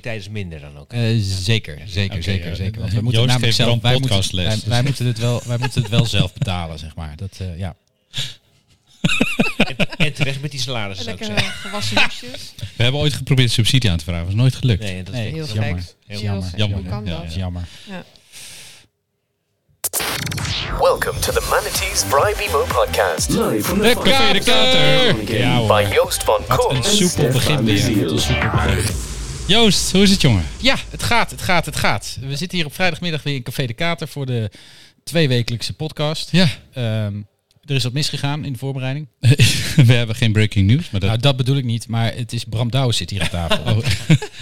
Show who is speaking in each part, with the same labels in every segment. Speaker 1: kwaliteit is minder dan ook.
Speaker 2: Eh, zeker, zeker, zeker,
Speaker 3: ja.
Speaker 2: zeker. Want
Speaker 3: Joost
Speaker 2: we moeten namelijk
Speaker 3: geeft
Speaker 2: zelf,
Speaker 3: wel een
Speaker 2: wij, moeten,
Speaker 3: podcastles,
Speaker 2: wij,
Speaker 3: dus-
Speaker 2: wij moeten het wel, wij moeten het wel zelf betalen, zeg maar. Dat, eh, ja.
Speaker 1: en, en terecht met die salarissen zou ik
Speaker 4: Lekker eh,
Speaker 1: zeggen.
Speaker 4: gewassen hoesjes.
Speaker 3: We hebben ooit geprobeerd subsidie aan te vragen, is nooit gelukt.
Speaker 1: Nee, dat is
Speaker 2: Nee,
Speaker 1: niks.
Speaker 4: heel
Speaker 1: Dat
Speaker 2: jammer.
Speaker 1: lijkt heel-
Speaker 4: Heel
Speaker 2: Jammer,
Speaker 4: slecht.
Speaker 3: jammer,
Speaker 4: Hoe kan
Speaker 3: ja,
Speaker 4: dat?
Speaker 2: is jammer.
Speaker 4: Ja.
Speaker 5: Welcome to the Manatees Bribe Emo podcast.
Speaker 6: Live from
Speaker 3: De
Speaker 6: the
Speaker 3: kater, de kater! Ja hoor,
Speaker 5: By Joost van Kool.
Speaker 3: een soepel begin weer.
Speaker 6: Ziel.
Speaker 3: Joost, hoe is het jongen?
Speaker 2: Ja, het gaat, het gaat, het gaat. We zitten hier op vrijdagmiddag weer in Café de Kater voor de tweewekelijkse podcast.
Speaker 3: Ja,
Speaker 2: Ehm, er is wat misgegaan in de voorbereiding.
Speaker 3: we hebben geen breaking news, maar dat, Oh.
Speaker 2: Nou, dat bedoel ik niet, maar het is Bram Douw zit hier aan tafel.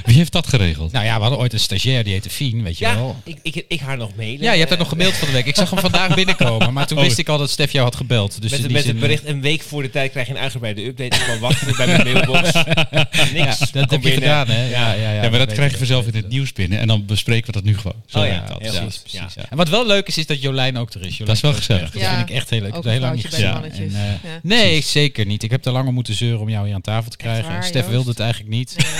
Speaker 3: wie heeft dat geregeld?
Speaker 2: Nou ja, we hadden ooit een stagiair, die heette Fien, weet je wel.
Speaker 1: Ja, ik, ik, ik haar nog mee.
Speaker 2: Ja, je hebt dat nog gemaild van de week. Ik zag hem vandaag binnenkomen, maar toen
Speaker 3: Oh.
Speaker 2: wist ik al dat Stef jou had gebeld. Dus
Speaker 1: Met,
Speaker 2: in
Speaker 1: het-
Speaker 2: die
Speaker 1: met
Speaker 2: zin,
Speaker 1: het bericht, een week voor de tijd krijg je een uitgebreide update. Ik kan wachten bij mijn mailbox. Niks.
Speaker 2: eh, Dat
Speaker 1: Kom
Speaker 2: heb je
Speaker 1: binnen.
Speaker 2: gedaan, hè? Ja, ja, ja,
Speaker 3: Ja, maar dat
Speaker 2: weet
Speaker 3: krijg
Speaker 2: ik.
Speaker 3: je vanzelf in het nieuws binnen en dan bespreken we dat nu gewoon. Zo
Speaker 1: Oh ja,
Speaker 3: werkt dat.
Speaker 1: heel goed.
Speaker 2: Precies,
Speaker 1: Ja.
Speaker 2: precies. En wat wel leuk is, is dat Jolijn ook er is. Jolijn
Speaker 3: Dat is wel
Speaker 2: Kroosberg.
Speaker 3: gezellig.
Speaker 2: Dat
Speaker 4: Ja.
Speaker 2: vind ik echt heel leuk. Ik
Speaker 4: Ook
Speaker 2: heb
Speaker 4: een
Speaker 2: heel lang niet
Speaker 4: vrouwtje bij de
Speaker 2: gezien.
Speaker 4: mannetjes.
Speaker 2: En, eh,
Speaker 4: Ja.
Speaker 2: Nee, zeker niet. Ik heb er lang om moeten zeuren om jou hier aan tafel te krijgen.
Speaker 4: waar,
Speaker 2: Stef
Speaker 4: Joost?
Speaker 2: wilde het eigenlijk niet.
Speaker 4: Nee,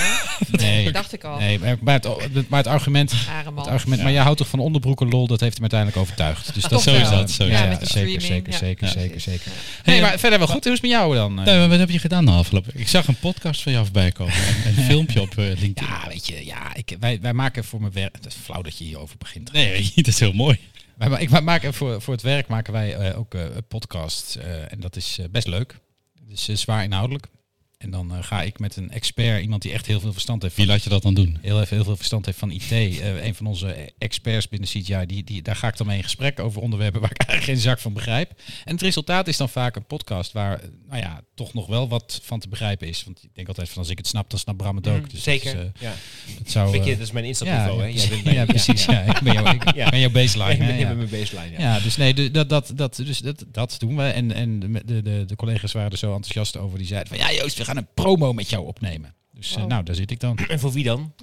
Speaker 4: hè?
Speaker 2: Nee.
Speaker 4: Dat dacht ik al.
Speaker 2: Nee, maar, maar het, maar het argument...
Speaker 4: Arenman.
Speaker 2: Het argument maar jij houdt toch van onderbroeken, lol, dat heeft hem uiteindelijk overtuigd. Dus dat,
Speaker 4: Toch
Speaker 3: zo is
Speaker 4: wel.
Speaker 3: dat, zo is
Speaker 4: ja,
Speaker 3: dat.
Speaker 4: met de
Speaker 2: zeker,
Speaker 4: streaming.
Speaker 2: zeker,
Speaker 4: Ja.
Speaker 2: zeker,
Speaker 4: Ja.
Speaker 2: zeker, zeker.
Speaker 3: Hey,
Speaker 2: Nee,
Speaker 3: maar
Speaker 2: maar verder wel goed. Hoe is het met jou dan? eh?
Speaker 3: Nee, maar wat heb je gedaan de afgelopen? Nou, Ik zag een podcast van jou voorbij komen en een filmpje op eh, LinkedIn.
Speaker 2: Ja, weet je, ja, ik, wij, wij maken voor mijn werk... Het is flauw dat je hierover begint.
Speaker 3: Nee, dat is heel mooi.
Speaker 2: Wij, ma- ik, wij maken voor, voor het werk maken wij eh, ook eh, podcasts. eh, en dat is eh, best leuk. Dus eh, zwaar inhoudelijk. En dan eh, ga ik met een expert, iemand die echt heel veel verstand heeft.
Speaker 3: Wie
Speaker 2: Van,
Speaker 3: laat je dat dan doen?
Speaker 2: heel, even, heel veel verstand heeft van IT. eh, een van onze experts binnen CGI, die, die, daar ga ik dan mee in gesprek over onderwerpen waar ik eigenlijk geen zak van begrijp. En het resultaat is dan vaak een podcast waar eh, nou ja, toch nog wel wat van te begrijpen is. Want ik denk altijd van als ik het snap, dan snapt Bram het
Speaker 3: Mm,
Speaker 2: ook. Dus
Speaker 1: Hm, Zeker.
Speaker 2: Dat, is, eh,
Speaker 1: ja.
Speaker 2: dat zou...
Speaker 1: Weet je,
Speaker 2: eh,
Speaker 1: dat is mijn
Speaker 2: ja,
Speaker 1: instapniveau, hè?
Speaker 2: ja,
Speaker 1: Jij bent mijn-
Speaker 2: ja, precies. Ja. ik ben jouw ik
Speaker 1: Ja.
Speaker 2: ben jouw baseline.
Speaker 1: Ik ben
Speaker 2: hè,
Speaker 1: ik
Speaker 2: ja.
Speaker 1: ben mijn baseline, ja.
Speaker 2: Ja, dus nee, de- dat, dat, dat, dus dat, dat doen we. En, en de, de, de, de collega's waren er zo enthousiast over. Die zeiden van, ja Joost, we gaan een promo met jou opnemen. Dus eh,
Speaker 4: Wow.
Speaker 2: nou, daar zit ik dan.
Speaker 1: En voor wie dan?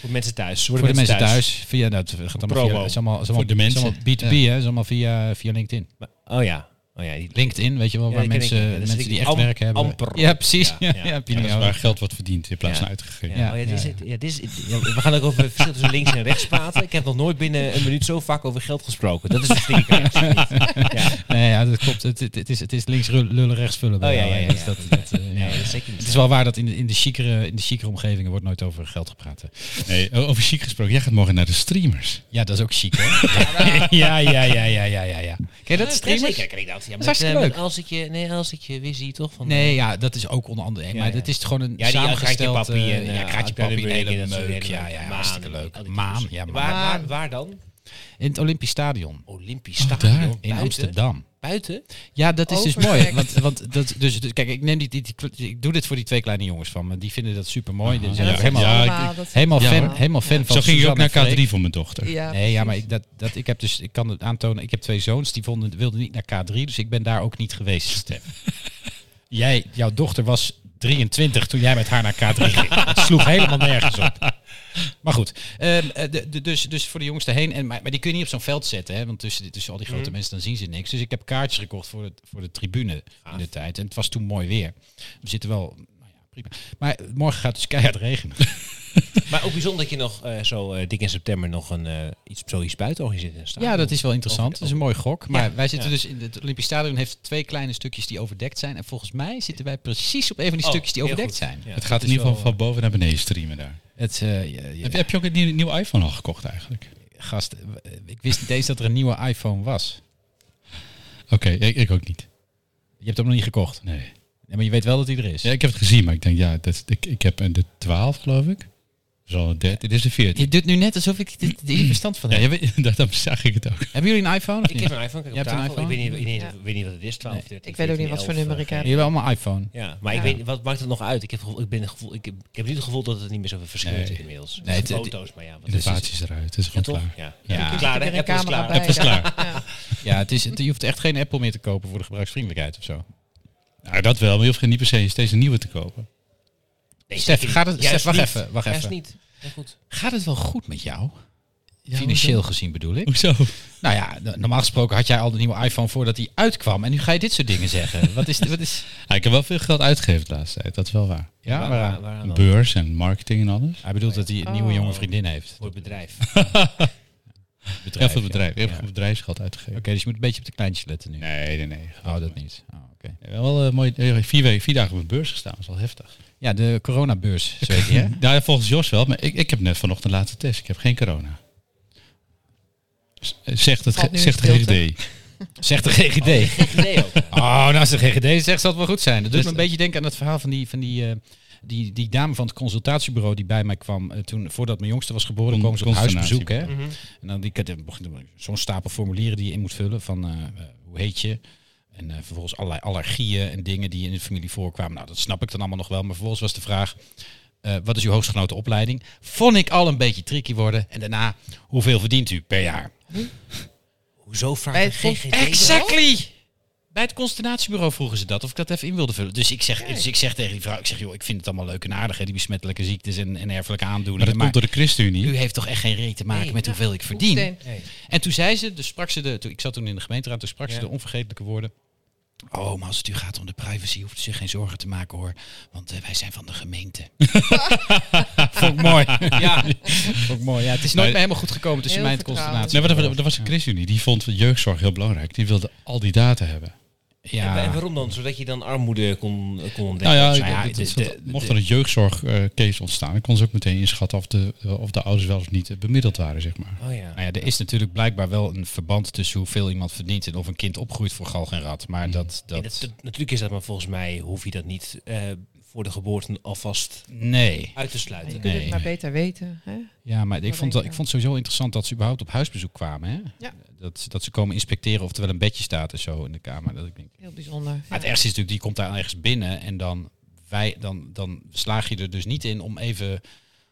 Speaker 1: Voor mensen thuis.
Speaker 2: Voor de mensen thuis. via, nou, het gaat allemaal
Speaker 1: Promo.
Speaker 2: via, het is allemaal, het is allemaal,
Speaker 3: Voor de
Speaker 2: het is
Speaker 3: mensen.
Speaker 2: allemaal B2B, hè. Het is allemaal via, via LinkedIn.
Speaker 1: Oh ja. Oh ja, die
Speaker 2: LinkedIn, weet je wel,
Speaker 1: Ja,
Speaker 2: waar
Speaker 1: die ken
Speaker 2: mensen,
Speaker 1: ik, ja. Dat is
Speaker 2: mensen
Speaker 1: die
Speaker 2: die echt
Speaker 1: am-
Speaker 2: werk hebben.
Speaker 1: amper.
Speaker 2: Ja, precies.
Speaker 1: Ja,
Speaker 2: Ja,
Speaker 1: ja.
Speaker 2: ja,
Speaker 1: Ja,
Speaker 2: heb je niet
Speaker 3: Ja, dat is waar
Speaker 2: nodig.
Speaker 3: geld wordt verdiend in plaats
Speaker 1: Ja.
Speaker 3: van uitgegeven.
Speaker 1: Ja, oh ja, dit is het. Ja, dit is het. Ja, we gaan ook over het verschil tussen links en rechts praten. Ik heb nog nooit binnen een minuut zo vaak over geld gesproken. Dat is dus het ding.
Speaker 2: Nee, ja, dat klopt. Het, het, het is, het is links ru- lullen, rechts vullen. bij
Speaker 1: Oh, ja,
Speaker 2: jou,
Speaker 1: ja,
Speaker 2: hè.
Speaker 1: ja,
Speaker 2: Dus
Speaker 1: ja.
Speaker 2: dat, dat, eh, ja.
Speaker 1: Nee, dat is zeker niet.
Speaker 2: Het is wel waar dat in de, in, de chicere, in de chicere omgevingen wordt nooit over geld gepraat. hè.
Speaker 3: Nee, over chic gesproken, jij gaat morgen naar de streamers.
Speaker 2: Ja, dat is ook chic hoor. ja, ja, ja, ja, ja, ja, ja. Ken je dat streamers?
Speaker 1: Zeker, ik dat. Ja,
Speaker 2: is
Speaker 1: met,
Speaker 2: hartstikke
Speaker 1: eh, met
Speaker 2: leuk.
Speaker 1: als ik je, nee, als ik je weer zie, toch? Van,
Speaker 2: Nee, ja, dat is ook onder andere. maar
Speaker 1: ja.
Speaker 2: dit is gewoon een
Speaker 1: Ja, die
Speaker 2: samengesteld...
Speaker 1: kraantje papi
Speaker 2: eh,
Speaker 1: en,
Speaker 2: ja,
Speaker 1: eh,
Speaker 2: kraantje
Speaker 1: Adriaan de
Speaker 2: papi,
Speaker 1: Breuning,
Speaker 2: hele
Speaker 1: dat soort
Speaker 2: meuk.
Speaker 1: hele
Speaker 2: Ja, ja,
Speaker 1: maan,
Speaker 2: hartstikke
Speaker 1: al
Speaker 2: leuk.
Speaker 1: die
Speaker 2: Maan,
Speaker 1: dingen.
Speaker 2: ja,
Speaker 1: waar,
Speaker 2: maan.
Speaker 1: waar, waar dan?
Speaker 2: In het Olympisch Stadion.
Speaker 1: Olympisch Stadion.
Speaker 3: daar? In
Speaker 2: In
Speaker 1: buiten?
Speaker 2: Amsterdam.
Speaker 1: Buiten?
Speaker 2: Ja, dat is dus
Speaker 4: Overgekt.
Speaker 2: mooi. Want, want dat, dus, dus, kijk, ik, neem die, die, die- ik doe dit voor die twee kleine jongens van me. Die vinden dat super mooi. Die zijn
Speaker 3: Ja,
Speaker 2: ook helemaal,
Speaker 3: ja, ik-
Speaker 4: Allemaal, dat-
Speaker 2: helemaal
Speaker 3: Ja,
Speaker 2: fan,
Speaker 3: hoor.
Speaker 2: helemaal fan van
Speaker 3: Zo ging je ook
Speaker 2: Suzanne
Speaker 3: naar
Speaker 2: en Freek.
Speaker 3: K3 voor mijn dochter.
Speaker 4: Ja,
Speaker 2: Nee, ja, maar ik, dat, dat, ik, heb dus, ik kan het aantonen. Ik heb twee zoons die vonden, wilden niet naar K3, dus ik ben daar ook niet geweest. Stef. jij, jouw dochter was 23 toen jij met haar naar K3 ging. Het sloeg helemaal nergens op. Maar goed, ehm, eh, de- de- dus, dus voor de jongste heen. En, maar, maar die kun je niet op zo'n veld zetten, hè, want tussen, tussen al die grote mensen dan zien ze niks. Dus ik heb kaartjes gekocht voor de, voor de tribune in de tijd. En het was toen mooi weer. We zitten wel... nou ja, prima. Maar morgen gaat het dus keihard regenen.
Speaker 1: Maar ook bijzonder dat je nog eh, zo eh, dik in september nog een, eh, iets, zoiets buiten organiseert. in een stadion.
Speaker 2: Ja, dat is wel interessant.
Speaker 1: Over-
Speaker 2: Dat is een mooi gok. Maar wij zitten
Speaker 1: ja.
Speaker 2: dus in het Olympisch Stadion heeft twee kleine stukjes die overdekt zijn. En volgens mij zitten wij precies op een van die
Speaker 1: Oh,
Speaker 2: stukjes die
Speaker 1: heel
Speaker 2: overdekt
Speaker 1: goed.
Speaker 2: zijn.
Speaker 1: Ja.
Speaker 3: het gaat in ieder geval van boven naar beneden streamen daar.
Speaker 2: Het, eh, ja, ja,
Speaker 3: eh, Heb, je- heb je ook een nieuwe, nieuwe iPhone al gekocht eigenlijk?
Speaker 2: gast, eh, ik wist niet eens dat er een nieuwe iPhone was.
Speaker 3: Oké, ik, ik ook niet.
Speaker 2: Je hebt hem nog niet gekocht.
Speaker 3: Nee.
Speaker 2: Nee, maar je weet wel dat hij er is.
Speaker 3: Ja, ik heb het gezien, maar ik denk, ja, dat, ik, ik heb eh, de 12 geloof ik. Zo, de, dit is de 14.
Speaker 2: Je doet nu net alsof ik dit- hier verstand van
Speaker 3: Ja,
Speaker 2: heb.
Speaker 3: je weet- dat- dan zag ik het ook.
Speaker 2: Hebben jullie een iPhone of
Speaker 1: Ik
Speaker 2: niet?
Speaker 1: heb een iPhone. Kijk,
Speaker 2: Je
Speaker 1: op
Speaker 2: hebt een
Speaker 1: tafel. Ik weet niet, ik weet niet,
Speaker 4: Ja.
Speaker 1: ik weet niet wat het is. 12, 13,
Speaker 4: Ik weet ook niet
Speaker 1: 14,
Speaker 4: wat voor
Speaker 1: 11,
Speaker 4: nummer
Speaker 1: eh,
Speaker 4: ik heb.
Speaker 2: Jullie hebben allemaal een iPhone.
Speaker 1: Ja, maar ik
Speaker 4: Ja.
Speaker 1: weet niet, wat maakt het nog uit? Ik heb, het gevoel- ik ben het gevoel, ik, heb, ik heb niet het gevoel dat het niet meer zoveel verschil is
Speaker 3: Nee.
Speaker 1: inmiddels.
Speaker 2: Nee, het-
Speaker 1: foto's, maar ja, wat is het?
Speaker 3: Innovatie is eruit, het is
Speaker 1: Ja,
Speaker 3: gewoon
Speaker 1: toch?
Speaker 3: klaar.
Speaker 1: Ja.
Speaker 2: Ja.
Speaker 1: Klaar, hè?
Speaker 4: er een
Speaker 1: Apple is
Speaker 4: camera
Speaker 1: klaar.
Speaker 4: bij.
Speaker 3: Apple is
Speaker 4: ja. Ja.
Speaker 2: Ja, het is, het- je hoeft echt geen Apple meer te kopen voor de gebruiksvriendelijkheid of zo.
Speaker 3: Nou, dat wel, maar je hoeft geen- niet per se steeds een nieuwe te kopen.
Speaker 1: Nee,
Speaker 2: Stef,
Speaker 1: zeker
Speaker 2: gaat
Speaker 1: niet.
Speaker 2: het-
Speaker 1: Juist
Speaker 2: Stef, wacht
Speaker 1: niet.
Speaker 2: even, wacht
Speaker 1: Juist
Speaker 2: even.
Speaker 1: niet. Ja, goed.
Speaker 2: Gaat het wel goed met jou?
Speaker 3: Ja,
Speaker 2: Financieel gezien bedoel ik.
Speaker 3: Hoezo?
Speaker 2: Nou ja, no- normaal gesproken had jij al de nieuwe iPhone voordat die uitkwam. En nu ga je dit soort dingen zeggen. Wat is... Wat is
Speaker 3: Ja, ik heb wel veel geld uitgegeven de laatste tijd, dat is wel waar.
Speaker 2: ja,
Speaker 1: Waar-
Speaker 2: waaraan?
Speaker 1: waar- waaraan dan?
Speaker 3: Beurs en marketing en alles.
Speaker 2: Hij bedoelt dat hij een nieuwe jonge vriendin heeft.
Speaker 1: Voor het bedrijf.
Speaker 3: Heel veel
Speaker 2: ja.
Speaker 3: bedrijf. Heel
Speaker 2: Ja.
Speaker 3: veel bedrijfsgeld uitgegeven.
Speaker 2: Oké, dus je moet een beetje op de kleintjes letten nu.
Speaker 3: Nee, nee, nee.
Speaker 2: Oh, dat niet. Oh, oké.
Speaker 3: Ja, Wel eh, mooi. eh, Vier, weken- vier dagen op de beurs gestaan. Dat is wel heftig.
Speaker 2: Ja, de coronabeurs, Zweden. hè?
Speaker 3: Ja? Nou, volgens Jos wel. Maar ik, ik heb net vanochtend de laatste test. Ik heb geen corona. Z- eh, Zegt het,
Speaker 4: Valt
Speaker 3: ge-
Speaker 4: nu
Speaker 3: zegt de
Speaker 4: stilte.
Speaker 3: GGD.
Speaker 2: Zegt de GGD.
Speaker 1: Nee, ook.
Speaker 2: Oh, nou als de GGD zegt, zal het wel goed zijn. Dat doet me
Speaker 3: Dus-
Speaker 2: een beetje denken aan het verhaal van die... Van die eh, die, die dame van het consultatiebureau die bij mij kwam eh, toen voordat mijn jongste was geboren,
Speaker 3: Con-
Speaker 2: kwamen ze op
Speaker 3: consternatie.
Speaker 2: huisbezoek. Hè? En dan die, ik had- begon- zo'n stapel formulieren die je in moet vullen van eh, eh, hoe heet je? En eh, vervolgens allerlei allergieën en dingen die in de familie voorkwamen. Nou, dat snap ik dan allemaal nog wel. Maar vervolgens was de vraag, eh, wat is uw hoogstgenoten opleiding? Vond ik al een beetje tricky worden. En daarna, hoeveel verdient u per jaar?
Speaker 1: Hoezo vraagt
Speaker 4: Bij
Speaker 1: de
Speaker 4: het
Speaker 1: GGD
Speaker 2: Exactly! Bij het constellatiebureau vroegen ze dat, of ik dat even in wilde vullen. Dus ik zeg, dus ik zeg tegen die vrouw, ik zeg, joh, ik vind het allemaal leuk en aardig, hè, die besmettelijke ziektes en, en erfelijke
Speaker 3: Maar
Speaker 2: aandoeningen.
Speaker 3: dat
Speaker 2: Maar,
Speaker 3: komt door de ChristenUnie.
Speaker 2: u heeft toch echt geen reet te maken
Speaker 1: Nee,
Speaker 2: met
Speaker 1: ja,
Speaker 4: nou,
Speaker 2: hoeveel ik verdien?
Speaker 4: Hoeksteen.
Speaker 2: En toen zei ze, dus sprak ze de, toen, ik zat toen in de gemeenteraad, toen sprak ze
Speaker 1: Ja.
Speaker 2: de onvergetelijke woorden. Oh, maar als het u gaat om de privacy, hoeft u zich geen zorgen te maken hoor. Want eh, wij zijn van de gemeente. Vond ik mooi. Ja, vond ik mooi. Ja, het is nooit meer helemaal goed gekomen tussen
Speaker 4: Heel
Speaker 2: mij en het
Speaker 4: vertrouwd.
Speaker 2: constellatie.
Speaker 3: Nee, maar dat, dat was de ChristenUnie. Die vond jeugdzorg heel belangrijk. Die wilde al die data hebben.
Speaker 1: Ja. En
Speaker 2: Ja,
Speaker 1: waarom dan? Zodat je dan armoede kon, kon ontdekken?
Speaker 3: Nou ja,
Speaker 2: ja,
Speaker 3: dat- dat-
Speaker 2: de-
Speaker 3: dat-
Speaker 2: de-
Speaker 3: mocht
Speaker 2: de-
Speaker 3: er een jeugdzorgcase ontstaan, dan kon ze ook meteen inschatten of de, of de ouders wel of niet eh, bemiddeld waren, zeg maar.
Speaker 1: Oh ja.
Speaker 2: nou ja, er is natuurlijk blijkbaar wel een verband tussen hoeveel iemand verdient en of een kind opgroeit voor galg en rat. Maar dat,
Speaker 1: En
Speaker 2: dat,
Speaker 1: dat- natuurlijk is dat, maar volgens mij hoef je dat niet eh, voor de geboorte alvast
Speaker 2: nee.
Speaker 1: uit te
Speaker 4: Je
Speaker 1: sluiten.
Speaker 4: kunt
Speaker 2: Nee.
Speaker 4: het maar beter weten. Hè?
Speaker 2: Ja, maar ik
Speaker 4: Wat
Speaker 2: vond,
Speaker 4: denk
Speaker 2: dat,
Speaker 4: je?
Speaker 2: ik vond het sowieso interessant dat ze überhaupt op huisbezoek kwamen. Hè?
Speaker 4: Ja.
Speaker 2: Dat, ze- dat ze komen inspecteren of er wel een bedje staat en zo in de kamer. Dat ik denk,
Speaker 4: Heel bijzonder.
Speaker 2: Maar het
Speaker 4: Ja.
Speaker 2: ergste is natuurlijk, die komt daar ergens binnen en dan, wij, dan, dan slaag je er dus niet in om even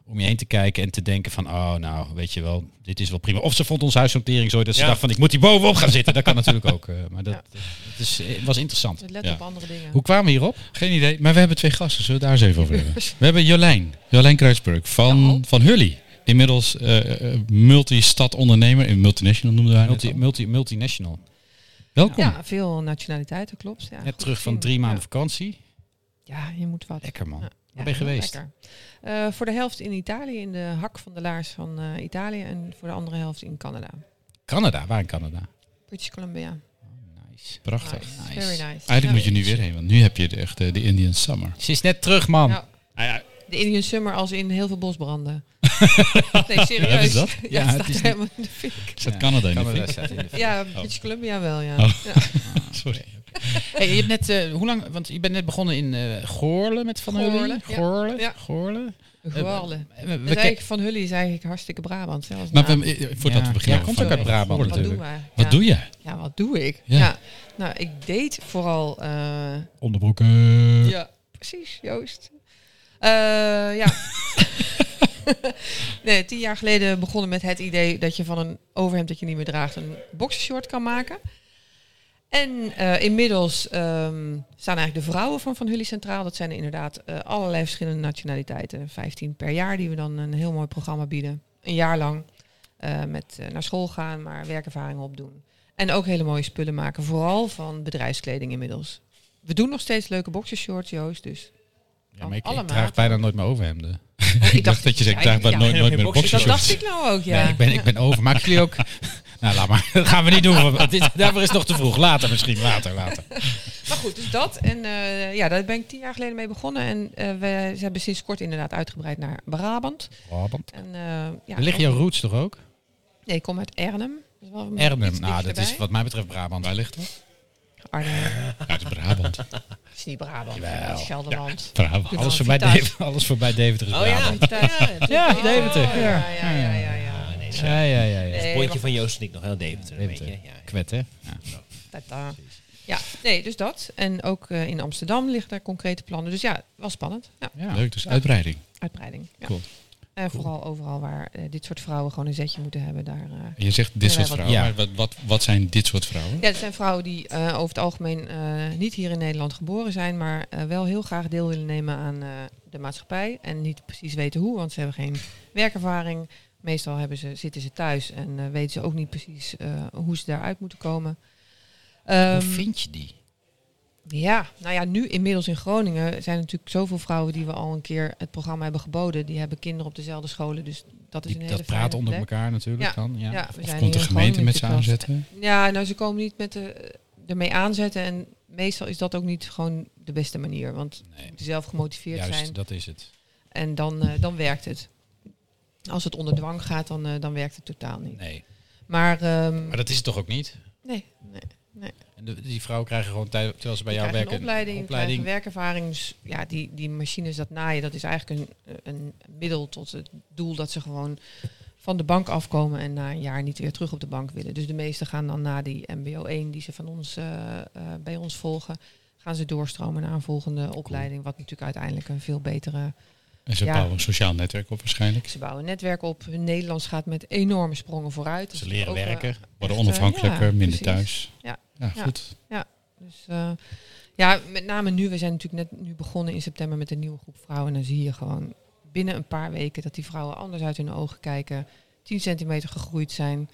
Speaker 2: om je heen te kijken en te denken van, oh nou, weet je wel, dit is wel prima. Of ze vond ons huissortering zo, dat ze
Speaker 1: Ja.
Speaker 2: dacht van, ik moet hier bovenop gaan zitten. Dat kan natuurlijk ook, eh, maar dat, het is, het was interessant.
Speaker 4: Dus Let
Speaker 3: Ja.
Speaker 4: op andere dingen.
Speaker 2: Hoe kwamen we hierop?
Speaker 3: Geen idee, maar we hebben twee gasten. Zullen we het daar eens even over hebben? We hebben Jolijn, Jolijn Kruisburg van, van Hully. Inmiddels eh eh, multi-stad ondernemer, in multinational noemden wij het.
Speaker 2: Multi, multi, multinational.
Speaker 3: Welkom.
Speaker 4: Ja, veel nationaliteiten, klopt. Ja,
Speaker 2: Net
Speaker 4: goed
Speaker 2: terug van
Speaker 4: gezien.
Speaker 2: drie maanden
Speaker 4: Ja.
Speaker 2: vakantie.
Speaker 4: Ja, je moet wat.
Speaker 2: Lekker man.
Speaker 4: Ja.
Speaker 2: Waar ben je
Speaker 4: heel
Speaker 2: geweest?
Speaker 4: lekker. Eh, voor de helft in Italië, in de hak van de laars van eh, Italië. En voor de andere helft in Canada.
Speaker 2: Canada, waar in Canada?
Speaker 4: British Columbia.
Speaker 2: Nice.
Speaker 3: Prachtig.
Speaker 2: Nice.
Speaker 4: Very nice.
Speaker 3: Eigenlijk
Speaker 4: Ja.
Speaker 3: moet je nu weer heen, want nu heb je de, echt eh, de Indian Summer.
Speaker 2: Ze is net terug, man.
Speaker 4: Ja. De Indian Summer als in heel veel bosbranden. nee, serieus.
Speaker 3: Hebben ze dat?
Speaker 2: Ja,
Speaker 4: Ja, het
Speaker 2: het
Speaker 4: staat
Speaker 2: is
Speaker 4: helemaal in de fik.
Speaker 3: Staat Canada in de
Speaker 2: Canada
Speaker 3: fik?
Speaker 2: staat in de fik.
Speaker 4: Ja, British Columbia wel, ja.
Speaker 3: Oh.
Speaker 4: ja.
Speaker 3: Sorry.
Speaker 2: Hey, je hebt net, eh, hoe lang, want je bent net begonnen in eh Goorle met Van
Speaker 4: Goorle,
Speaker 2: Hully.
Speaker 4: ja.
Speaker 2: Goorle.
Speaker 4: Ja.
Speaker 2: Goorle.
Speaker 4: Geweldig.
Speaker 2: Eh, we- we
Speaker 4: Dat is
Speaker 2: ken-
Speaker 4: eigenlijk van Hully is eigenlijk hartstikke Brabant. Zelfs
Speaker 3: Maar we, Oh, eh, voordat
Speaker 2: Ja,
Speaker 3: we
Speaker 2: jij
Speaker 3: beginnen.
Speaker 2: komt
Speaker 3: van-
Speaker 2: ook uit Brabant
Speaker 3: Goorle.
Speaker 4: wat
Speaker 2: natuurlijk.
Speaker 4: doen we?
Speaker 3: Wat
Speaker 4: ja.
Speaker 3: doe je?
Speaker 4: Ja, wat doe ik?
Speaker 3: Ja.
Speaker 4: Ja. Nou, ik deed vooral... eh,
Speaker 3: Onderbroeken. Mm.
Speaker 4: Ja, precies, Joost. Eh, ja. nee, tien jaar geleden begonnen met het idee dat je van een overhemd dat je niet meer draagt een boxershort kan maken. En eh, inmiddels ehm, staan eigenlijk de vrouwen van Van Hully Centraal. Dat zijn er inderdaad eh, allerlei verschillende nationaliteiten. 15 per jaar die we dan een heel mooi programma bieden. Een jaar lang. Eh, met eh, naar school gaan, maar werkervaring opdoen. En ook hele mooie spullen maken. Vooral van bedrijfskleding inmiddels. We doen nog steeds leuke boxershorts, Joost. Dus
Speaker 2: Ja, maar ik, ik
Speaker 4: Allemaal. Oh,
Speaker 2: draagt bijna nooit meer overhemden.
Speaker 4: ik
Speaker 3: dacht dat je zei, ik draag bij
Speaker 4: ja,
Speaker 3: nooit,
Speaker 1: ja,
Speaker 3: nooit
Speaker 1: geen
Speaker 3: meer
Speaker 1: boxers.
Speaker 4: Dat
Speaker 3: boxershorts.
Speaker 4: dacht ik nou ook, ja.
Speaker 2: Nee, ik ben, ik ben over. Maak jullie ook... nou, laat maar. Dat gaan we niet doen. want dit- daarvoor is het nog te vroeg. Later misschien. Later, later.
Speaker 4: Maar goed, dus dat. En eh, ja, daar ben ik tien jaar geleden mee begonnen. En eh, we ze hebben sinds kort inderdaad uitgebreid naar Brabant.
Speaker 2: Brabant.
Speaker 4: En, eh ja,
Speaker 2: Liggen jouw roots toch ook?
Speaker 4: Nee, ik kom uit Arnhem. Dat is wel een-
Speaker 2: Ernem.
Speaker 4: iets
Speaker 2: Nou, dat is
Speaker 4: dichterbij.
Speaker 2: wat mij betreft Brabant. Waar ligt dat?
Speaker 4: Arnhem
Speaker 3: Ja, het is Brabant.
Speaker 4: is niet Brabant.
Speaker 2: Jawel.
Speaker 4: Het is Gelderland.
Speaker 3: Brabant.
Speaker 2: Alles
Speaker 4: Brabant,
Speaker 2: voorbij,
Speaker 4: Vita's.
Speaker 2: Deventer, alles voorbij Deventer is
Speaker 1: Oh ja.
Speaker 2: Brabant.
Speaker 4: Vita's.
Speaker 2: Ja, Deventer.
Speaker 4: Oh, Ja, ja, ja, ja, ja.
Speaker 1: Ah, nee, zo.
Speaker 2: Ja, ja, ja. ja.
Speaker 4: Nee,
Speaker 1: Het bondje
Speaker 4: maar-
Speaker 1: van Joost en ik nog heel Deventer. weet
Speaker 2: Deventer.
Speaker 1: je. Ja, ja.
Speaker 2: Kwet, hè?
Speaker 4: Tata. eh, Ja, nee, dus dat. En ook eh, in Amsterdam liggen daar concrete plannen. Dus ja, wel spannend. Ja,
Speaker 2: Ja.
Speaker 3: Leuk, dus uitbreiding.
Speaker 4: uitbreiding. Ja.
Speaker 3: Cool.
Speaker 4: En vooral overal waar eh, dit soort vrouwen gewoon een zetje moeten hebben. Daar, eh,
Speaker 3: En Je zegt dit
Speaker 4: Ja,
Speaker 3: soort
Speaker 4: wat-
Speaker 3: vrouwen,
Speaker 2: Ja.
Speaker 3: maar wat, wat, wat zijn dit soort vrouwen?
Speaker 4: Ja, het zijn vrouwen die eh, over het algemeen eh, niet hier in Nederland geboren zijn, maar eh, wel heel graag deel willen nemen aan eh, de maatschappij. En niet precies weten hoe, want ze hebben geen werkervaring, Meestal hebben ze, zitten ze thuis en eh, weten ze ook niet precies eh, hoe ze daaruit moeten komen. Ehm,
Speaker 2: Hoe vind je die?
Speaker 4: ja, nou ja, nu inmiddels in Groningen zijn er natuurlijk zoveel vrouwen die we al een keer het programma hebben geboden. Die hebben kinderen op dezelfde scholen, dus dat is
Speaker 2: Die-
Speaker 4: een hele
Speaker 2: dat praat
Speaker 4: fijne
Speaker 2: onder
Speaker 4: plek.
Speaker 2: elkaar natuurlijk dan. Ja.
Speaker 4: Ja, we
Speaker 3: Of
Speaker 4: zijn
Speaker 3: komt de
Speaker 4: hier in
Speaker 3: gemeente
Speaker 4: Groningen
Speaker 3: met ze
Speaker 4: natuurlijk wel-
Speaker 3: aanzetten?
Speaker 4: Ja, nou ze komen niet met de, ermee aanzetten en meestal is dat ook niet gewoon de beste manier. Want
Speaker 2: Nee.
Speaker 4: ze moeten zelf gemotiveerd
Speaker 2: Juist,
Speaker 4: zijn
Speaker 2: dat is het.
Speaker 4: en dan, eh, dan werkt het. Als het onder dwang gaat, dan, eh, dan werkt het totaal niet.
Speaker 2: Nee.
Speaker 4: Maar, ehm,
Speaker 2: Maar dat is het toch ook niet?
Speaker 4: nee, nee.
Speaker 2: En de- die vrouwen krijgen gewoon tijd, terwijl ze bij
Speaker 4: Je
Speaker 2: jou
Speaker 4: krijgt
Speaker 2: werken.
Speaker 4: Een opleiding, je krijgt
Speaker 2: opleiding.
Speaker 4: een werkervaring. Dus ja, die, die machines, dat naaien, dat is eigenlijk een, een middel tot het doel dat ze gewoon van de bank afkomen en na een jaar niet weer terug op de bank willen. Dus de meesten gaan dan na die MBO 1 die ze van ons, eh, eh, bij ons volgen, gaan ze doorstromen naar een volgende opleiding. Wat natuurlijk uiteindelijk een veel betere...
Speaker 3: En ze
Speaker 4: Ja.
Speaker 3: bouwen een sociaal netwerk op waarschijnlijk.
Speaker 4: Ze bouwen een netwerk op. Hun Nederlands gaat met enorme sprongen vooruit. Dus
Speaker 2: Ze leren
Speaker 4: ook, eh,
Speaker 2: werken.
Speaker 3: Worden
Speaker 4: Echt, eh,
Speaker 3: onafhankelijker,
Speaker 4: ja,
Speaker 3: minder
Speaker 4: precies.
Speaker 3: thuis.
Speaker 4: Ja. Ja.
Speaker 3: goed.
Speaker 4: Dus eh, ja, met name nu, we zijn natuurlijk net nu begonnen in september met een nieuwe groep vrouwen. En dan zie je gewoon binnen een paar weken dat die vrouwen anders uit hun ogen kijken. 10 centimeter gegroeid zijn. Nou,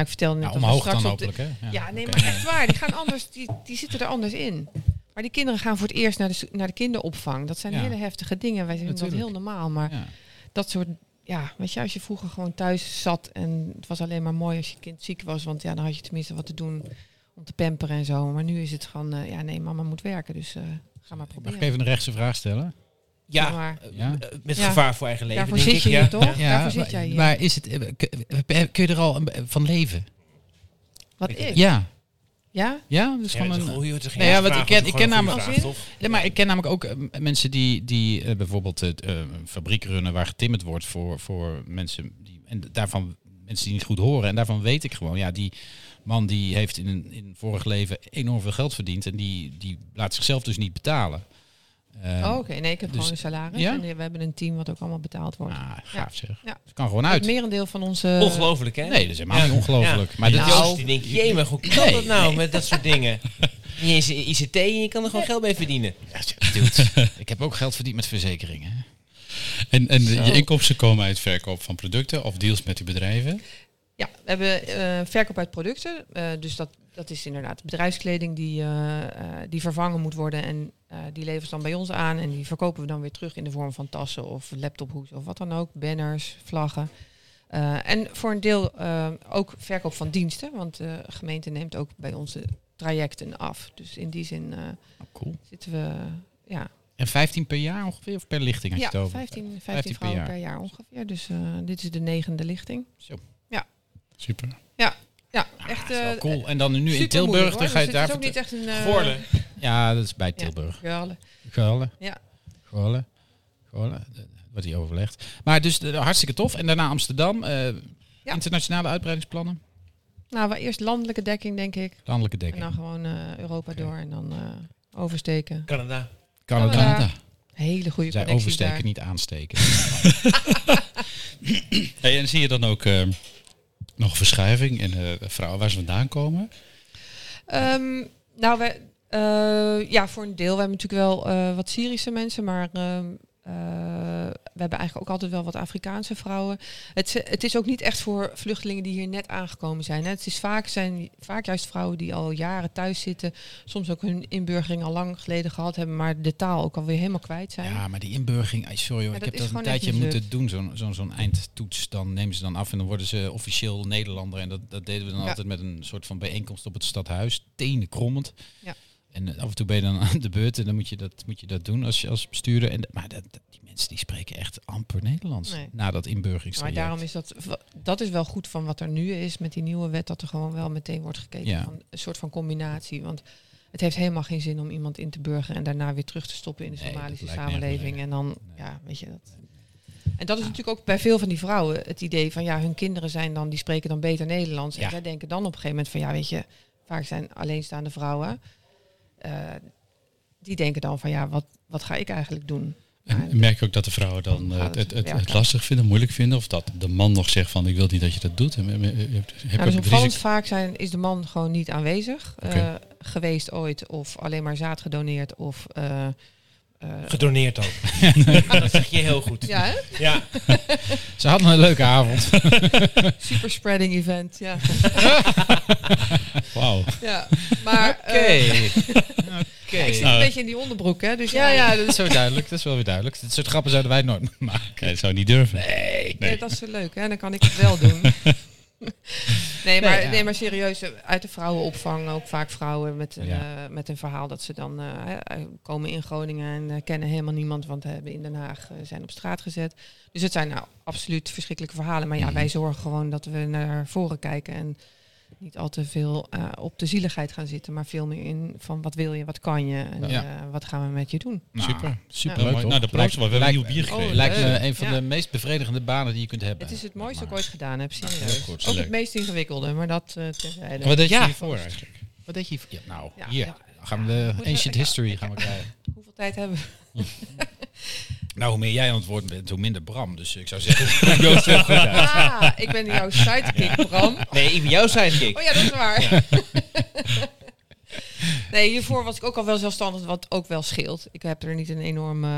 Speaker 4: ik vertelde net
Speaker 2: Nou,
Speaker 4: dat we
Speaker 2: omhoog
Speaker 4: straks
Speaker 2: dan
Speaker 4: op de-
Speaker 2: hopelijk, hè?
Speaker 4: Ja, nee,
Speaker 2: oké.
Speaker 4: maar echt waar. Die, gaan anders, die, die zitten er anders in. Maar die kinderen gaan voor het eerst naar de, s- naar de kinderopvang. Dat zijn
Speaker 2: Ja.
Speaker 4: hele heftige dingen. Wij vinden dat
Speaker 2: Natuurlijk.
Speaker 4: heel normaal. Maar
Speaker 2: Ja.
Speaker 4: dat soort, ja, weet je, als je vroeger gewoon thuis zat en het was alleen maar mooi als je kind ziek was, want ja, dan had je tenminste wat te doen om te pamperen en zo. Maar nu is het gewoon, eh, ja, nee, mama moet werken, dus eh, ga maar
Speaker 2: Mag
Speaker 4: proberen.
Speaker 2: ik even een rechtse vraag stellen?
Speaker 4: Doe
Speaker 1: Ja,
Speaker 4: maar.
Speaker 2: Ja.
Speaker 1: eh, met
Speaker 4: Ja.
Speaker 1: gevaar voor eigen leven.
Speaker 4: Daarvoor
Speaker 1: denk
Speaker 4: zit
Speaker 1: ik,
Speaker 4: je
Speaker 1: ja.
Speaker 4: hier toch?
Speaker 2: Ja,
Speaker 4: Daarvoor
Speaker 2: maar-
Speaker 4: zit jij hier.
Speaker 2: Maar is het, eh, kun- kun je er al een- van leven?
Speaker 4: Wat ik? Ja?
Speaker 2: Ja. Ja, dat is
Speaker 1: Ja,
Speaker 2: gewoon
Speaker 1: dat
Speaker 2: een...
Speaker 1: is een goeie, het is geen
Speaker 2: Nee, ja,
Speaker 1: vraag,
Speaker 2: want ik
Speaker 1: het
Speaker 2: ken-
Speaker 1: is
Speaker 2: ik
Speaker 1: gewoon
Speaker 2: ken
Speaker 1: een
Speaker 4: namelijk-
Speaker 1: goede vraag, toch?
Speaker 2: Ja, maar ik ken namelijk ook eh, m- mensen die, die eh, bijvoorbeeld eh, t- eh, een fabriek runnen waar getimmerd wordt voor, voor mensen die, en d- daarvan mensen die niet goed horen. En daarvan weet ik gewoon, ja, die man die heeft in een in een vorig leven enorm veel geld verdiend en die, die laat zichzelf dus niet betalen. Eh,
Speaker 4: Oh, Oké, nee, ik heb
Speaker 2: dus-
Speaker 4: gewoon een salaris
Speaker 2: Ja?
Speaker 4: en eh, we hebben een team wat ook allemaal betaald wordt.
Speaker 2: ah, gaaf zeg.
Speaker 4: Ja.
Speaker 2: Dat kan gewoon
Speaker 4: Het
Speaker 2: uit.
Speaker 4: merendeel van onze...
Speaker 1: Ongelooflijk, hè?
Speaker 2: Nee, dat is helemaal niet ongelooflijk.
Speaker 1: Maar
Speaker 2: Maar
Speaker 1: dat
Speaker 2: dat is
Speaker 4: Eh, Nou.
Speaker 1: Joost, die denkt, jee, maar hoe kan dat nou met dat soort dingen? Niet eens ICT en je kan er gewoon geld mee verdienen.
Speaker 2: Dude, ik heb ook geld verdiend met verzekeringen. hè.
Speaker 3: En, en je inkomsten komen uit verkoop van producten of deals met die bedrijven.
Speaker 4: Ja, we hebben eh, verkoop uit producten. Eh, dus dat, dat is inderdaad bedrijfskleding die, eh, eh, die vervangen moet worden. En eh, die leveren ze dan bij ons aan. En die verkopen we dan weer terug in de vorm van tassen of laptophoes of wat dan ook. Banners, vlaggen. Eh, en voor een deel eh, ook verkoop van diensten. Want de gemeente neemt ook bij ons de trajecten af. Dus in die zin eh,
Speaker 2: Oh, cool.
Speaker 4: zitten we... Ja,
Speaker 2: En 15 per jaar ongeveer, of per lichting had je
Speaker 4: ja
Speaker 2: het
Speaker 4: 15,
Speaker 2: over?
Speaker 4: 15,
Speaker 2: 15 per
Speaker 4: vrouwen
Speaker 2: jaar.
Speaker 4: per jaar ongeveer. Dus eh, dit is de negende lichting.
Speaker 3: Super.
Speaker 4: Ja,
Speaker 2: Ah,
Speaker 4: echt...
Speaker 2: dat Ah, is wel
Speaker 4: eh,
Speaker 2: cool. En dan nu in
Speaker 4: supermoeilijk,
Speaker 2: Tilburg,
Speaker 4: hoor.
Speaker 2: dan ga je
Speaker 4: Dus
Speaker 2: daar...
Speaker 4: Het is ook
Speaker 2: vertel-
Speaker 4: niet echt een... eh,
Speaker 1: Goorlen.
Speaker 2: Ja, dat is bij
Speaker 4: Ja.
Speaker 2: Tilburg.
Speaker 4: Girlen.
Speaker 2: Goorlen.
Speaker 4: Ja.
Speaker 2: Goorlen. Goorlen. Eh, Wordt hier overlegd. Maar dus eh, hartstikke tof. En daarna Amsterdam. eh, Internationale uitbreidingsplannen.
Speaker 4: Nou, wel eerst landelijke dekking, denk ik.
Speaker 2: Landelijke
Speaker 4: En
Speaker 2: dekking.
Speaker 4: dan gewoon eh, Europa
Speaker 2: Oké.
Speaker 4: door en dan eh, oversteken.
Speaker 1: Canada.
Speaker 2: Canada.
Speaker 4: Canada.
Speaker 3: Canada.
Speaker 4: Hele goede
Speaker 2: Zij
Speaker 4: connecties
Speaker 2: oversteken,
Speaker 4: daar.
Speaker 2: niet aansteken.
Speaker 3: Hey, en zie je dan ook ehm, nog verschuiving in eh, vrouwen waar ze vandaan komen?
Speaker 4: Ehm, nou, we, eh, ja, voor een deel. We hebben natuurlijk wel eh, wat Syrische mensen, maar ehm, eh, we hebben eigenlijk ook altijd wel wat Afrikaanse vrouwen. Het, ze- het is ook niet echt voor vluchtelingen die hier net aangekomen zijn. Hè. Het is vaak, zijn vaak juist vrouwen die al jaren thuis zitten, soms ook hun inburgering al lang geleden gehad hebben, maar de taal ook alweer helemaal kwijt zijn.
Speaker 2: Ja, maar die inburgering, ay, sorry hoor,
Speaker 4: Maar
Speaker 2: ik heb
Speaker 4: dat is
Speaker 2: dat een
Speaker 4: gewoon echt
Speaker 2: tijdje
Speaker 4: niet
Speaker 2: moeten doen, zo'n zo'n zo'n eindtoets. Dan nemen ze dan af en dan worden ze officieel Nederlander. En dat, dat deden we dan
Speaker 4: Ja.
Speaker 2: altijd met een soort van bijeenkomst op het stadhuis, tenen krommend.
Speaker 4: Ja.
Speaker 2: En eh, af en toe ben je dan aan de beurt en dan moet je dat, moet je dat doen als, je, als bestuurder. En, dat- maar dat, dat- die mensen die spreken echt amper Nederlands
Speaker 4: Nee.
Speaker 2: na dat
Speaker 4: Maar
Speaker 2: inburgeringstraject.
Speaker 4: daarom is dat, w- dat is wel goed van wat er nu is met die nieuwe wet, dat er gewoon wel meteen wordt gekeken
Speaker 2: Ja.
Speaker 4: van een soort van combinatie. Want het heeft helemaal geen zin om iemand in te burgen en daarna weer terug te stoppen in de
Speaker 2: Nee, dat
Speaker 4: Somalische
Speaker 2: lijkt nergens
Speaker 4: samenleving.
Speaker 2: op.
Speaker 4: En dan, ja, weet je dat. En dat is natuurlijk ook bij veel van die vrouwen het idee van ja, hun kinderen zijn dan, die spreken dan beter Nederlands.
Speaker 2: Ja.
Speaker 4: En zij denken dan op een gegeven moment van ja, weet je, vaak zijn alleenstaande vrouwen. eh, die denken dan van ja, wat, wat ga ik eigenlijk doen? Maar-
Speaker 3: En merk je ook dat de vrouwen dan eh,
Speaker 4: Ja,
Speaker 3: het,
Speaker 4: dat is
Speaker 3: het, het,
Speaker 4: werken.
Speaker 3: lastig vinden, moeilijk vinden? Of dat de man nog zegt van ik wil niet dat je dat doet? En, eh, eh, eh, Heb, heb
Speaker 4: Nou, dus
Speaker 3: je ook het
Speaker 4: opvallend
Speaker 3: risico-
Speaker 4: vaak zijn, is de man gewoon niet aanwezig
Speaker 3: Oké.
Speaker 4: eh, geweest ooit. Of alleen maar zaad gedoneerd. Of eh, eh,
Speaker 1: Gedoneerd ook. dat zeg je heel goed.
Speaker 4: ja, hè?
Speaker 1: Ja.
Speaker 2: Ze hadden een leuke avond.
Speaker 4: super spreading event. Ja.
Speaker 3: Wauw.
Speaker 4: ja. Maar eh, ja, ik zit een
Speaker 3: Nou.
Speaker 4: beetje in die onderbroek, hè? Dus
Speaker 2: Ja,
Speaker 4: ja,
Speaker 2: ja, dat is zo duidelijk. Dat is wel weer duidelijk. Dit soort grappen zouden wij nooit maken.
Speaker 3: Nee, dat zou ik niet durven. Nee.
Speaker 4: Nee, dat is wel leuk, hè? Dan kan ik het wel doen. nee, maar,
Speaker 2: ja.
Speaker 4: nee, maar serieus, eh, uit de vrouwenopvang ook vaak vrouwen met een,
Speaker 2: Ja.
Speaker 4: eh, met een verhaal dat ze dan eh, eh, komen in Groningen en eh, kennen helemaal niemand, want hebben in Den Haag eh, zijn op straat gezet. Dus het zijn nou absoluut verschrikkelijke verhalen. Maar ja, wij zorgen gewoon dat we naar voren kijken en niet al te veel eh, op de zieligheid gaan zitten, maar veel meer in van wat wil je, wat kan je en
Speaker 2: Ja.
Speaker 4: eh, wat gaan we met je doen.
Speaker 3: Super.
Speaker 2: Super
Speaker 4: Ja.
Speaker 2: leuk,
Speaker 3: Nou,
Speaker 2: toch?
Speaker 3: nou, de proost, maar we hebben een nieuw bier gekregen.
Speaker 2: Lijkt me
Speaker 4: Leuk.
Speaker 2: een van
Speaker 4: Ja.
Speaker 2: de meest bevredigende banen die je kunt hebben.
Speaker 4: Het is het mooiste
Speaker 2: Maar-
Speaker 4: dat ik ooit gedaan heb,
Speaker 2: heel
Speaker 4: serieus.
Speaker 2: goed,
Speaker 4: Ook
Speaker 3: leuk.
Speaker 4: het meest ingewikkelde, maar dat eh terzijde.
Speaker 3: Wat deed je
Speaker 2: Ja.
Speaker 3: hiervoor eigenlijk?
Speaker 2: Wat deed je hiervoor? Ja, nou,
Speaker 4: Ja,
Speaker 2: hier.
Speaker 4: ja.
Speaker 2: Dan Gaan we de
Speaker 4: Moeten we-
Speaker 2: ancient
Speaker 4: ja.
Speaker 2: history gaan we krijgen.
Speaker 4: Hoeveel tijd hebben we?
Speaker 2: Nou, hoe meer jij aan het woord bent, hoe minder Bram. Dus ik zou zeggen...
Speaker 4: Ah, ik ben jouw sidekick, Bram.
Speaker 1: Nee, ik ben jouw sidekick.
Speaker 4: Oh ja, dat is waar. Nee, hiervoor was ik ook al wel zelfstandig, wat ook wel scheelt. Ik heb er niet een enorme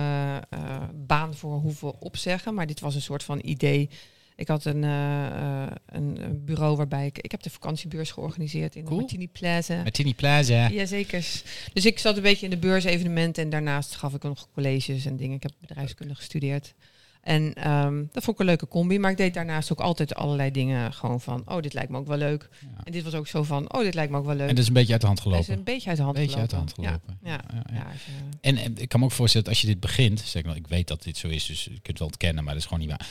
Speaker 4: eh, baan voor hoeven opzeggen, maar dit was een soort van idee. Ik had een, eh, eh, een een bureau waarbij ik... Ik heb de vakantiebeurs georganiseerd in
Speaker 2: Cool.
Speaker 4: de Martini Plaza.
Speaker 2: Met Tini Plaza.
Speaker 4: Jazeker. Dus ik zat een beetje in de beursevenementen en daarnaast gaf ik nog colleges en dingen. Ik heb bedrijfskunde gestudeerd. En ehm, dat vond ik een leuke combi. Maar ik deed daarnaast ook altijd allerlei dingen. Gewoon van, oh, dit lijkt me ook wel leuk.
Speaker 2: Ja.
Speaker 4: En dit was ook zo van, oh, dit lijkt me ook wel leuk.
Speaker 2: En dat is een beetje uit de hand
Speaker 4: Dat is
Speaker 2: gelopen.
Speaker 4: een beetje uit de
Speaker 2: Een
Speaker 4: hand
Speaker 2: beetje uit de hand
Speaker 4: gelopen.
Speaker 2: gelopen.
Speaker 4: Ja. Ja.
Speaker 2: ja.
Speaker 4: Ja, als je-
Speaker 2: En, en ik kan me ook voorstellen dat als je dit begint, zeg maar, ik weet dat dit zo is, dus je kunt het wel ontkennen, maar dat is gewoon niet waar.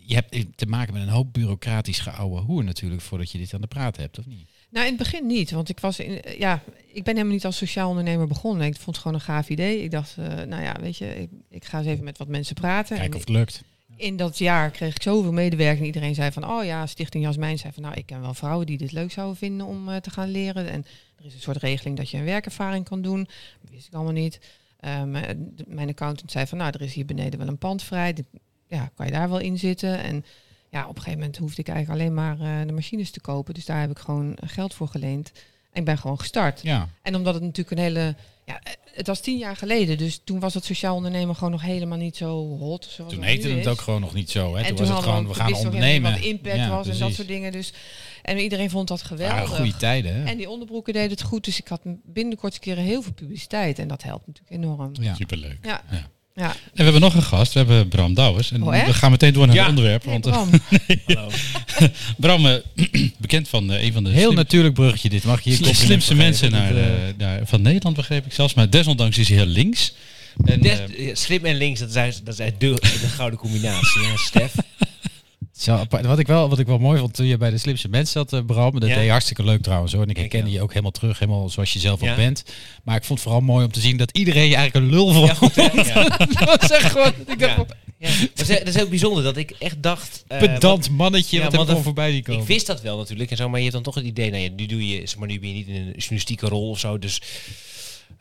Speaker 2: Je hebt te maken met een hoop bureaucratisch geouwe hoer natuurlijk voordat je dit aan de praat hebt, of niet?
Speaker 4: Nou, in het begin niet. Want ik was in, eh, ja, ik ben helemaal niet als sociaal ondernemer begonnen. Ik vond het gewoon een gaaf idee. Ik dacht, eh, nou ja, weet je, ik, ik ga eens even met wat mensen praten. En
Speaker 2: Kijken of het lukt.
Speaker 4: in dat jaar kreeg ik zoveel medewerking. Iedereen zei van, oh ja, Stichting Jasmijn zei van, nou, ik ken wel vrouwen die dit leuk zouden vinden om eh, te gaan leren. En er is een soort regeling dat je een werkervaring kan doen. Dat wist ik allemaal niet. Eh, mijn- de- mijn accountant zei van, nou, er is hier beneden wel een pand vrij. Dit- ja, kan je daar wel in zitten? En ja, op een gegeven moment hoefde ik eigenlijk alleen maar eh, de machines te kopen. Dus daar heb ik gewoon geld voor geleend. En ik ben gewoon gestart.
Speaker 2: Ja.
Speaker 4: En omdat het natuurlijk een hele... Ja, eh, het was tien jaar geleden, dus toen was het sociaal ondernemen gewoon nog helemaal niet zo hot. Zoals
Speaker 2: Toen
Speaker 4: nu
Speaker 2: heette het
Speaker 4: is
Speaker 2: ook gewoon nog niet zo. Hè? Toen, was het
Speaker 4: hadden
Speaker 2: gewoon, we
Speaker 4: ook-
Speaker 2: gaan
Speaker 4: wisten ook helemaal
Speaker 2: ondernemen.
Speaker 4: niet Wat impact
Speaker 2: Ja,
Speaker 4: was en dat
Speaker 2: precies.
Speaker 4: soort dingen. Dus, en iedereen vond dat
Speaker 2: Het waren
Speaker 4: geweldig.
Speaker 2: goede tijden, hè?
Speaker 4: En die onderbroeken deden het goed. Dus ik had binnen de kortste keren heel veel publiciteit. En dat helpt natuurlijk enorm.
Speaker 2: Ja.
Speaker 3: Superleuk.
Speaker 4: Ja.
Speaker 3: Ja.
Speaker 4: ja.
Speaker 3: En we hebben nog een gast. We hebben Bram Douwers. En
Speaker 4: Oh, echt?
Speaker 3: we gaan meteen door naar
Speaker 1: Ja.
Speaker 3: het onderwerp.
Speaker 4: Hey,
Speaker 3: Want eh,
Speaker 4: Bram.
Speaker 3: Bram, eh, bekend van eh, een van de
Speaker 2: Heel
Speaker 3: slim-
Speaker 2: natuurlijk bruggetje dit, mag je hier
Speaker 3: slim- slimste mensen naar, eh, naar- van Nederland, begreep ik zelfs. Maar desondanks is hij heel links. En,
Speaker 1: Des-
Speaker 3: eh,
Speaker 1: ja, slim en links, dat is, eigenlijk- dat is eigenlijk de, de gouden combinatie. Ja, Stef.
Speaker 2: eh, Zo, apart. wat, ik wel, wat ik wel mooi vond toen je bij de slimste mensen zat, eh, Bram. Dat
Speaker 1: Ja.
Speaker 2: deed je hartstikke leuk trouwens hoor. En ik
Speaker 1: Kijk,
Speaker 2: herkende
Speaker 1: ja.
Speaker 2: je ook helemaal terug, helemaal zoals je zelf
Speaker 1: Ja.
Speaker 2: ook bent. Maar ik vond het vooral mooi om te zien dat iedereen je eigenlijk een lul vond.
Speaker 1: Ja, goed, hè? Ja.
Speaker 2: dat was echt gewoon, ik dacht,
Speaker 1: Ja. Ja. Dat, is, dat is ook bijzonder dat ik echt dacht. eh, want
Speaker 2: pedant mannetje,
Speaker 1: ja,
Speaker 2: wat
Speaker 1: want
Speaker 2: er gewoon
Speaker 1: dat-
Speaker 2: voorbij die komen.
Speaker 1: ik wist dat wel natuurlijk en zo, maar je hebt dan toch het idee, nou ja, nu doe je, zeg maar nu ben je niet in een journalistieke rol of zo, dus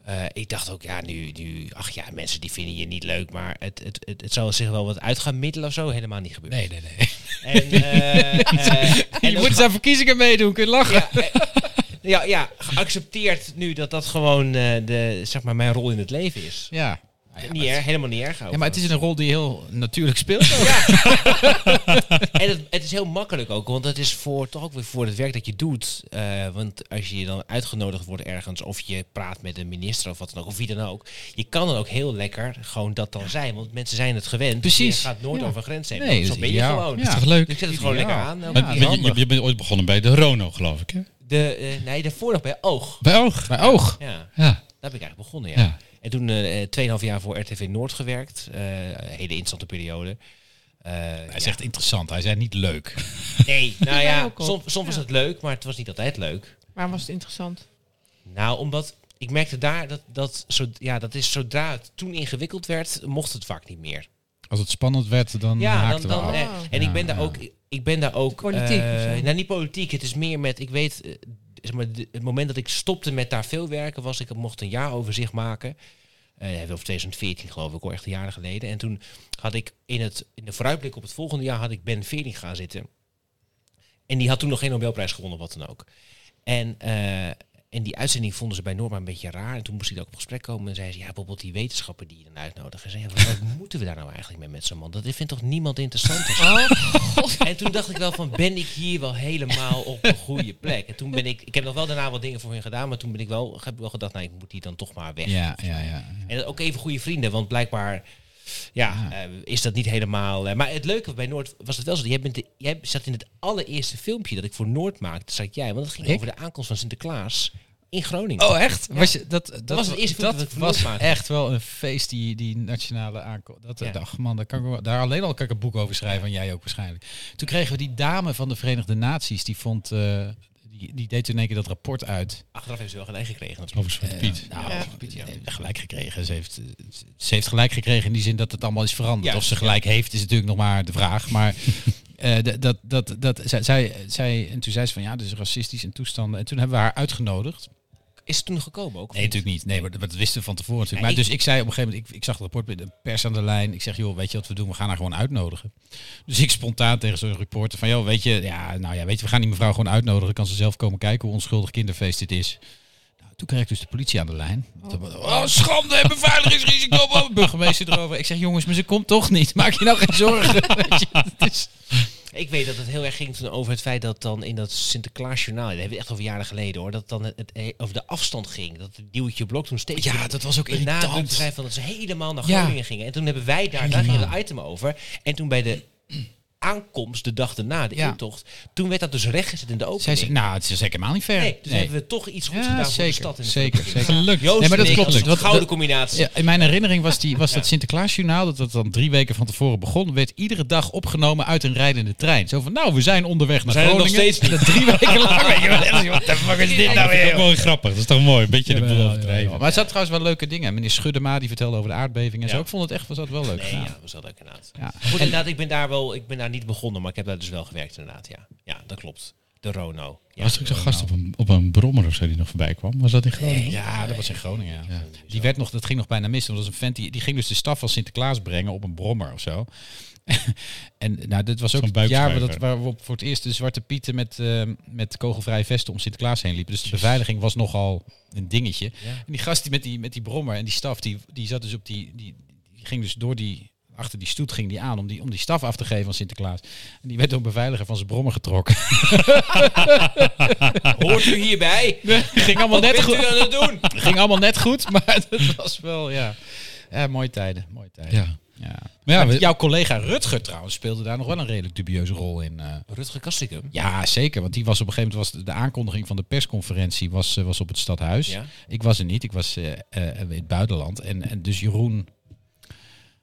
Speaker 1: eh, ik dacht ook, ja, nu, nu, ach ja, mensen die vinden je niet leuk, maar het, het, het, het zal zich wel wat uit gaan middelen of zo, helemaal niet gebeuren.
Speaker 2: Nee, nee, nee.
Speaker 1: En, eh, eh, en
Speaker 2: je
Speaker 1: ook
Speaker 2: moet eens aan verkiezingen meedoen, kun je lachen.
Speaker 1: ja, eh, ja, ja, geaccepteerd nu dat dat gewoon eh, de, zeg maar mijn rol in het leven is.
Speaker 2: Ja. Nou ja,
Speaker 1: niet
Speaker 2: maar-
Speaker 1: erg, helemaal niet erg.
Speaker 2: ja, maar het
Speaker 1: overigens.
Speaker 2: is een rol die heel natuurlijk speelt. ook.
Speaker 1: En het, het is heel makkelijk ook, want het is voor, toch ook weer voor het werk dat je doet. Eh, want als je dan uitgenodigd wordt ergens, of je praat met een minister of wat dan ook, of wie dan ook. Je kan dan ook heel lekker gewoon dat dan zijn, want mensen zijn het gewend. Dus
Speaker 2: Precies.
Speaker 1: Je gaat nooit
Speaker 2: Ja.
Speaker 1: over grenzen heen.
Speaker 2: Nee,
Speaker 1: want
Speaker 2: dat
Speaker 1: zo
Speaker 2: is
Speaker 1: ben je
Speaker 2: ideaal.
Speaker 1: gewoon.
Speaker 2: Ja.
Speaker 3: is toch leuk?
Speaker 1: Dus ik zet het gewoon
Speaker 2: Ideaal.
Speaker 1: lekker aan. elke
Speaker 2: Maar-
Speaker 1: dag.
Speaker 3: Want je- je,
Speaker 2: handig.
Speaker 3: je bent ooit begonnen bij de Rono, geloof ik. Hè?
Speaker 1: de, eh, nee, daarvoor nog bij Oog.
Speaker 3: Bij Oog.
Speaker 2: Bij oog.
Speaker 1: Ja,
Speaker 3: Ja.
Speaker 1: daar ben ik eigenlijk begonnen, ja.
Speaker 3: ja.
Speaker 1: En toen eh, eh, 2,5 jaar voor RTV Noord gewerkt. Eh, hele interessante periode. Eh,
Speaker 2: Hij zegt interessant, hij zei niet leuk.
Speaker 1: nee, nou
Speaker 4: Ja,
Speaker 1: ja,
Speaker 4: ook al.
Speaker 1: soms, soms was
Speaker 4: Ja.
Speaker 1: het leuk, maar het was niet altijd leuk.
Speaker 4: Waarom was het interessant?
Speaker 1: Nou, omdat ik merkte daar dat, dat, zo, ja, dat is zodra het toen ingewikkeld werd, mocht het vaak niet meer.
Speaker 2: Als het spannend werd, dan
Speaker 1: ja,
Speaker 2: haakten
Speaker 1: dan,
Speaker 2: we
Speaker 1: dan,
Speaker 2: af.
Speaker 1: eh,
Speaker 4: Oh.
Speaker 1: en
Speaker 2: Ja,
Speaker 1: ik ben daar
Speaker 2: ja.
Speaker 1: ook, ik ben daar ook.
Speaker 4: Politiek
Speaker 1: eh,
Speaker 4: of zo?
Speaker 1: nou, niet politiek. Het is meer met, ik weet, eh, zeg maar, de- het moment dat ik stopte met daar veel werken was, ik mocht een jaaroverzicht maken. Eh over 2014 geloof ik, hoor, echt jaren geleden. En toen had ik in, het, in de vooruitblik op het volgende jaar had ik Ben Vering gaan zitten. En die had toen nog geen Nobelprijs gewonnen, wat dan ook. En eh, En die uitzending vonden ze bij Norma een beetje raar. En toen moest ik ook op gesprek komen. En zei ze, ja, bijvoorbeeld die wetenschappen die je dan uitnodigen. En zei, ja, wat moeten we daar nou eigenlijk mee met zo'n man? Dat vindt toch niemand interessant? En toen dacht ik wel van, ben ik hier wel helemaal op een goede plek? En toen ben ik, ik heb nog wel daarna wat dingen voor hun gedaan. Maar toen ben ik wel, heb ik wel gedacht, nou, ik moet die dan toch maar weg.
Speaker 2: Ja, ja, ja.
Speaker 1: En ook even goede vrienden, want blijkbaar ja, eh, is dat niet helemaal. eh, maar het leuke bij Noord was het wel zo. Jij, bent de- jij zat in het allereerste filmpje dat ik voor Noord maakte, zat jij. Want dat ging
Speaker 2: Ik?
Speaker 1: over de aankomst van Sinterklaas in Groningen.
Speaker 2: Oh, echt? Was je, dat, dat,
Speaker 1: was het eerste filmpje dat ik van
Speaker 2: was
Speaker 1: Noord maakte.
Speaker 2: echt wel een feest, die, die nationale aankomst. Dat
Speaker 1: Ja.
Speaker 2: dag, man, daar, kan ik wel, daar alleen al kan ik een boek over schrijven. En jij ook waarschijnlijk. Toen kregen we die dame van de Verenigde Naties. Die vond... eh, die, die deed toen in één keer dat rapport uit.
Speaker 1: Achteraf heeft ze wel gelijk gekregen. natuurlijk.
Speaker 3: Overigens van Piet.
Speaker 2: Nou,
Speaker 4: Ja.
Speaker 2: Piet, ja, gelijk gekregen. Ze heeft, ze heeft gelijk gekregen in die zin dat het allemaal is veranderd.
Speaker 1: Ja.
Speaker 2: of ze gelijk heeft, is natuurlijk nog maar de vraag. Maar eh, d- dat, dat, dat, zij, zij, zij, en toen zei ze van ja, dus racistisch en toestanden. En toen hebben we haar uitgenodigd.
Speaker 1: Is het toen gekomen ook?
Speaker 2: Nee, natuurlijk niet. Nee, maar dat, dat wisten we van tevoren natuurlijk.
Speaker 1: Ja,
Speaker 2: maar
Speaker 1: ik-
Speaker 2: dus ik zei op een gegeven moment, ik, ik zag het rapport met de pers aan de lijn. Ik zeg, joh, weet je wat we doen? We gaan haar gewoon uitnodigen. Dus ik spontaan tegen zo'n reporter van, joh, weet je, ja, nou ja, weet je, we gaan die mevrouw gewoon uitnodigen. Kan ze zelf komen kijken hoe onschuldig kinderfeest dit is. Nou, toen kreeg ik dus de politie aan de lijn. Toen- Oh, schande en beveiligingsrisico. Oh, burgemeester erover. Ik zeg, jongens, maar ze komt toch niet. Maak je nou geen zorgen. Weet je, het is-
Speaker 1: Ik weet dat het heel erg ging toen over het feit dat dan in dat Sinterklaasjournaal, dat hebben we echt over jaren geleden hoor, dat dan het, het eh, over de afstand ging. Dat het duwtje blok toen steeds.
Speaker 2: Ja,
Speaker 1: meer
Speaker 2: dat was ook
Speaker 1: benadrukt
Speaker 2: irritant.
Speaker 1: zijn van dat ze helemaal naar
Speaker 2: Ja.
Speaker 1: Groningen gingen. En toen hebben wij daar, daar ging het item over. En toen bij de aankomst, de dag daarna, de
Speaker 2: Ja.
Speaker 1: intocht, toen werd dat dus rechtgezet in de opening.
Speaker 2: Zij zei, nou, het is zeker helemaal niet ver.
Speaker 1: nee, dus
Speaker 2: Nee.
Speaker 1: hebben we toch iets goeds
Speaker 2: Ja,
Speaker 1: gedaan voor de
Speaker 2: zeker,
Speaker 1: stad. In de
Speaker 2: zeker,
Speaker 1: Groningen.
Speaker 2: zeker.
Speaker 3: Gelukt.
Speaker 1: Joost
Speaker 2: Nee, maar dat
Speaker 1: en ik,
Speaker 2: klopt.
Speaker 1: een
Speaker 2: Dat-
Speaker 1: gouden
Speaker 2: dat-
Speaker 1: combinatie.
Speaker 2: Ja, in mijn herinnering was, die, was dat Sinterklaasjournaal, dat dat dan drie weken van tevoren begon, werd iedere dag opgenomen uit een rijdende trein. Zo van, nou, we zijn onderweg naar
Speaker 1: zijn er nog
Speaker 2: Groningen.
Speaker 1: steeds niet.
Speaker 2: Dat drie weken lang. Weet je wel, What the fuck is dit nou
Speaker 3: Dat is
Speaker 2: weer?
Speaker 3: ook wel grappig. Dat is toch mooi. Een beetje de boel
Speaker 2: Jawel,
Speaker 3: overdrijven.
Speaker 2: jawel. Maar het zat trouwens wel leuke dingen. Meneer Schuddema die vertelde over de aardbeving en
Speaker 1: Ja.
Speaker 2: zo. Ik vond het echt was dat wel leuk.
Speaker 1: Nee,
Speaker 2: gedaan.
Speaker 1: ja, was dat ook inderdaad.
Speaker 2: Ja.
Speaker 1: Goed, inderdaad, ik ben daar wel, ik ben daar niet begonnen, maar ik heb daar dus wel gewerkt inderdaad. Ja, ja dat klopt. De Rono. Ja.
Speaker 3: was er ook zo'n gast op een, op een brommer of zo die nog voorbij kwam? Was dat in Groningen?
Speaker 2: Ja, dat was in Groningen. Ja. Die werd nog, dat ging nog bijna mis. Want dat was een vent die, die ging dus de staf van Sinterklaas brengen op een brommer of zo. en nou, dit was ook
Speaker 3: Zo'n
Speaker 2: het jaar waar, dat,
Speaker 3: buikschuiver.
Speaker 2: waar we op voor het eerst de zwarte pieten met, eh, met kogelvrije vesten om Sinterklaas heen liepen. Dus de beveiliging was nogal een dingetje. En die gast die met, die met die brommer en die staf, die, die zat dus op die, die, die ging dus door die achter die stoet ging die aan om die, om die staf af te geven aan Sinterklaas. En die werd door een beveiliger van zijn brommer getrokken.
Speaker 1: Hoort u hierbij?
Speaker 2: ging allemaal
Speaker 1: Wat
Speaker 2: net
Speaker 1: bent
Speaker 2: goed.
Speaker 1: u aan het doen?
Speaker 2: Het ging allemaal net goed, maar het was wel, ja. ja mooie tijden, mooie tijden.
Speaker 3: Ja.
Speaker 2: Ja.
Speaker 3: Maar ja,
Speaker 2: Maar
Speaker 3: we-
Speaker 2: jouw collega Rutger trouwens speelde daar nog wel een redelijk dubieuze rol in. eh.
Speaker 1: Rutger Kastikum.
Speaker 2: Ja, zeker. Want die was op een gegeven moment was de aankondiging van de persconferentie was, eh, was op het stadhuis.
Speaker 1: Ja.
Speaker 2: Ik was er niet. Ik was eh, eh, in het buitenland. En, en dus Jeroen.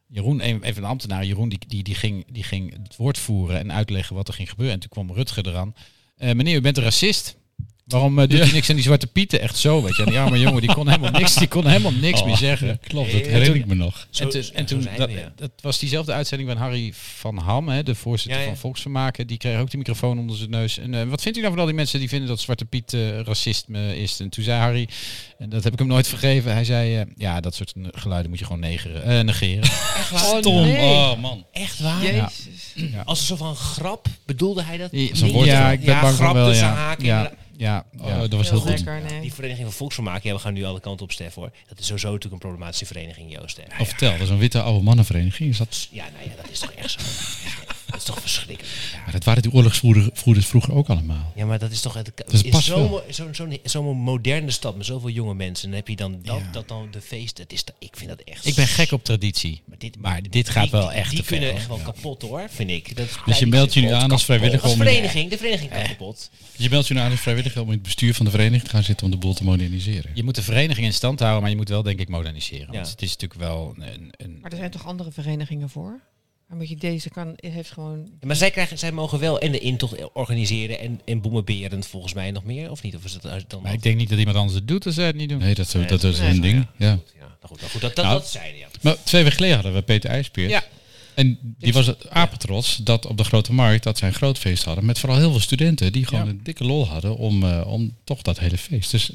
Speaker 2: Jeroen, een een van de ambtenaren, Jeroen, die, die, die, ging, die ging het woord voeren en uitleggen wat er ging gebeuren. En toen kwam Rutger eraan. Eh, meneer, u bent een racist. Waarom eh, doet u niks aan die zwarte pieten? Echt zo, weet je. En die arme jongen, die kon helemaal niks, die kon helemaal niks meer zeggen.
Speaker 3: Klopt, dat herinner ik me nog.
Speaker 1: Zo-
Speaker 2: en toen, en
Speaker 1: zo
Speaker 2: toen
Speaker 1: zijn we,
Speaker 2: dat,
Speaker 1: ja.
Speaker 2: dat was diezelfde uitzending van Harry van Ham, hè, de voorzitter
Speaker 1: Ja, ja.
Speaker 2: van Volksvermaken. Die kreeg ook die microfoon onder zijn neus. En eh, wat vindt u nou van al die mensen die vinden dat Zwarte Piet eh, racisme is? En toen zei Harry, en dat heb ik hem nooit vergeven, hij zei, eh, ja, dat soort ne- geluiden moet je gewoon negeren, eh, negeren.
Speaker 3: Stom.
Speaker 4: nee.
Speaker 3: Oh, man.
Speaker 1: Echt waar?
Speaker 4: Jezus.
Speaker 1: Als een soort van grap bedoelde hij dat?
Speaker 2: Ja,
Speaker 3: Zo'n woord
Speaker 2: ja,
Speaker 3: ervan.
Speaker 2: ik ben
Speaker 1: Ja,
Speaker 2: bang van
Speaker 1: grap
Speaker 2: wel,
Speaker 1: tussen
Speaker 2: ja.
Speaker 1: haken,
Speaker 2: Ja,
Speaker 1: inderdaad.
Speaker 2: ja,
Speaker 3: Oh,
Speaker 2: ja.
Speaker 3: dat was heel goed.
Speaker 4: Lekker, nee.
Speaker 1: Die vereniging van Volksvermaken, ja, we gaan nu alle kanten op Stef hoor. Dat is sowieso natuurlijk een problematische vereniging, Joost. Hè?
Speaker 3: Of vertel, dat is een witte oude mannenvereniging. Is dat,
Speaker 1: Ja, nou ja, dat is toch echt zo. Ja, dat is toch verschrikkelijk.
Speaker 3: ja, dat waren die oorlogsvoerders vroeger ook allemaal.
Speaker 1: Ja, maar dat is toch... Het,
Speaker 3: is
Speaker 1: in
Speaker 3: pas
Speaker 1: zo'n
Speaker 3: wel.
Speaker 1: zo'n- zo'n- zo'n moderne stad met zoveel jonge mensen, dan heb je dan dat, dat dan de feest. Dat is, ik vind dat echt...
Speaker 2: Ik ben gek op traditie. Maar dit, gaat
Speaker 1: die-
Speaker 2: wel
Speaker 1: die-
Speaker 2: echt
Speaker 1: Die
Speaker 2: te ver,
Speaker 1: kunnen
Speaker 2: hoor.
Speaker 1: echt wel kapot hoor, vind ik. Dat
Speaker 3: Dus je meldt je nu aan als vrijwilliger
Speaker 1: Als
Speaker 2: eh,
Speaker 3: om in,
Speaker 1: vereniging, de vereniging kan kapot.
Speaker 3: je meldt je nu aan als vrijwilliger om in het bestuur van de vereniging te gaan zitten om de boel te moderniseren.
Speaker 2: Je moet de vereniging in stand houden, maar je moet wel denk ik moderniseren.
Speaker 1: Ja.
Speaker 2: Want het is natuurlijk wel een, een,
Speaker 4: Maar er zijn toch andere verenigingen voor? Maar moet je deze kan, heeft gewoon...
Speaker 1: Ja, maar zij, krijgen, zij mogen wel en de intocht organiseren en, en boemenberend volgens mij nog meer, of niet? Of is dat nou dan
Speaker 2: Maar ik denk niet dat iemand anders het doet als zij het niet doen.
Speaker 3: Nee, dat, zo-
Speaker 1: Nee,
Speaker 3: dat, is
Speaker 4: nee,
Speaker 3: hun ding. Ja.
Speaker 1: Ja, nou goed, nou goed, dat, dat,
Speaker 3: Nou,
Speaker 1: dat zeiden ja.
Speaker 3: Maar twee weken geleden hadden we Peter IJspeert.
Speaker 2: Ja.
Speaker 3: En die was het apetrots dat op de Grote Markt dat zij een groot feest hadden. Met vooral heel veel studenten die gewoon
Speaker 2: Ja.
Speaker 3: een dikke lol hadden om, eh, om toch dat hele feest. Dus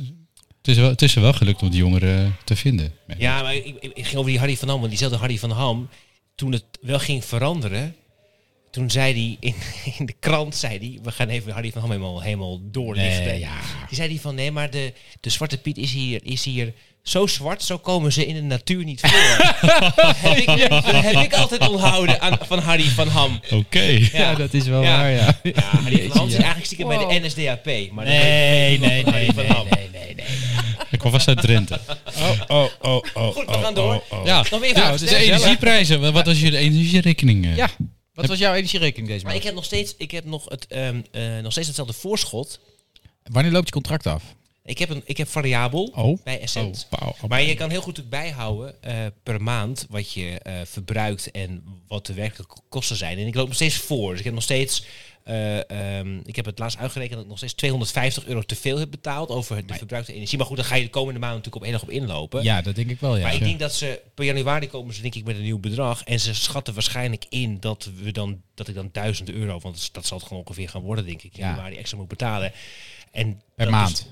Speaker 3: het is, wel, het is er wel gelukt om die jongeren te vinden.
Speaker 1: Ja, maar ik, ik, ik ging over die Harry van Ham, want diezelfde Harry van Ham, toen het wel ging veranderen, Toen zei hij in, in de krant, zei hij, we gaan even Harry van Ham helemaal, helemaal doorlichten.
Speaker 2: Nee, ja.
Speaker 1: Die zei hij van, nee, maar de, de Zwarte Piet is hier, is hier zo zwart, zo komen ze in de natuur niet voor. heb, ik, dat heb ik altijd onthouden aan, van Harry van Ham.
Speaker 3: Oké.
Speaker 2: Ja, dat is wel
Speaker 1: Ja.
Speaker 2: waar, ja.
Speaker 1: Ja, Harry van Ham is
Speaker 2: ja.
Speaker 1: eigenlijk stiekem bij
Speaker 4: Wow.
Speaker 1: de NSDAP. Maar dat weet-
Speaker 2: Nee, nee, nee,
Speaker 1: Harry
Speaker 2: nee,
Speaker 1: van Ham.
Speaker 2: nee, nee, nee.
Speaker 3: Ik kwam vast uit Drenthe.
Speaker 2: Oh, oh, oh, oh.
Speaker 1: Goed, we gaan door.
Speaker 2: Ja, Nou,
Speaker 1: Nog meer vragen
Speaker 2: het is
Speaker 3: De
Speaker 1: stellen?
Speaker 2: gezellig.
Speaker 3: energieprijzen. wa- Wat was je energierekening? eh?
Speaker 2: ja. Wat was jouw energierekening deze
Speaker 1: Maar ik
Speaker 2: maand?
Speaker 1: heb nog steeds, ik heb nog, het, ehm, eh, nog steeds hetzelfde voorschot.
Speaker 2: Wanneer loopt je contract af?
Speaker 1: Ik heb, een, ik heb variabel
Speaker 3: Oh.
Speaker 1: bij
Speaker 3: Oh,
Speaker 1: Essent.
Speaker 3: wauw.
Speaker 1: Maar je kan heel goed ook bijhouden eh, per maand wat je eh, verbruikt en wat de werkelijke kosten zijn. En ik loop nog steeds voor. Dus ik heb nog steeds, eh, ehm, ik heb het laatst uitgerekend dat ik nog steeds 250 euro te veel heb betaald over de verbruikte energie. Maar goed, dan ga je de komende maand natuurlijk op één dag op inlopen.
Speaker 2: Ja, dat denk ik wel, ja.
Speaker 1: Maar ik denk dat ze per januari komen ze denk ik met een nieuw bedrag. En ze schatten waarschijnlijk in dat we dan dat ik dan 1000 euro, want dat zal het gewoon ongeveer gaan worden, denk ik, in
Speaker 2: Ja.
Speaker 1: januari extra moet betalen. En
Speaker 2: Per
Speaker 1: dat dus-
Speaker 2: maand,
Speaker 1: is-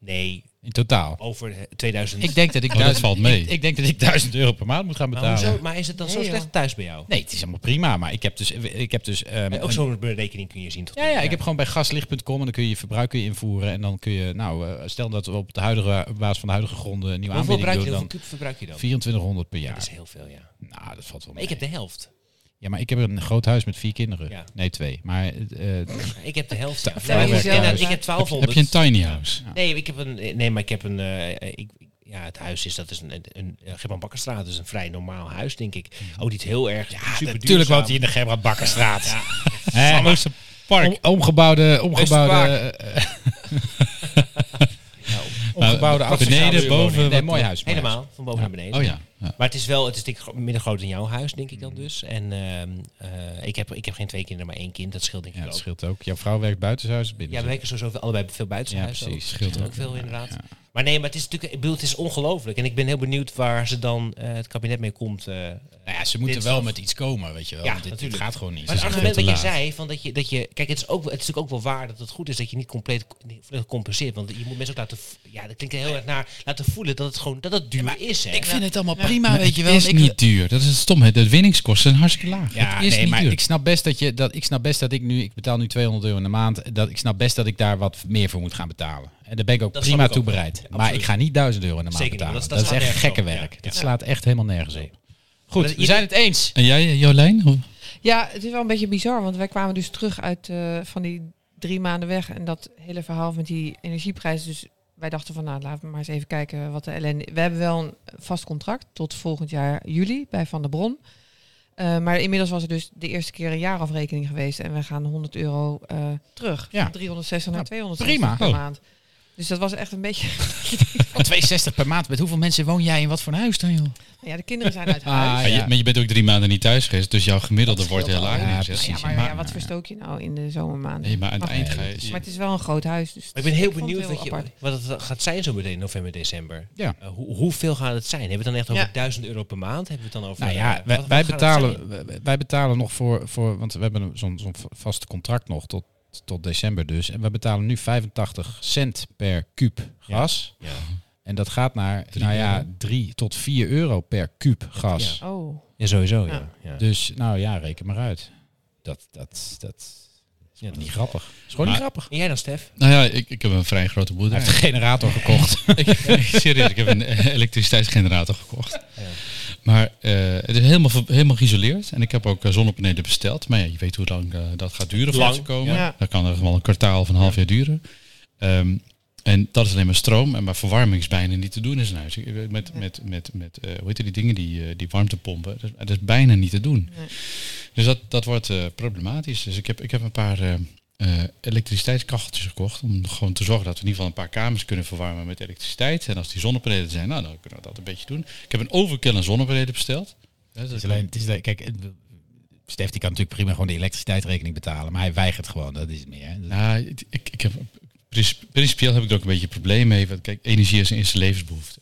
Speaker 1: nee,
Speaker 2: in totaal.
Speaker 1: over eh, 2000.
Speaker 2: Ik denk dat ik
Speaker 3: dat
Speaker 2: duizend-
Speaker 3: valt mee.
Speaker 2: Ik, ik denk dat ik duizend euro per maand moet gaan
Speaker 1: maar,
Speaker 2: betalen.
Speaker 1: hoezo, maar is het dan zo
Speaker 4: Nee,
Speaker 1: slecht
Speaker 4: joh.
Speaker 1: thuis bij jou?
Speaker 2: Nee, het is helemaal prima, maar ik heb dus... Ik heb dus ehm,
Speaker 1: Eh, ook
Speaker 2: een-
Speaker 1: zo'n berekening kun je zien. Tot
Speaker 2: Ja, ja, ik heb gewoon bij gaslicht.com en dan kun je je verbruik kun je invoeren. En dan kun je, nou, eh, stel dat we op de huidige op basis van de huidige gronden een nieuwe
Speaker 1: hoeveel
Speaker 2: aanbieding
Speaker 1: verbruik je
Speaker 2: doen,
Speaker 1: dan?
Speaker 2: dan
Speaker 1: Hoeveel verbruik je dan?
Speaker 2: 2400 per
Speaker 1: Dat is
Speaker 2: jaar.
Speaker 1: heel veel, ja.
Speaker 2: Nou, dat valt
Speaker 1: Maar
Speaker 2: wel mee.
Speaker 1: ik heb de helft.
Speaker 2: Ja, maar ik heb een groot huis met vier kinderen.
Speaker 1: Ja.
Speaker 2: Nee, twee. Maar eh, eh,
Speaker 1: Ik heb de helft. ja.
Speaker 2: Tel je
Speaker 1: En dan-
Speaker 4: zelf uit.
Speaker 1: ik heb
Speaker 3: Heb,
Speaker 1: 1200.
Speaker 3: heb je een tiny house?
Speaker 1: Nee, ik heb een. Nee, maar ik heb een. eh, ik, ja, het huis is dat is een, een, een eh, Gerbrand Bakkerstraat is een vrij normaal huis, denk ik. Ook niet heel erg. Hmm. Ja, super
Speaker 2: natuurlijk woont hij
Speaker 1: duurzaam.
Speaker 2: in de Gerbrand Bakkerstraat. Ja.
Speaker 3: Mooiste park.
Speaker 2: omgebouwde, omgebouwde, eh, omgebouwde
Speaker 1: Nou,
Speaker 2: auto's.
Speaker 3: beneden, boven,
Speaker 2: Nee,
Speaker 3: wat-
Speaker 2: mooi huis. mooi
Speaker 1: Helemaal van boven naar beneden.
Speaker 3: Oh ja.
Speaker 2: Nou,
Speaker 3: ja.
Speaker 1: Maar het is wel, het is denk ik gro- minder groot dan jouw huis, denk ik
Speaker 2: Mm.
Speaker 1: dan dus. En ehm, eh, ik, heb, ik heb geen twee kinderen, maar één kind. Dat scheelt denk ik
Speaker 2: huis. Ja,
Speaker 1: wel
Speaker 2: dat
Speaker 1: ook.
Speaker 2: scheelt ook. Jouw vrouw werkt buitenshuis. Binnen.
Speaker 1: Ja, we werken sowieso veel- allebei veel buiten
Speaker 2: Ja,
Speaker 1: huis.
Speaker 2: precies.
Speaker 1: ook.
Speaker 2: Scheelt
Speaker 1: ook
Speaker 2: ook.
Speaker 1: veel inderdaad. Maar nee, maar het is natuurlijk, ik bedoel, het is ongelooflijk. En ik ben heel benieuwd waar ze dan eh, het kabinet mee komt. eh.
Speaker 2: nou ja, ze moeten
Speaker 1: Dit
Speaker 2: wel
Speaker 1: zelf.
Speaker 2: met iets komen, weet je wel.
Speaker 1: Ja,
Speaker 2: want dit, dit
Speaker 1: natuurlijk.
Speaker 2: gaat gewoon niet.
Speaker 1: Maar het
Speaker 2: Ze
Speaker 1: argument dat
Speaker 2: zijn
Speaker 1: je
Speaker 2: veel te
Speaker 1: zei, van dat je, dat je, kijk, het is, ook, wel- het is natuurlijk ook wel waar dat het goed is dat je niet compleet niet volledig compenseert. Want je moet mensen ook laten, v- ja, dat klinkt heel erg naar, laten voelen dat het gewoon, dat het duur is. Hè.
Speaker 2: laat. Ik vind het allemaal prima,
Speaker 3: Maar
Speaker 2: weet je wel.
Speaker 3: Het is
Speaker 2: Ik-
Speaker 3: niet duur. Dat is het stom. De winningskosten zijn hartstikke laag.
Speaker 2: Ja,
Speaker 3: het is
Speaker 2: nee,
Speaker 3: niet
Speaker 2: maar
Speaker 3: duur.
Speaker 2: ik snap best dat je dat ik snap best dat ik nu ik betaal nu 200 euro in de maand. Dat ik snap best dat ik daar wat meer voor moet gaan betalen. En daar ben ik ook
Speaker 1: Dat
Speaker 2: prima
Speaker 1: snap ik
Speaker 2: toe
Speaker 1: ook.
Speaker 2: bereid.
Speaker 1: Ja,
Speaker 2: maar
Speaker 1: absoluut.
Speaker 2: ik ga niet 1000 euro in de maand
Speaker 1: Zeker niet,
Speaker 2: betalen.
Speaker 1: want
Speaker 2: Dat,
Speaker 1: dat- dat
Speaker 2: is echt
Speaker 1: slaat nergens
Speaker 2: gekke
Speaker 1: op.
Speaker 2: werk.
Speaker 1: Ja,
Speaker 2: Dat
Speaker 1: ja.
Speaker 2: slaat echt helemaal nergens op. Goed,
Speaker 1: Maar
Speaker 2: we
Speaker 1: je-
Speaker 2: zijn het eens.
Speaker 3: En jij, eh, Jolijn? Hoe-
Speaker 4: Ja, het is wel een beetje bizar, want wij kwamen dus terug uit eh, van die drie maanden weg. En dat hele verhaal met die energieprijzen. Dus wij dachten van, nou, laten we maar eens even kijken wat de ellende... We hebben wel een vast contract tot volgend jaar juli bij Van der Bron. Eh, maar inmiddels was het dus de eerste keer een jaarafrekening geweest. En we gaan 100 euro eh, terug.
Speaker 2: Ja.
Speaker 4: Van 360 naar
Speaker 2: Nou,
Speaker 4: 260
Speaker 2: prima.
Speaker 4: per
Speaker 2: Oh.
Speaker 4: maand. Dus dat was echt een beetje...
Speaker 2: 260 per maand. Met hoeveel mensen woon jij in wat voor een huis dan, joh?
Speaker 4: ja, de kinderen zijn uit huis.
Speaker 2: Ah,
Speaker 3: Maar,
Speaker 2: ja.
Speaker 3: je, maar je bent ook drie maanden niet thuis geweest, dus jouw gemiddelde
Speaker 2: Dat
Speaker 3: wordt heel
Speaker 2: scheelt
Speaker 3: laag.
Speaker 2: al. Ja,
Speaker 3: neergezet.
Speaker 2: precies.
Speaker 4: ja, maar
Speaker 2: maar-
Speaker 4: ja, wat verstook je nou in de zomermaanden?
Speaker 3: Nee, maar aan het
Speaker 4: Maar
Speaker 3: eind
Speaker 2: goed,
Speaker 3: ga je...
Speaker 2: het is-
Speaker 4: Maar het is wel een groot huis. Dus
Speaker 1: Maar ik ben heel
Speaker 4: vond het
Speaker 1: benieuwd
Speaker 4: heel
Speaker 1: wat, je,
Speaker 4: apart.
Speaker 1: wat het gaat zijn zo meteen in november, december.
Speaker 2: Ja.
Speaker 1: Eh, hoe, hoeveel gaat het zijn? Hebben we het dan echt over
Speaker 4: Ja.
Speaker 1: 1000 euro per maand? Hebben we het dan over...
Speaker 2: Nou
Speaker 1: eh,
Speaker 2: ja,
Speaker 1: wat-
Speaker 2: wij,
Speaker 1: wat
Speaker 2: wij
Speaker 1: gaat het zijn?
Speaker 2: betalen, wij- wij betalen nog voor, voor, want we hebben een- zo'n zo'n v- vast contract nog tot, tot december dus. En we betalen nu 85 cent per kuub gas.
Speaker 1: Ja.
Speaker 2: En dat gaat naar,
Speaker 3: Drie
Speaker 2: nou ja,
Speaker 3: euro.
Speaker 2: 3 tot 4 euro per kuub gas.
Speaker 4: Oh.
Speaker 1: Ja, sowieso, ja.
Speaker 4: Ja.
Speaker 1: ja.
Speaker 2: Dus nou ja, reken maar uit. Dat, dat, dat is
Speaker 1: Ja, dat-
Speaker 2: niet grappig. is gewoon
Speaker 3: Maar-
Speaker 2: niet grappig.
Speaker 1: En jij dan, Stef?
Speaker 3: Nou ja, ik, ik heb een vrij grote
Speaker 2: Hij
Speaker 3: boerderij.
Speaker 2: heeft een generator gekocht.
Speaker 3: ik, serieus, ik heb een eh, elektriciteitsgenerator gekocht. Maar eh, het is helemaal, ver- helemaal geïsoleerd. En ik heb ook eh, zonnepanelen besteld. Maar ja, je weet hoe lang eh, dat gaat duren
Speaker 1: Lang,
Speaker 3: voor ze komen.
Speaker 4: ja.
Speaker 3: Dat kan er wel een kwartaal of een half jaar duren. Ehm, en dat is alleen maar stroom. En maar verwarming is bijna niet te doen in zijn huis. Ik- Met, met, met, met, eh, hoe heet die dingen, die, eh, die warmtepompen. Dat is, dat is bijna niet te doen.
Speaker 4: Nee.
Speaker 3: Dus dat, dat wordt eh, problematisch. Dus ik heb, ik heb een paar eh, eh, elektriciteitskacheltjes gekocht. Om gewoon te zorgen dat we in ieder geval een paar kamers kunnen verwarmen met elektriciteit. En als die zonnepanelen er zijn, nou, dan kunnen we dat een beetje doen. Ik heb een overkill aan zonnepanelen besteld. Ja, dat
Speaker 2: Het is alleen, het is, kijk, eh, Stef die kan natuurlijk prima gewoon de elektriciteitsrekening betalen. Maar hij weigert gewoon, dat is het meer. hè. Dat-
Speaker 3: Nou, ik- ik, ik heb, princi- principieel heb ik er ook een beetje een probleem mee. Want kijk, energie is een eerste levensbehoefte.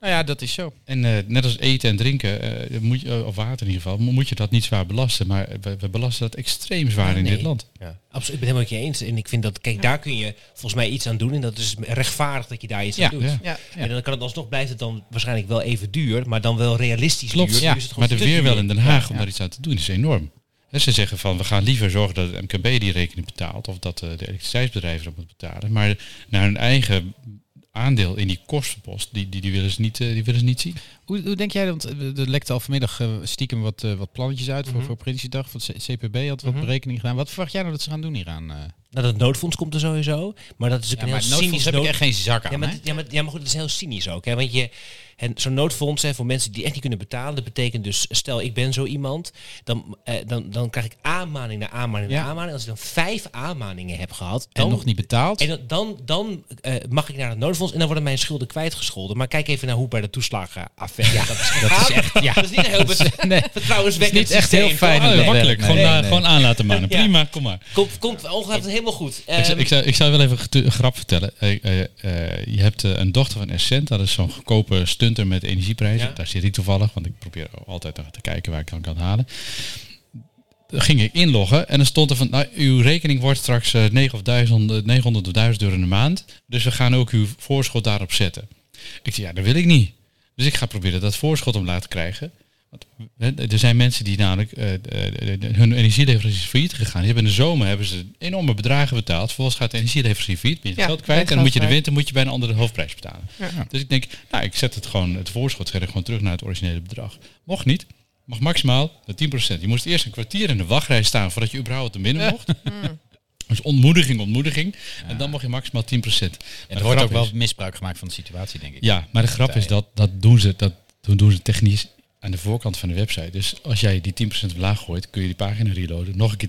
Speaker 2: Nou ja, dat is zo.
Speaker 3: En eh, net als eten en drinken, eh, moet je, eh, of water in ieder geval, mo- moet je dat niet zwaar belasten. Maar we, we belasten dat extreem zwaar in
Speaker 1: Nee.
Speaker 3: dit land.
Speaker 1: Ja, absoluut. Ik ben helemaal met je eens. En ik vind dat, kijk, daar kun je volgens mij iets aan doen. En dat is rechtvaardig dat je daar iets
Speaker 2: Ja,
Speaker 1: aan doet.
Speaker 3: ja.
Speaker 4: Ja.
Speaker 1: En dan kan het alsnog blijft het dan waarschijnlijk wel even duur, maar dan wel realistisch
Speaker 3: Klopt,
Speaker 1: duur.
Speaker 2: ja.
Speaker 1: Nu is het gewoon
Speaker 3: Maar de
Speaker 1: te duur.
Speaker 3: weerwel in Den Haag om
Speaker 2: ja.
Speaker 3: daar iets aan te doen is enorm. Hè, ze zeggen van we gaan liever zorgen dat het MKB die rekening betaalt of dat eh, de elektriciteitsbedrijven dat moeten betalen. Maar naar hun eigen aandeel in die kostenpost, die, die, die, willen, ze niet, eh, die willen ze niet zien.
Speaker 2: Hoe, hoe denk jij, want eh, er lekte al vanmiddag eh, stiekem wat, eh, wat plannetjes uit voor,
Speaker 1: Mhm.
Speaker 2: voor Prinsjesdag. Van C- CPB had wat
Speaker 1: Mhm.
Speaker 2: berekening gedaan. Wat verwacht jij nou dat ze gaan doen hieraan? eh?
Speaker 1: Nou, dat noodfonds komt er sowieso. Maar dat is
Speaker 2: Ja,
Speaker 1: natuurlijk een
Speaker 2: maar
Speaker 1: heel
Speaker 2: noodfonds
Speaker 1: cynisch
Speaker 2: heb ik
Speaker 1: nood-
Speaker 2: echt geen zak aan.
Speaker 1: Ja,
Speaker 2: hè?
Speaker 1: maar, ja, maar, ja, maar goed, dat is heel cynisch ook. Hè? Want je, en zo'n noodfonds hè, voor mensen die echt niet kunnen betalen, dat betekent dus, stel ik ben zo iemand, dan, eh, dan, dan krijg ik aanmaning na aanmaning
Speaker 2: Ja.
Speaker 1: na aanmaning. Als ik dan vijf aanmaningen heb gehad,
Speaker 2: En
Speaker 1: dan,
Speaker 2: nog niet betaald.
Speaker 1: en dan, dan, dan, eh, mag ik naar het noodfonds en dan worden mijn schulden kwijtgescholden. Maar kijk even naar hoe bij de toeslagenaffaire dat is gegaan. Dat is echt,
Speaker 2: ja.
Speaker 1: Dat is niet een heel bet-
Speaker 2: nee.
Speaker 1: vertrouwenswekkend
Speaker 2: Dat is niet echt
Speaker 1: systeem,
Speaker 2: heel fijn.
Speaker 1: toch? Oh,
Speaker 2: Nee,
Speaker 3: Ah,
Speaker 2: nee,
Speaker 3: makkelijk,
Speaker 2: nee,
Speaker 3: gewoon,
Speaker 2: nee,
Speaker 3: eh,
Speaker 2: nee.
Speaker 3: gewoon aan laten manen.
Speaker 1: Ja.
Speaker 3: Prima, kom maar.
Speaker 1: Komt, komt ongetwijfeld oh, helemaal goed.
Speaker 3: Ik, zou-
Speaker 1: Ehm,
Speaker 3: ik, zou, ik zou wel even getu- een grap vertellen. Eh, eh, eh, je hebt eh, een dochter van Essent, dat is zo'n goedkope stunter met energieprijzen.
Speaker 1: Ja.
Speaker 3: Daar zit ik toevallig, want ik probeer altijd naar te kijken waar ik dan kan halen. Dan ging ik inloggen en dan stond er van, nou, uw rekening wordt straks eh, 9 of 1000, eh, 900 of 1000 euro in de maand. Dus we gaan ook uw voorschot daarop zetten. Ik zei, ja, dat wil ik niet. Dus ik ga proberen dat voorschot omlaag te krijgen. Want, hè, er zijn mensen die namelijk eh, eh, eh, hun energieleverancier is failliet gegaan. Die hebben in de zomer hebben ze enorme bedragen betaald. Vervolgens gaat de energieleverancier failliet, ben je het
Speaker 4: Ja,
Speaker 3: geld
Speaker 4: ben je
Speaker 3: kwijt. En dan moet je de
Speaker 4: geld
Speaker 3: winter moet je bij een andere hoofdprijs betalen.
Speaker 4: Ja.
Speaker 3: Dus ik denk, nou, ik zet het gewoon het voorschot zet ik gewoon terug naar het originele bedrag. Mocht niet. Mag maximaal naar 10%. Je moest eerst een kwartier in de wachtrij staan voordat je überhaupt er binnen mocht.
Speaker 4: Mm.
Speaker 3: Dus ontmoediging, ontmoediging. En dan mag je maximaal 10%.
Speaker 2: En
Speaker 3: Maar de
Speaker 2: er wordt
Speaker 3: grap
Speaker 2: ook wel
Speaker 3: is-
Speaker 2: misbruik gemaakt van de situatie, denk ik.
Speaker 3: ja, maar de grap is dat dat doen ze, dat doen, doen ze technisch aan de voorkant van de website. Dus als jij die 10% omlaag gooit, kun je die pagina reloaden, nog een keer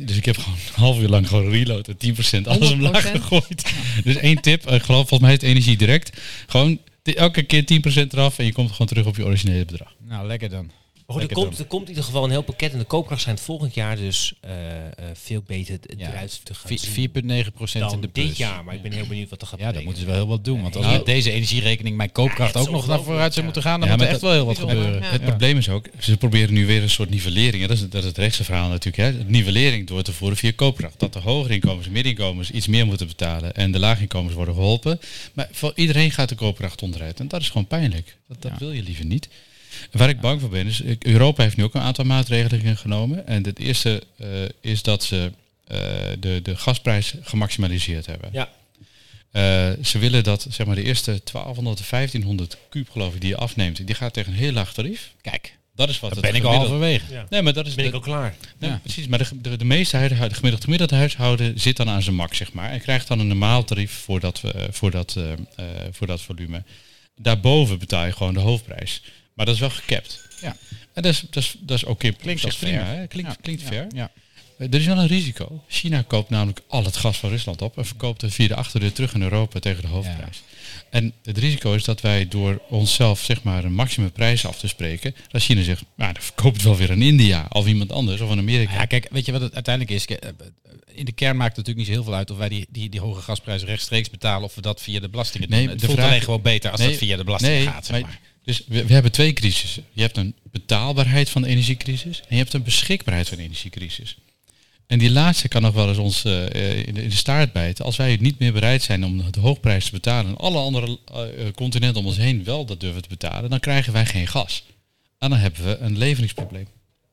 Speaker 3: 10%. Dus ik heb gewoon een half uur lang gewoon reload en 10% alles omlaag
Speaker 4: 100%.
Speaker 3: gegooid. Dus één tip, eh, ik geloof volgens mij is het energie direct. Gewoon t- elke keer 10% eraf en je komt gewoon terug op je originele bedrag.
Speaker 2: Nou, lekker dan.
Speaker 1: Maar goed, er
Speaker 2: Lekker
Speaker 1: komt, er komt in ieder geval een heel pakket en de koopkracht schijnt volgend jaar dus eh, eh, veel beter t-
Speaker 2: Ja.
Speaker 1: eruit te gaan zien
Speaker 2: 4,9 procent in
Speaker 1: dan
Speaker 2: de plus.
Speaker 1: Nou, dit jaar. Maar ik ben heel benieuwd wat er gaat
Speaker 2: Ja, dan
Speaker 1: betekenen.
Speaker 2: moeten ze wel heel wat doen. Want als
Speaker 3: Nou,
Speaker 2: met deze energierekening mijn
Speaker 1: ja,
Speaker 2: koopkracht
Speaker 1: het is
Speaker 2: ook nog naar vooruit
Speaker 1: ongelooflijk,
Speaker 2: zou moeten gaan, dan
Speaker 3: Ja,
Speaker 2: moet er
Speaker 3: maar
Speaker 2: echt wel heel wat
Speaker 4: dat-
Speaker 2: gebeuren.
Speaker 4: Ja.
Speaker 3: Het probleem is ook, ze proberen nu weer een soort nivellering. hè. Dat is, dat is het rechtse verhaal natuurlijk. Hè. Nivellering door te voeren via koopkracht. Dat de hogere inkomens en middeninkomens iets meer moeten betalen. En de laaginkomens worden geholpen. Maar voor iedereen gaat de koopkracht onderuit. En dat is gewoon pijnlijk. Dat, dat
Speaker 2: Ja.
Speaker 3: wil je liever niet. Waar ik bang voor ben is, ik- Europa heeft nu ook een aantal maatregelen genomen. En het eerste eh, is dat ze eh, de, de gasprijs gemaximaliseerd hebben.
Speaker 1: Ja.
Speaker 3: Eh, ze willen dat zeg maar, de eerste 1200 of 1500 kuub geloof ik die je afneemt, die gaat tegen een heel laag tarief.
Speaker 2: Kijk,
Speaker 3: Dat is wat
Speaker 2: dan
Speaker 3: het
Speaker 2: ben ik al
Speaker 3: gemiddeld-
Speaker 2: halverwege.
Speaker 1: Ja.
Speaker 3: Nee, maar dat is
Speaker 1: ben ik
Speaker 3: dat-
Speaker 1: al klaar.
Speaker 3: nee,
Speaker 2: ja.
Speaker 3: precies. Maar de, de, de meeste huidige, gemiddeld, gemiddelde huishouden zit dan aan zijn max, zeg maar. En krijgt dan een normaal tarief voor dat, eh, voor, dat, eh, eh, voor dat volume. Daarboven betaal je gewoon de hoofdprijs. Maar dat is wel gekapt.
Speaker 2: Ja.
Speaker 3: En dat is, dat is, dat is oké.
Speaker 2: Klinkt
Speaker 3: Op
Speaker 2: als
Speaker 3: zich prima.
Speaker 2: fair.
Speaker 3: hè? Klinkt,
Speaker 2: Ja,
Speaker 3: klinkt
Speaker 2: ja,
Speaker 3: fair.
Speaker 2: Ja.
Speaker 3: Eh, Er is wel een risico. China koopt namelijk al het gas van Rusland op en verkoopt het via de achterdeur terug in Europa tegen de hoofdprijs. En het risico is dat wij door onszelf zeg maar een maximum prijs af te spreken, dat China zegt, nou dan verkoopt het wel weer aan India of iemand anders of aan Amerika.
Speaker 2: Ja, kijk, weet je wat het uiteindelijk is? Ke- eh, In de kern maakt het natuurlijk niet zo heel veel uit of wij die, die, die hoge gasprijs rechtstreeks betalen of we dat via de belastingen
Speaker 3: Nee,
Speaker 2: doen. Het
Speaker 3: de
Speaker 2: voelt
Speaker 3: vraag-
Speaker 2: alleen gewoon beter als
Speaker 3: Nee,
Speaker 2: dat via de belastingen
Speaker 3: nee,
Speaker 2: gaat, zeg maar.
Speaker 3: maar- Dus we, we hebben twee crisissen. Je hebt een betaalbaarheid van de energiecrisis en je hebt een beschikbaarheid van de energiecrisis. En die laatste kan nog wel eens ons eh, eh, in, de, in de staart bijten. Als wij niet meer bereid zijn om de hoogprijs te betalen en alle andere eh, eh, continenten om ons heen wel dat durven te betalen, dan krijgen wij geen gas. En dan hebben we een leveringsprobleem.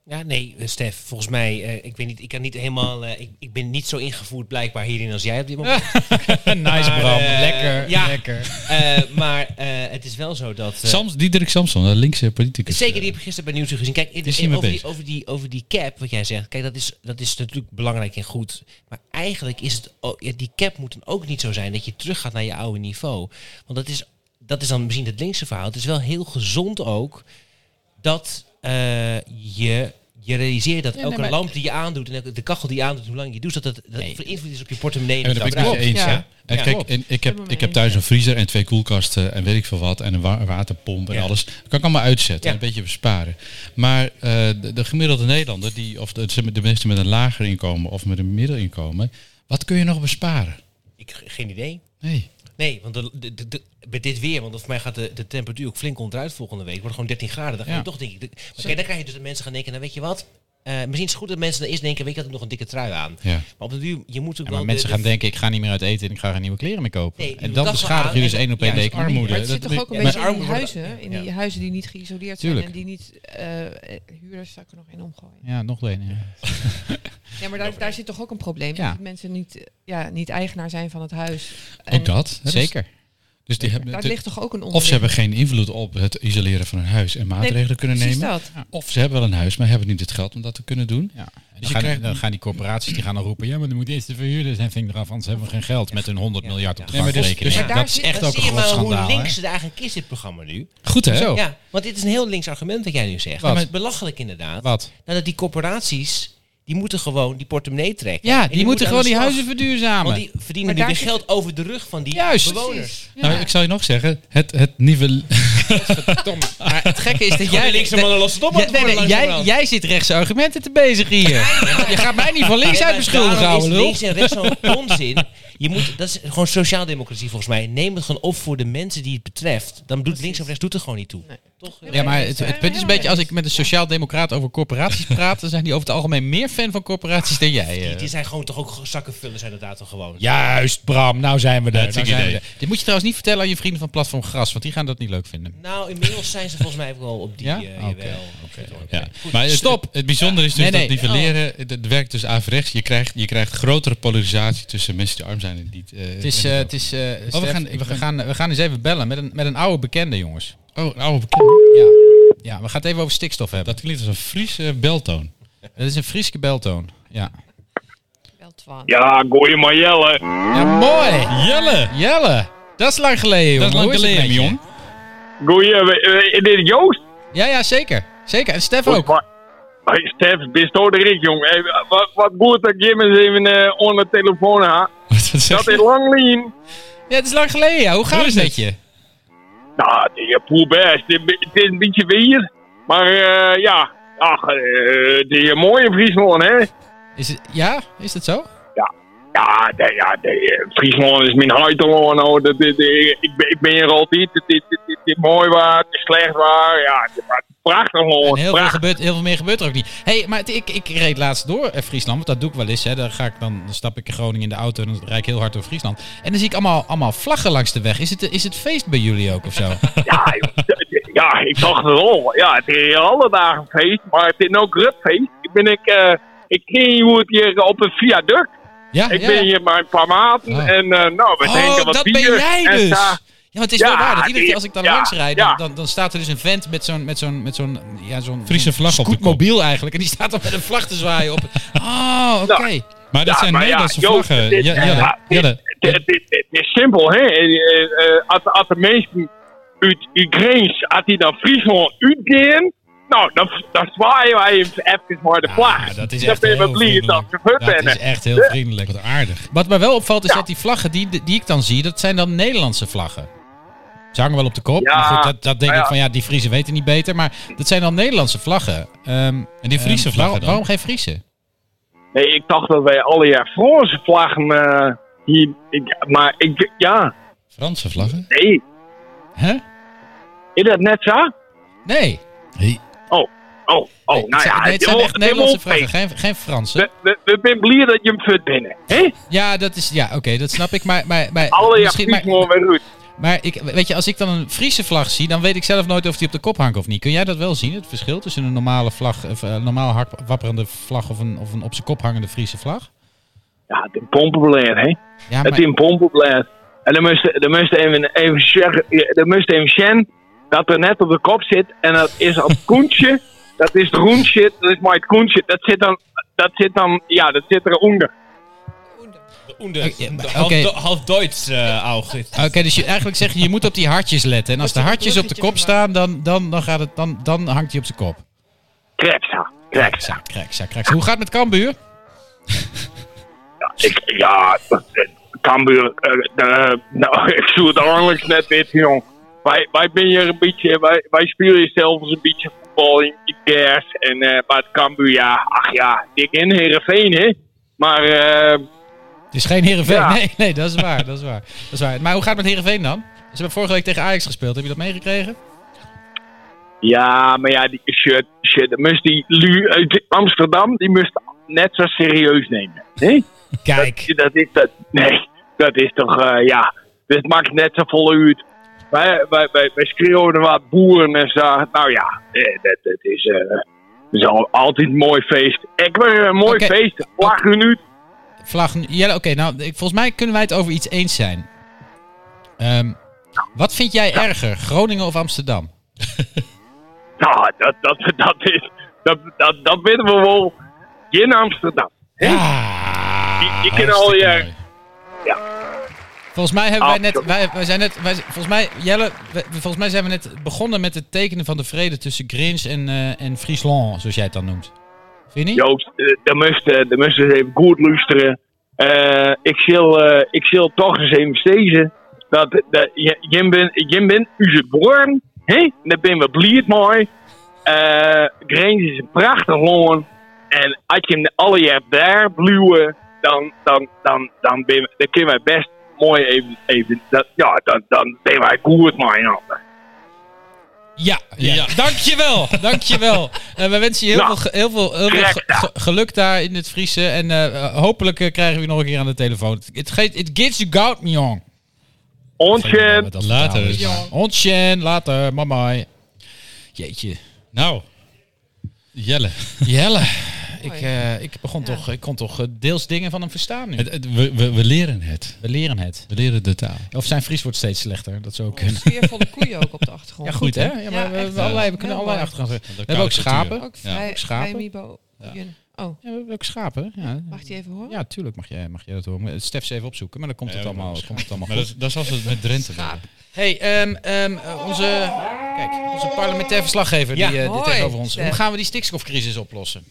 Speaker 1: Ja, nee, eh, Stef, volgens mij, eh, ik weet niet, ik kan niet helemaal, eh, ik, ik ben niet zo ingevoerd blijkbaar hierin als jij op dit moment.
Speaker 2: nice
Speaker 1: Maar,
Speaker 2: Bram,
Speaker 1: eh,
Speaker 2: lekker,
Speaker 1: ja.
Speaker 2: lekker.
Speaker 1: Eh, maar eh, het is wel zo dat... eh,
Speaker 3: Sams, Diederik Samson, de linkse politicus.
Speaker 1: Zeker, die heb ik gisteren bij Nieuws gezien. Kijk, in-
Speaker 3: is
Speaker 1: in-
Speaker 3: hiermee
Speaker 1: over, die,
Speaker 3: bezig.
Speaker 1: over, die, over die cap, wat jij zegt. Kijk, dat is, dat is natuurlijk belangrijk en goed. Maar eigenlijk is het... ook- ja, die cap moet dan ook niet zo zijn dat je teruggaat naar je oude niveau. Want dat is, dat is dan misschien het linkse verhaal. Het is wel heel gezond ook dat eh, je... Je realiseert dat
Speaker 2: Ja, nee,
Speaker 1: elke
Speaker 2: maar-
Speaker 1: lamp die je aandoet en elke, de kachel die je aandoet, hoe lang je doet, dat dat, dat
Speaker 2: Nee.
Speaker 1: voor invloed is op je portemonnee. en
Speaker 3: En
Speaker 1: op
Speaker 3: dat ben
Speaker 1: je
Speaker 3: ik met je
Speaker 1: gebruik.
Speaker 3: eens.
Speaker 4: Ja.
Speaker 3: Ja. En
Speaker 2: Ja,
Speaker 3: kijk,
Speaker 2: klopt.
Speaker 3: en ik,
Speaker 4: Ik
Speaker 3: heb,
Speaker 4: ben het
Speaker 3: ik
Speaker 4: mee
Speaker 3: heb thuis een vriezer en twee koelkasten en weet ik veel wat. En een wa- waterpomp en
Speaker 1: Ja.
Speaker 3: alles. Dat kan ik allemaal uitzetten
Speaker 1: Ja.
Speaker 3: en een beetje besparen. Maar eh, de, de gemiddelde Nederlander, die, of de, de mensen met een lager inkomen of met een middelinkomen. Wat kun je nog besparen?
Speaker 1: Ik, geen idee.
Speaker 3: Nee.
Speaker 1: Nee, want de, de, de, de- bij dit weer, want volgens mij gaat de, de temperatuur ook flink onderuit volgende week. Het wordt gewoon 13 graden. Dan ga je
Speaker 2: Ja.
Speaker 1: toch denk ik. de- maar kijk, dan krijg je dus dat mensen gaan denken, nou weet je wat, eh, misschien is het goed dat mensen dan eerst denken, weet je, ik had nog een dikke trui aan.
Speaker 3: Ja.
Speaker 1: Maar op de duur, je moet ook
Speaker 2: Ja,
Speaker 1: wel...
Speaker 2: maar
Speaker 1: de-
Speaker 2: mensen
Speaker 1: de-
Speaker 2: gaan denken, ik ga niet meer uit eten en ik ga geen nieuwe kleren meer kopen.
Speaker 1: Nee, je
Speaker 2: en
Speaker 1: moet
Speaker 2: dan
Speaker 1: dat
Speaker 2: beschadig je
Speaker 1: wel
Speaker 2: dus
Speaker 1: aan-
Speaker 2: één op één
Speaker 3: Ja,
Speaker 2: de
Speaker 3: dat is
Speaker 2: economie.
Speaker 3: armoede.
Speaker 4: Maar
Speaker 3: dat-
Speaker 4: het zit toch
Speaker 3: dat-
Speaker 4: ook een
Speaker 1: ja,
Speaker 4: beetje
Speaker 1: maar
Speaker 4: in die
Speaker 1: armen
Speaker 4: huizen.
Speaker 1: worden-
Speaker 4: In
Speaker 1: ja.
Speaker 4: die huizen die niet geïsoleerd
Speaker 2: Tuurlijk.
Speaker 4: zijn en die niet... eh, eh, huurders zou ik er nog in omgooien.
Speaker 2: Ja, nog één. Ja.
Speaker 4: Ja, maar daar, daar zit toch ook een probleem.
Speaker 2: Ja.
Speaker 4: Dat mensen niet, eh, ja, niet eigenaar zijn van het huis. En
Speaker 3: Ook dat. hè, dus-
Speaker 2: Zeker.
Speaker 3: Dus die hebben,
Speaker 4: Daar
Speaker 3: de-
Speaker 4: ligt toch ook een onderling.
Speaker 3: of ze hebben geen invloed op het isoleren van hun huis en maatregelen kunnen
Speaker 4: precies
Speaker 3: nemen.
Speaker 4: dat.
Speaker 3: Of ze hebben wel een huis, maar hebben niet het geld om dat te kunnen doen.
Speaker 2: Ja. dus En
Speaker 3: je
Speaker 2: dan, gaan,
Speaker 3: krijgt-
Speaker 2: dan gaan die corporaties die gaan dan roepen, ja, maar dan moet eerst de verhuurders en ving eraf, anders hebben we geen geld met hun 100
Speaker 1: Ja.
Speaker 2: miljard op de
Speaker 3: Ja, maar dus-
Speaker 2: bankrekening.
Speaker 3: dus-
Speaker 4: Maar daar
Speaker 2: dat is
Speaker 4: zit-
Speaker 2: echt
Speaker 1: Dan
Speaker 2: ook een
Speaker 1: zie je
Speaker 2: groot
Speaker 1: maar hoe
Speaker 2: schandaal. hè?
Speaker 1: links het eigenlijk is, dit programma nu.
Speaker 3: Goed hè? Nou,
Speaker 2: Zo.
Speaker 1: Ja, want dit is een heel links argument dat jij nu zegt.
Speaker 2: Wat?
Speaker 1: Maar het is belachelijk inderdaad.
Speaker 2: Wat?
Speaker 1: Nou, dat die corporaties, die moeten gewoon die portemonnee trekken.
Speaker 2: Ja,
Speaker 1: En
Speaker 2: die, dus moeten
Speaker 1: aan
Speaker 2: gewoon
Speaker 1: de
Speaker 2: die
Speaker 1: slag.
Speaker 2: huizen verduurzamen.
Speaker 1: Want die verdienen
Speaker 4: Maar
Speaker 1: nu
Speaker 4: daar
Speaker 1: weer
Speaker 4: zit-
Speaker 1: geld over de rug van die
Speaker 2: Juist.
Speaker 1: bewoners.
Speaker 4: Precies.
Speaker 3: Nou, ik zou je nog zeggen, het, het nieuwe...
Speaker 2: Maar het gekke is dat
Speaker 1: Jij
Speaker 2: jij...
Speaker 1: linkse mannen lossen het op.
Speaker 2: Ja, nee, nee, jij, jij zit rechtse argumenten te bezigen hier. Je gaat mij niet van links uit beschuldigen, ouwe
Speaker 1: is
Speaker 2: lul.
Speaker 1: links en rechts zo'n onzin. Je moet, dat is gewoon sociaaldemocratie volgens mij. Neem het gewoon op voor de mensen die het betreft. Dan doet links of rechts doet er gewoon niet toe. Toch?
Speaker 2: Ja, maar het, het punt is een beetje, als ik met een sociaal-democraat over corporaties praat, dan zijn die over het algemeen meer fan van corporaties dan jij.
Speaker 1: Die,
Speaker 2: eh.
Speaker 1: die zijn gewoon toch ook zakkenvullers inderdaad toch gewoon.
Speaker 2: Juist, Bram, nou zijn we er.
Speaker 3: is
Speaker 2: nou
Speaker 3: een
Speaker 2: zijn we
Speaker 3: idee.
Speaker 2: er. Dit moet je trouwens niet vertellen aan je vrienden van Platform Gras, want die gaan dat niet leuk vinden.
Speaker 1: Nou, inmiddels zijn ze volgens mij ook wel op die...
Speaker 2: Ja?
Speaker 1: eh,
Speaker 2: Oké,
Speaker 1: jawel.
Speaker 3: Ja. Maar het,
Speaker 2: Stop.
Speaker 3: Het, het bijzondere is dus
Speaker 2: Nee, nee. Oh.
Speaker 3: dat nivelleren, het, het werkt dus averechts. Je krijgt, je krijgt grotere polarisatie tussen mensen die arm zijn en die... eh,
Speaker 2: Het is,
Speaker 3: en
Speaker 2: eh,
Speaker 3: zo.
Speaker 2: het is, eh, Stef,
Speaker 3: we gaan-
Speaker 2: ik-
Speaker 3: we
Speaker 2: we,
Speaker 3: gaan-
Speaker 2: gaan, we gaan eens even bellen met een, met een oude bekende, jongens.
Speaker 3: Oh, een oude bekende.
Speaker 2: Ja. ja, we gaan het even over stikstof hebben.
Speaker 3: Dat klinkt als een Friese beltoon.
Speaker 2: Dat is een Friese beltoon. Ja,
Speaker 4: Wel twaalf.
Speaker 6: Ja, gooi maar jellen.
Speaker 2: ja mooi.
Speaker 3: Jelle!
Speaker 2: Jelle, dat is lang geleden, jongen.
Speaker 3: Dat is lang
Speaker 2: Hoe het
Speaker 3: geleden,
Speaker 2: met je?
Speaker 3: jong.
Speaker 6: Goeie, eh, eh, dit is Joost.
Speaker 2: Ja, ja, zeker. Zeker. En Stef ook.
Speaker 6: Hey, Stef, bist door de rik, jong. Hey, wat, wat goed dat Jim eens even eh onder de telefoon ha.
Speaker 3: Wat zeg
Speaker 6: Dat
Speaker 3: je?
Speaker 6: is lang lien.
Speaker 2: Ja, het is lang geleden, ja. Hoe gaat
Speaker 3: Hoe
Speaker 2: het
Speaker 3: is
Speaker 2: met
Speaker 3: het?
Speaker 2: je?
Speaker 6: Nou, het is poel best. Het is- het is een beetje weer. Maar eh, ja, ach, eh, het is mooi in Friesland, hè.
Speaker 2: Is het, ja, is dat zo?
Speaker 6: Ja, de, ja de, eh, Friesland is mijn huidteloon. hoor. Dat is- eh, ik, ben- ik ben hier altijd. Het is- het is- het is mooi waar, het is slecht waar. Ja, het is prachtig,
Speaker 2: En
Speaker 6: hoor.
Speaker 2: heel, veel
Speaker 6: Prachtig.
Speaker 2: gebeurt, heel veel meer gebeurt er ook niet. hey, maar het- ik, ik reed laatst door eh, Friesland, want dat doe ik wel eens. Hè. Dan, ga ik, dan, dan stap ik in Groningen in de auto en dan rijd ik heel hard door Friesland. En dan zie ik allemaal, allemaal vlaggen langs de weg. Is het, is het feest bij jullie ook of zo?
Speaker 6: Ja, ik- ja, ik dacht het al. Ja, het is hier alle dagen feest, maar het is nou ook rupfeest. Ik ben ik, eh, ik ken hier hoe het hier op een viaduct.
Speaker 2: Ja, Ah,
Speaker 6: Ik
Speaker 2: ja, ja.
Speaker 6: ben hier maar een paar maanden
Speaker 2: Ah.
Speaker 6: en eh, nou, we
Speaker 2: Oh,
Speaker 6: drinken wat
Speaker 2: dat
Speaker 6: bier.
Speaker 2: ben jij
Speaker 6: en,
Speaker 2: dus.
Speaker 6: eh,
Speaker 2: Ja, want het is
Speaker 6: Ja,
Speaker 2: wel waar. Dat iedere
Speaker 6: die-
Speaker 2: keer als ik dan
Speaker 6: ja,
Speaker 2: langs rijd, dan,
Speaker 6: ja.
Speaker 2: dan, dan staat er dus een vent met zo'n met zo'n met zo'n ja, zo'n
Speaker 3: Friese
Speaker 2: zo'n
Speaker 3: vlag op de kop.
Speaker 2: scootmobiel eigenlijk. En die staat dan met een vlag te zwaaien op. het- Oh, oké.
Speaker 6: Nou,
Speaker 3: Maar dat
Speaker 6: Ja,
Speaker 3: zijn
Speaker 6: maar ja,
Speaker 3: Nederlandse
Speaker 6: Joost,
Speaker 3: vlaggen.
Speaker 6: dit-
Speaker 3: Ja,
Speaker 6: ja,
Speaker 3: Jelle,
Speaker 6: dit-
Speaker 3: Jelle,
Speaker 6: Het het- het- het is simpel, hè. Eh, eh, eh, Als als de mensen uit Ukraïns, als die dan Friesland uitgaan, nou, dan, dan zwaaien wij even maar de vlag.
Speaker 2: Ja, dat is
Speaker 6: dan
Speaker 2: echt
Speaker 6: ben je
Speaker 2: heel
Speaker 6: blij dat
Speaker 2: vriendelijk.
Speaker 6: ze gebeurd
Speaker 2: Dat is
Speaker 6: zijn.
Speaker 2: echt heel vriendelijk.
Speaker 3: wat aardig.
Speaker 2: Wat mij wel opvalt is dat die vlaggen die, die ik dan zie, dat zijn dan Nederlandse vlaggen. Ze hangen wel op de kop.
Speaker 6: Ja,
Speaker 2: maar goed, dat, dat denk
Speaker 6: nou
Speaker 2: ik
Speaker 6: ja.
Speaker 2: van ja, die Friese weten niet beter. Maar dat zijn dan Nederlandse vlaggen. Ehm,
Speaker 3: En die Friese
Speaker 2: ehm, waarom,
Speaker 3: vlaggen dan?
Speaker 2: waarom geen Friese?
Speaker 6: Nee, ik dacht dat wij alle jaar Franse vlaggen eh, hier... Ik, maar ik... Ja,
Speaker 3: Franse vlaggen?
Speaker 6: nee.
Speaker 2: Hè?
Speaker 6: Is dat net zo?
Speaker 2: Nee.
Speaker 6: Oh, oh, oh.
Speaker 2: Nee, het
Speaker 6: nou
Speaker 2: zijn,
Speaker 6: ja,
Speaker 2: nee, het zijn echt Nederlandse vlaggen,
Speaker 6: vragen.
Speaker 2: geen, geen Franse.
Speaker 6: We, we, we zijn blij dat je hem vindt binnen. hè?
Speaker 2: Ja, dat is. Ja, oké, dat snap ik. Maar, maar, maar
Speaker 6: Alle jaar
Speaker 2: misschien.
Speaker 6: Friesland
Speaker 2: Maar,
Speaker 6: weer uit.
Speaker 2: maar ik, weet je, als ik dan een Friese vlag zie, dan weet ik zelf nooit of die op de kop hangt of niet. Kun jij dat wel zien? Het verschil tussen een normale vlag, of een normaal hak- wapperende vlag of een, of een op zijn kop hangende Friese vlag?
Speaker 6: Ja, het is een pompenbeleid, hè.
Speaker 2: Ja,
Speaker 6: Het is een pompenbeleid. En dan moest, dan moest even, even, zeggen- dan moest even zien dat er net op de kop zit. En dat is op koentje. Dat is groen shit. Dat is maar het koentje. Dat zit dan... Dat zit dan... Ja, dat zit eronder.
Speaker 2: Oké. Half-
Speaker 1: Duits, August.
Speaker 2: Oké, dus je, eigenlijk zeg je, je moet op die hartjes letten. En als de
Speaker 4: Moet je
Speaker 2: hartjes op de kop
Speaker 4: bruggetje
Speaker 2: staan, dan, dan, dan, gaat het, dan, dan hangt hij op zijn kop.
Speaker 6: Kreksa. Kreksa.
Speaker 2: Ja, krijg, ja, krijg. Hoe gaat het met Cambuur?
Speaker 6: Ik, ja, eh, Cambuur, eh, eh, nou, ik zoek het eigenlijk net niet, jong. Wij, wij ben hier een beetje, wij, wij spelen hier zelfs een beetje voetbal in de kers. En, eh, maar het Cambuur, ja, ach ja, dik in Heerenveen, hè. Maar, eh,
Speaker 2: Het is geen Heerenveen.
Speaker 6: Ja.
Speaker 2: Nee, nee, dat is waar. Dat is waar. Dat is waar. Maar hoe gaat het met Heerenveen dan? Ze hebben vorige week tegen Ajax gespeeld. Heb je dat meegekregen?
Speaker 6: Ja, maar ja, die shit, shit. dat moest die lui uit Amsterdam, die moest net zo serieus nemen. Nee?
Speaker 1: Kijk,
Speaker 6: Dat is dat. Nee, dat is toch, eh, ja. Dit maakt net zo volle uur. Wij, wij, wij, wij schreeuwden wat boeren en zo. Nou ja, eh, dat, dat is, eh, dat is al, altijd een mooi feest. Ik wil een mooi
Speaker 2: Oké.
Speaker 6: feest. Lach u nu.
Speaker 2: Vlag. Jelle, oké, nou, ik- volgens mij kunnen wij het over iets eens zijn. Ehm, wat vind jij erger, Groningen of Amsterdam?
Speaker 6: Nou, dat, dat, dat is, dat, dat, dat weten we wel. In Amsterdam.
Speaker 2: Ja.
Speaker 6: Je, je kan al je,
Speaker 2: Volgens mij hebben wij net,
Speaker 6: Absoluut.
Speaker 2: wij, wij zijn net, wij, volgens mij, Jelle, wij- volgens mij zijn we net begonnen met het tekenen van de vrede tussen Grins en, eh, en Friesland, zoals jij het dan noemt. Vind je niet?
Speaker 6: Joost, eh, dan moest, eh, dan moest eens even goed luisteren. Eh, ik, zal, eh, ik zal toch eens even stezen. Dat, dat, je, je bent, je bent onze born. Hè? Daar ben we blij mooi. Eh Grijns is een prachtig land. En als je hem alle jaar daar bluwen, dan, dan, dan, dan, ben, we- dan kunnen wij best mooi even... even dat, ja, dan, dan ben wij goed mooi. Ja.
Speaker 2: Ja, ja. dankjewel, dankjewel. Eh we wensen je heel
Speaker 6: Nou,
Speaker 2: veel, ge- heel veel, heel veel ge-
Speaker 6: daar.
Speaker 2: ge- geluk daar in het Friese en eh, hopelijk eh, krijgen we je nog een keer aan de telefoon. It, ge- it gives you gout, jong.
Speaker 6: Ontje,
Speaker 3: Later.
Speaker 2: dus. Ontsjen, later, mamai. Jeetje.
Speaker 3: Nou, Jelle.
Speaker 2: Jelle, ik, eh, ik begon toch, ik kon toch eh, deels dingen van hem verstaan nu.
Speaker 3: Het, het- we, we, we leren het.
Speaker 2: We leren het.
Speaker 3: We leren de taal.
Speaker 2: Of zijn Fries wordt steeds slechter. Dat is ook.
Speaker 4: Een sfeervolle koeien ook op de achtergrond.
Speaker 2: Ja, goed hè? Ja, maar
Speaker 4: Ja,
Speaker 2: we,
Speaker 4: echt
Speaker 2: hebben
Speaker 4: wel.
Speaker 2: allerlei, we kunnen
Speaker 4: Heel
Speaker 2: allerlei
Speaker 4: mooi.
Speaker 2: achtergrond. We
Speaker 3: Lokale
Speaker 2: hebben ook
Speaker 3: cultuur.
Speaker 2: schapen.
Speaker 4: Ook
Speaker 3: Ja.
Speaker 4: vrij,
Speaker 2: Schapen.
Speaker 4: vrij mibo. Oh,
Speaker 2: Ja, we hebben ook schapen. Ja.
Speaker 4: mag die even horen?
Speaker 2: Ja, tuurlijk mag jij, mag jij dat horen. Stef ze even opzoeken, maar dan komt het
Speaker 3: Ja,
Speaker 2: allemaal,
Speaker 3: dat-
Speaker 2: komt het allemaal
Speaker 3: Maar
Speaker 2: goed.
Speaker 3: dat, dat is als we het met Drenthe doen.
Speaker 2: hey, ehm, ehm, eh, onze, kijk, onze parlementair verslaggever die, eh, die
Speaker 4: Hoi,
Speaker 2: tegenover ons.
Speaker 4: Stef. Eh,
Speaker 2: Hoe gaan we die stikstofcrisis oplossen?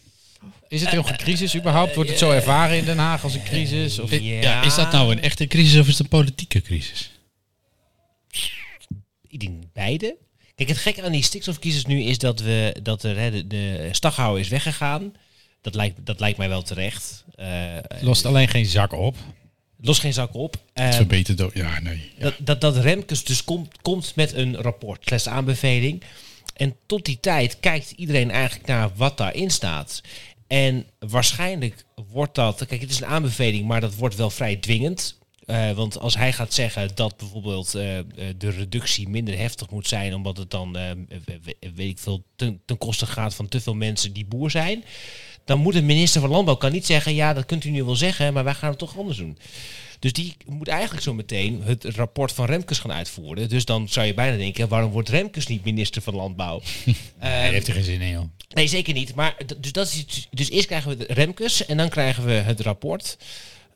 Speaker 2: Is het nog een crisis überhaupt? Wordt het zo ervaren in Den Haag als een crisis? Of,
Speaker 1: Ja.
Speaker 3: Ja, is dat nou een echte crisis of is het een politieke crisis?
Speaker 1: ik denk beide. Kijk, het gekke aan die stikstofkiezers nu is dat, we, dat er, hè, de, de staghouwer is weggegaan. Dat lijkt, dat lijkt mij wel terecht. Eh,
Speaker 2: Lost alleen geen zak op.
Speaker 1: los geen zak op. Eh,
Speaker 3: Het verbetert ook. Ja, nee.
Speaker 1: dat, dat, dat Remkes dus komt, komt met een rapport, slechts aanbeveling. En tot die tijd kijkt iedereen eigenlijk naar wat daarin staat. En waarschijnlijk wordt dat, kijk, het is een aanbeveling, maar dat wordt wel vrij dwingend. Eh, want als hij gaat zeggen dat bijvoorbeeld eh, eh, de reductie minder heftig moet zijn, omdat het dan, eh, we- we- weet ik veel, ten, ten koste gaat van te veel mensen die boer zijn, dan moet de minister van Landbouw kan niet zeggen, ja, dat kunt u nu wel zeggen, maar wij gaan het toch anders doen. Dus die moet eigenlijk zo meteen het rapport van Remkes gaan uitvoeren. Dus dan zou je bijna denken, waarom wordt Remkes niet minister van Landbouw?
Speaker 2: Hij heeft er geen zin in, joh.
Speaker 1: Nee, zeker niet. Maar d- dus, dat is, iets- dus eerst krijgen we de Remkes en dan krijgen we het rapport.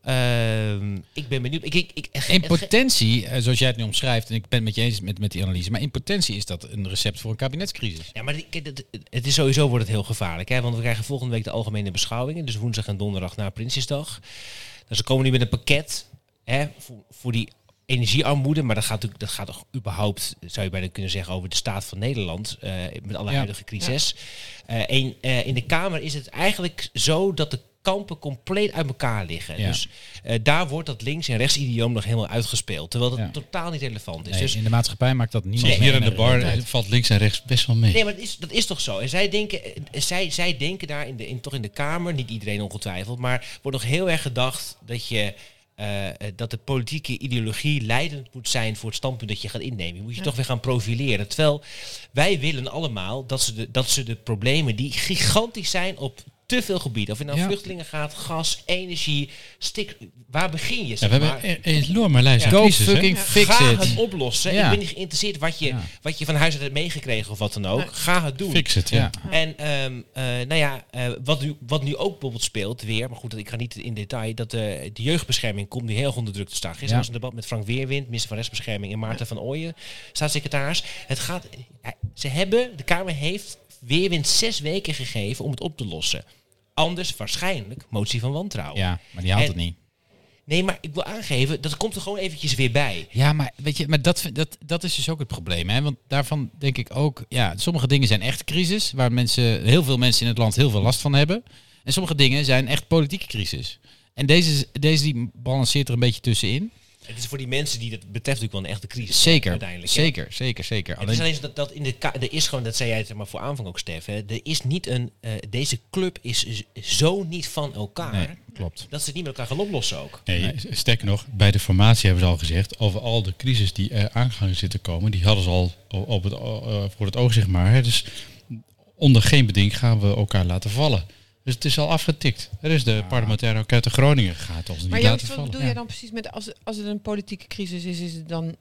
Speaker 1: Ehm, ik ben benieuwd. Ik, ik, ik, het ge-
Speaker 2: In potentie, eh, zoals jij het nu omschrijft, en ik ben het met je eens met, met die analyse, maar in potentie is dat een recept voor een kabinetscrisis.
Speaker 1: Ja, maar die- kijk, het, het is sowieso wordt het heel gevaarlijk. Hè? Want we krijgen volgende week de algemene beschouwingen. Dus woensdag en donderdag na Prinsjesdag. Dus ze komen nu met een pakket hè, voor, voor die energiearmoede. Maar dat gaat, natuurlijk- dat gaat toch überhaupt, zou je bijna kunnen zeggen, over de staat van Nederland. eh, met alle
Speaker 2: Ja.
Speaker 1: huidige crisis. Eh, en eh, in de Kamer is het eigenlijk zo dat de kampen compleet uit elkaar liggen.
Speaker 2: Ja.
Speaker 1: Dus eh, daar wordt dat links- en rechts-idioom nog helemaal uitgespeeld. Terwijl dat
Speaker 2: Ja.
Speaker 1: totaal niet relevant is.
Speaker 2: Nee,
Speaker 1: dus
Speaker 2: in de maatschappij maakt dat niemand
Speaker 3: Zoals
Speaker 2: mee.
Speaker 3: hier aan de bar
Speaker 2: Nee.
Speaker 3: eh, valt links en rechts best wel mee.
Speaker 1: Nee, maar dat is, dat is toch zo. En zij denken, eh, zij, zij denken daar in de, in, toch in de Kamer, niet iedereen ongetwijfeld, maar wordt nog heel erg gedacht dat je. eh, eh, dat de politieke ideologie leidend moet zijn voor het standpunt dat je gaat innemen. Je moet je toch weer gaan profileren. Terwijl wij willen allemaal dat ze de, dat ze de problemen die gigantisch zijn op te veel gebieden. Of het nou
Speaker 2: Ja.
Speaker 1: vluchtelingen gaat, gas, energie, stik. Waar begin je?
Speaker 3: Ja,
Speaker 1: Zeg
Speaker 3: we hebben
Speaker 1: maar?
Speaker 3: een een enorme lijst aan
Speaker 2: Go
Speaker 3: crisis, hè?
Speaker 2: fucking fix
Speaker 1: Ga
Speaker 2: it.
Speaker 1: het oplossen.
Speaker 2: Ja.
Speaker 1: Ik ben niet geïnteresseerd wat je,
Speaker 2: Ja.
Speaker 1: wat je van huis uit hebt meegekregen of wat dan ook. Ga het doen.
Speaker 3: Fix it,
Speaker 2: Ja.
Speaker 3: ja.
Speaker 1: En ehm, eh, nou ja, eh, wat, nu, wat nu ook bijvoorbeeld speelt weer, maar goed, ik ga niet in detail, dat eh, de jeugdbescherming komt nu heel erg onder druk te staan. Gisteren
Speaker 2: Ja.
Speaker 1: was een debat met Frank Weerwind, minister van Rechtsbescherming, en Maarten van Ooyen, staatssecretaris. Het gaat, eh, ze hebben, de Kamer heeft Weerwind zes weken gegeven om het op te lossen. Anders waarschijnlijk motie van wantrouwen.
Speaker 2: Ja, maar die haalt
Speaker 1: En-
Speaker 2: het niet.
Speaker 1: Nee, maar ik wil aangeven, dat komt er gewoon eventjes weer bij.
Speaker 2: Ja, maar weet je, maar dat, vind- dat, dat is dus ook het probleem. Hè? Want daarvan denk ik ook, ja, sommige dingen zijn echt crisis, waar mensen, heel veel mensen in het land heel veel last van hebben. En sommige dingen zijn echt politieke crisis. En deze, is- deze die balanceert er een beetje tussenin.
Speaker 1: Het is voor die mensen die dat betreft natuurlijk wel een echte crisis.
Speaker 2: Zeker,
Speaker 1: Uiteindelijk. hè.
Speaker 2: zeker, zeker, zeker.
Speaker 1: Het dus is
Speaker 2: Alleen,
Speaker 1: alleen zo dat, dat in de ka- er is gewoon, dat zei jij het maar voor aanvang ook, Stef. Hè, er is niet een, eh, deze club is z- zo niet van elkaar.
Speaker 2: nee, klopt.
Speaker 1: Dat ze het niet met elkaar gaan oplossen ook.
Speaker 3: Nee, sterker nog, bij de formatie hebben ze al gezegd, over al de crisis die er aangang zit te komen, die hadden ze al o- op het, o- eh, voor het oog, zeg maar. hè. Dus onder geen beding gaan we elkaar laten vallen. Dus het is al afgetikt. Er is de parlementaire ook uit de Groningen gegaan, ons niet
Speaker 4: Maar
Speaker 3: laten
Speaker 4: Joost, wat
Speaker 3: vallen.
Speaker 4: bedoel jij dan precies met als, als het een politieke crisis is, is het dan...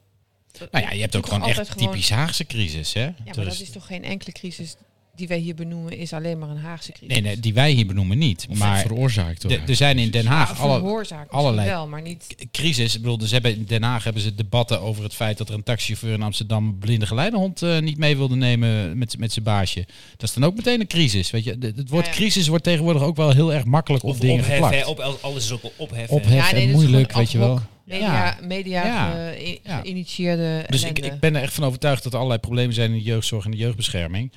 Speaker 2: Nou ja, je hebt ook
Speaker 4: Toch
Speaker 2: gewoon
Speaker 4: altijd
Speaker 2: echt
Speaker 4: gewoon-
Speaker 2: typisch Haagse crisis, hè? Dus-
Speaker 4: Ja,
Speaker 2: Er
Speaker 4: maar dat is toch geen enkele crisis die wij hier benoemen, is alleen maar een Haagse crisis.
Speaker 2: Nee, nee, die wij hier benoemen niet.
Speaker 3: maar
Speaker 2: Maar
Speaker 3: veroorzaakt door
Speaker 2: de- dus er zijn in Den Haag alle,
Speaker 4: veroorzaakt
Speaker 2: allerlei-
Speaker 4: wel, maar niet...
Speaker 2: crisis. Ik bedoel, dus hebben, in Den Haag hebben ze debatten over het feit dat er een taxichauffeur in Amsterdam een blinde geleidehond eh, niet mee wilde nemen met, met zijn baasje. Dat is dan ook meteen een crisis. Weet je, De- het woord
Speaker 4: Ja, ja.
Speaker 2: crisis wordt tegenwoordig ook wel heel erg makkelijk op dingen
Speaker 1: opheffen,
Speaker 2: geplakt.
Speaker 1: hè, op, alles is ook wel opheffen.
Speaker 2: Ophef
Speaker 4: Ja, nee,
Speaker 2: en
Speaker 4: dat is
Speaker 2: moeilijk,
Speaker 4: gewoon
Speaker 2: weet je wel.
Speaker 4: ad Media, media
Speaker 2: Ja.
Speaker 4: ge- i-
Speaker 2: Ja.
Speaker 4: geïnitieerde
Speaker 2: Dus ik,
Speaker 4: ellende.
Speaker 2: ik ben er echt van overtuigd dat er allerlei problemen zijn in de jeugdzorg en de jeugdbescherming.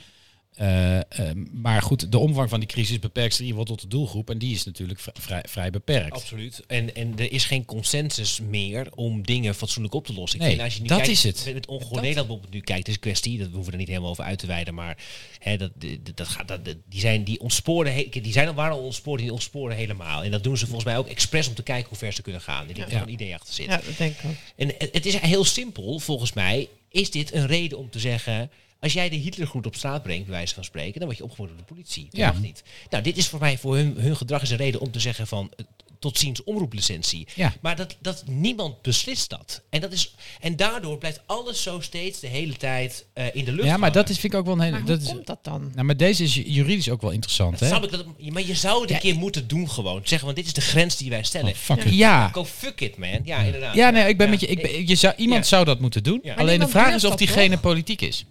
Speaker 2: Eh, eh, maar goed, de omvang van die crisis beperkt zich in ieder geval tot de doelgroep. En die is natuurlijk vri- vrij, vrij beperkt.
Speaker 1: Absoluut. En, en er is geen consensus meer om dingen fatsoenlijk op te lossen. Ik
Speaker 2: Nee,
Speaker 1: vind als je nu
Speaker 2: dat
Speaker 1: kijkt,
Speaker 2: is het.
Speaker 1: Met ongehoord Nederland bijvoorbeeld nu kijkt, is een kwestie, dat we hoeven er niet helemaal over uit te wijden, maar hè, dat, dat, dat gaat, dat, die, zijn, die, ontsporen, he- die zijn al waren al ontspoord, die ontsporen helemaal. En dat doen ze volgens mij ook expres om te kijken hoe ver ze kunnen gaan. Er ligt
Speaker 2: Ja.
Speaker 1: gewoon een idee achter zit.
Speaker 4: Ja, dat denk ik ook.
Speaker 1: En het, het is heel simpel, volgens mij, is dit een reden om te zeggen... Als jij de Hitlergroet op straat brengt, bij wijze van spreken, dan word je opgevoerd door de politie. Dat
Speaker 2: Ja.
Speaker 1: mag niet. Nou, dit is voor mij, voor hun, hun gedrag is een reden om te zeggen van eh, tot ziens omroeplicentie.
Speaker 2: Ja.
Speaker 1: Maar dat, dat niemand beslist dat. En, dat is, en daardoor blijft alles zo steeds de hele tijd eh, in de lucht.
Speaker 2: Ja, maar dat
Speaker 1: hangen.
Speaker 2: is, vind ik ook wel een hele...
Speaker 4: Maar hoe
Speaker 2: dat is,
Speaker 4: komt dat dan?
Speaker 2: nou, maar deze is ju- juridisch ook wel interessant, hè?
Speaker 1: Snap ik dat, maar je zou het een keer moeten doen gewoon. Zeggen, want dit is de grens die wij stellen.
Speaker 3: Oh, fuck it.
Speaker 2: Ja,
Speaker 1: Go fuck it, man. Ja, inderdaad.
Speaker 2: Ja, nee, ik ben
Speaker 1: Ja.
Speaker 2: met je. Ik ben, je zou, iemand
Speaker 1: Ja.
Speaker 2: zou dat moeten doen.
Speaker 1: Ja. Maar
Speaker 2: Alleen de
Speaker 4: niemand
Speaker 2: vraag
Speaker 4: durft
Speaker 2: is of
Speaker 4: dat,
Speaker 2: diegene
Speaker 4: toch?
Speaker 2: politiek is.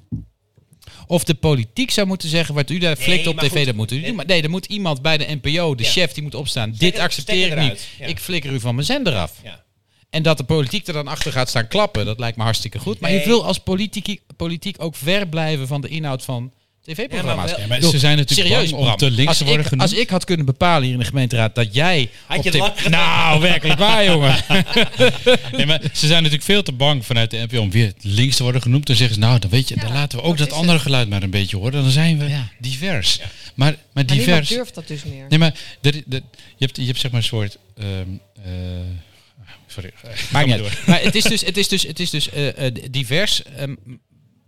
Speaker 2: Of de politiek zou moeten zeggen, wat u daar flikt op
Speaker 1: maar
Speaker 2: tv,
Speaker 1: goed.
Speaker 2: dat moet u
Speaker 1: Nee.
Speaker 2: doen. Maar nee, er moet iemand bij de NPO, de
Speaker 1: Ja.
Speaker 2: chef, die moet opstaan. Dit
Speaker 1: het-
Speaker 2: accepteer
Speaker 1: steek
Speaker 2: ik
Speaker 1: het eruit.
Speaker 2: niet.
Speaker 1: Ja.
Speaker 2: Ik flikker u van mijn zender af.
Speaker 1: Ja.
Speaker 2: En dat de politiek er dan achter gaat staan klappen, dat lijkt me hartstikke goed. Maar
Speaker 1: Nee.
Speaker 2: ik wil als politiek, politiek ook ver blijven van de inhoud van tv-programma's.
Speaker 1: Ja, maar wel-
Speaker 3: Ja, maar
Speaker 2: Ik bedoel,
Speaker 3: ze zijn natuurlijk
Speaker 2: serieus,
Speaker 3: bang om
Speaker 2: Bram.
Speaker 3: te links
Speaker 2: als
Speaker 3: te worden
Speaker 2: ik,
Speaker 3: genoemd.
Speaker 2: Als ik had kunnen bepalen hier in de gemeenteraad dat jij...
Speaker 1: Had
Speaker 2: op
Speaker 1: je
Speaker 2: tv
Speaker 1: lang gedaan.
Speaker 2: Nou, werkelijk waar, jongen.
Speaker 3: Nee, maar ze zijn natuurlijk veel te bang vanuit de NPO om weer links te worden genoemd. Dan zeggen ze, nou, dan weet je, dan laten we ook
Speaker 4: dat
Speaker 3: dat
Speaker 4: is
Speaker 3: andere geluid maar een beetje horen. Dan zijn we
Speaker 2: Ja.
Speaker 3: divers. Maar, maar
Speaker 4: Maar niemand
Speaker 3: divers...
Speaker 4: durft dat dus meer.
Speaker 3: Nee, maar er- er- je, hebt, je hebt zeg maar een soort... ehm, eh, sorry.
Speaker 2: Maakt niet
Speaker 3: Ga
Speaker 2: uit.
Speaker 3: maar door.
Speaker 2: Maar het is dus, het is dus, het is dus eh, eh, divers. ehm,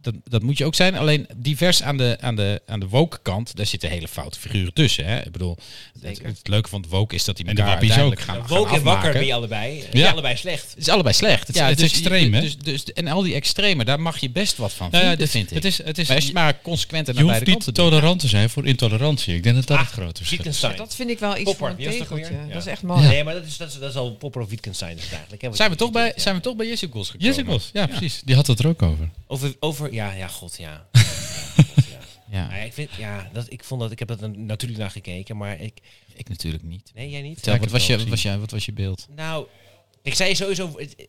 Speaker 2: dat, dat moet je ook zijn. Alleen divers aan de, aan de, aan de woke kant, daar zitten hele foute figuren tussen. Hè? Ik bedoel, het,
Speaker 4: Zeker.
Speaker 2: het leuke van het woke is dat die
Speaker 3: En de
Speaker 2: elkaar en
Speaker 3: wappies
Speaker 2: uiteindelijk
Speaker 3: ook.
Speaker 2: gaan, gaan
Speaker 1: Woke en wakker
Speaker 2: afmaken.
Speaker 1: ben je allebei.
Speaker 3: Ja.
Speaker 1: Ja. Allebei slecht.
Speaker 2: Het is allebei slecht.
Speaker 3: Het is- het is extreem, hè?
Speaker 2: Dus, dus, en al die extremen, daar mag je best wat van
Speaker 3: Nou ja,
Speaker 2: vinden,
Speaker 3: dit-
Speaker 2: vind ik.
Speaker 3: het is- het is-
Speaker 2: maar als je maar consequenter
Speaker 3: Je
Speaker 2: naar beide
Speaker 3: hoeft
Speaker 2: kanten
Speaker 3: niet
Speaker 2: doet.
Speaker 3: tolerant te zijn voor intolerantie. Ik denk dat dat het grote verschil is.
Speaker 1: Wittgenstein.
Speaker 4: Dat vind ik wel iets
Speaker 1: Popper,
Speaker 4: voor een
Speaker 1: wie was dat ook
Speaker 4: tegeltje.
Speaker 1: weer? Ja.
Speaker 4: Dat is echt mooi.
Speaker 1: Nee, maar dat is, dat is, dat is al Popper of Wittgenstein is het eigenlijk. Hè, wat
Speaker 2: Zijn
Speaker 1: je-
Speaker 2: we toch bij, zijn we toch bij Jesse Goals gekomen?
Speaker 3: Jesse Bos, ja, precies. Die had het er ook over.
Speaker 1: Over, over, ja, ja, god, ja. Ja, god, ja.
Speaker 2: Ja,
Speaker 1: Maar ja, ik, vind, ja dat, ik, vond dat, ik heb dat een- natuurlijk naar gekeken, maar ik...
Speaker 2: ik natuurlijk niet.
Speaker 1: Nee, jij niet?
Speaker 2: Vertel,
Speaker 3: ik
Speaker 2: wat,
Speaker 3: heb
Speaker 2: was
Speaker 3: wel
Speaker 2: je, wat,
Speaker 3: gezien.
Speaker 2: was je, wat was je beeld?
Speaker 1: Nou, ik zei sowieso... het-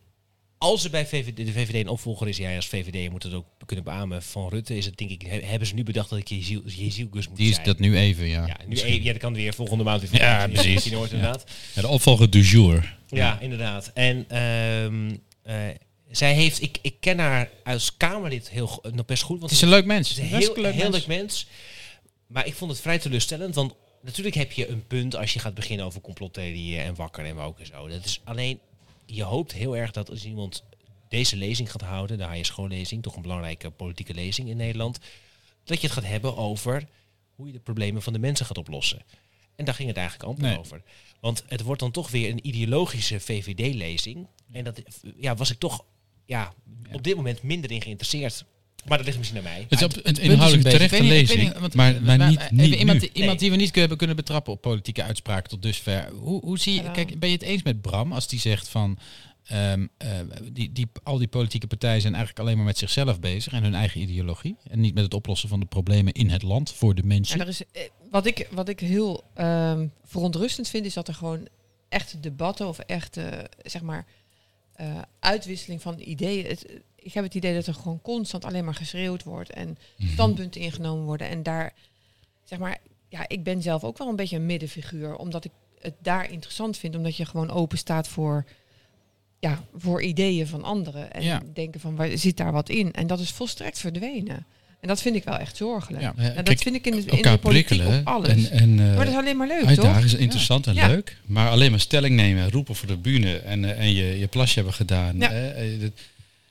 Speaker 1: Als er bij VVD, de VVD een opvolger is, jij als VVD moet dat ook kunnen beamen. Van Rutte is het denk ik, he- hebben ze nu bedacht dat ik Jeziel- Jezielgus moet
Speaker 2: Die is
Speaker 1: zijn.
Speaker 2: dat nu even, ja.
Speaker 1: ja, nu even, ja, dat kan weer volgende maand weer.
Speaker 2: Ja,
Speaker 1: precies. Misschien nooit inderdaad.
Speaker 3: Ja, de opvolger du jour.
Speaker 1: Ja, inderdaad. En ehm, eh, zij heeft, ik, ik ken haar als Kamerlid heel, go- nog best goed. Want
Speaker 2: Het is een leuk mens.
Speaker 1: ze is een heel,
Speaker 2: Hartstikke
Speaker 1: leuk,
Speaker 2: leuk
Speaker 1: heel
Speaker 2: mens.
Speaker 1: leuk mens. Maar ik vond het vrij teleurstellend, want natuurlijk heb je een punt als je gaat beginnen over complottheorieën en wakker en ook en zo. Dat is alleen, je hoopt heel erg dat als iemand deze lezing gaat houden, de HSG-lezing, toch een belangrijke politieke lezing in Nederland, dat je het gaat hebben over hoe je de problemen van de mensen gaat oplossen. En daar ging het eigenlijk amper
Speaker 2: Nee.
Speaker 1: over. Want het wordt dan toch weer een ideologische VVD-lezing. En dat ja, was ik toch ja, op dit moment minder in geïnteresseerd. Maar dat ligt misschien aan mij.
Speaker 3: Het is op- een
Speaker 2: Punt is een
Speaker 3: inhoudelijk
Speaker 2: beetje-
Speaker 3: terechte
Speaker 2: ik weet niet- ik weet
Speaker 3: lezing,
Speaker 2: niet, want-
Speaker 3: maar, maar niet,
Speaker 2: Nou, eh, even
Speaker 3: niet
Speaker 2: iemand,
Speaker 3: nu.
Speaker 2: iemand die we niet kunnen, kunnen betrappen op politieke uitspraken tot dusver. Hoe, hoe zie je,
Speaker 4: Ja.
Speaker 2: kijk, ben je het eens met Bram als die zegt van... ehm, eh, die, die, al die politieke partijen zijn eigenlijk alleen maar met zichzelf bezig en hun eigen ideologie. En niet met het oplossen van de problemen in het land voor de mensen.
Speaker 4: Ja, er is, eh, wat, ik, wat ik heel ehm, verontrustend vind, is dat er gewoon echte debatten of echte, zeg maar, eh, uitwisseling van ideeën. Het- eh, ik heb het idee dat er gewoon constant alleen maar geschreeuwd wordt en
Speaker 2: Mhm.
Speaker 4: standpunten ingenomen worden. En daar, zeg maar, ja, ik ben zelf ook wel een beetje een middenfiguur, omdat ik het daar interessant vind, omdat je gewoon open staat voor ja, voor ideeën van anderen. En
Speaker 2: Ja.
Speaker 4: denken van, waar zit daar wat in? En dat is volstrekt verdwenen. En dat vind ik wel echt zorgelijk.
Speaker 2: Ja.
Speaker 4: En dat
Speaker 3: Kijk,
Speaker 4: vind ik in de, in
Speaker 3: Elkaar
Speaker 4: de politiek
Speaker 3: prikkelen
Speaker 4: op alles.
Speaker 3: en, en eh,
Speaker 4: maar dat is alleen maar leuk,
Speaker 3: uitdagen is
Speaker 4: toch?
Speaker 3: interessant en
Speaker 4: Ja.
Speaker 3: leuk. Maar alleen maar stelling nemen en roepen voor de bühne en, eh, en je, je plasje hebben gedaan.
Speaker 4: Ja.
Speaker 3: eh, eh, dat-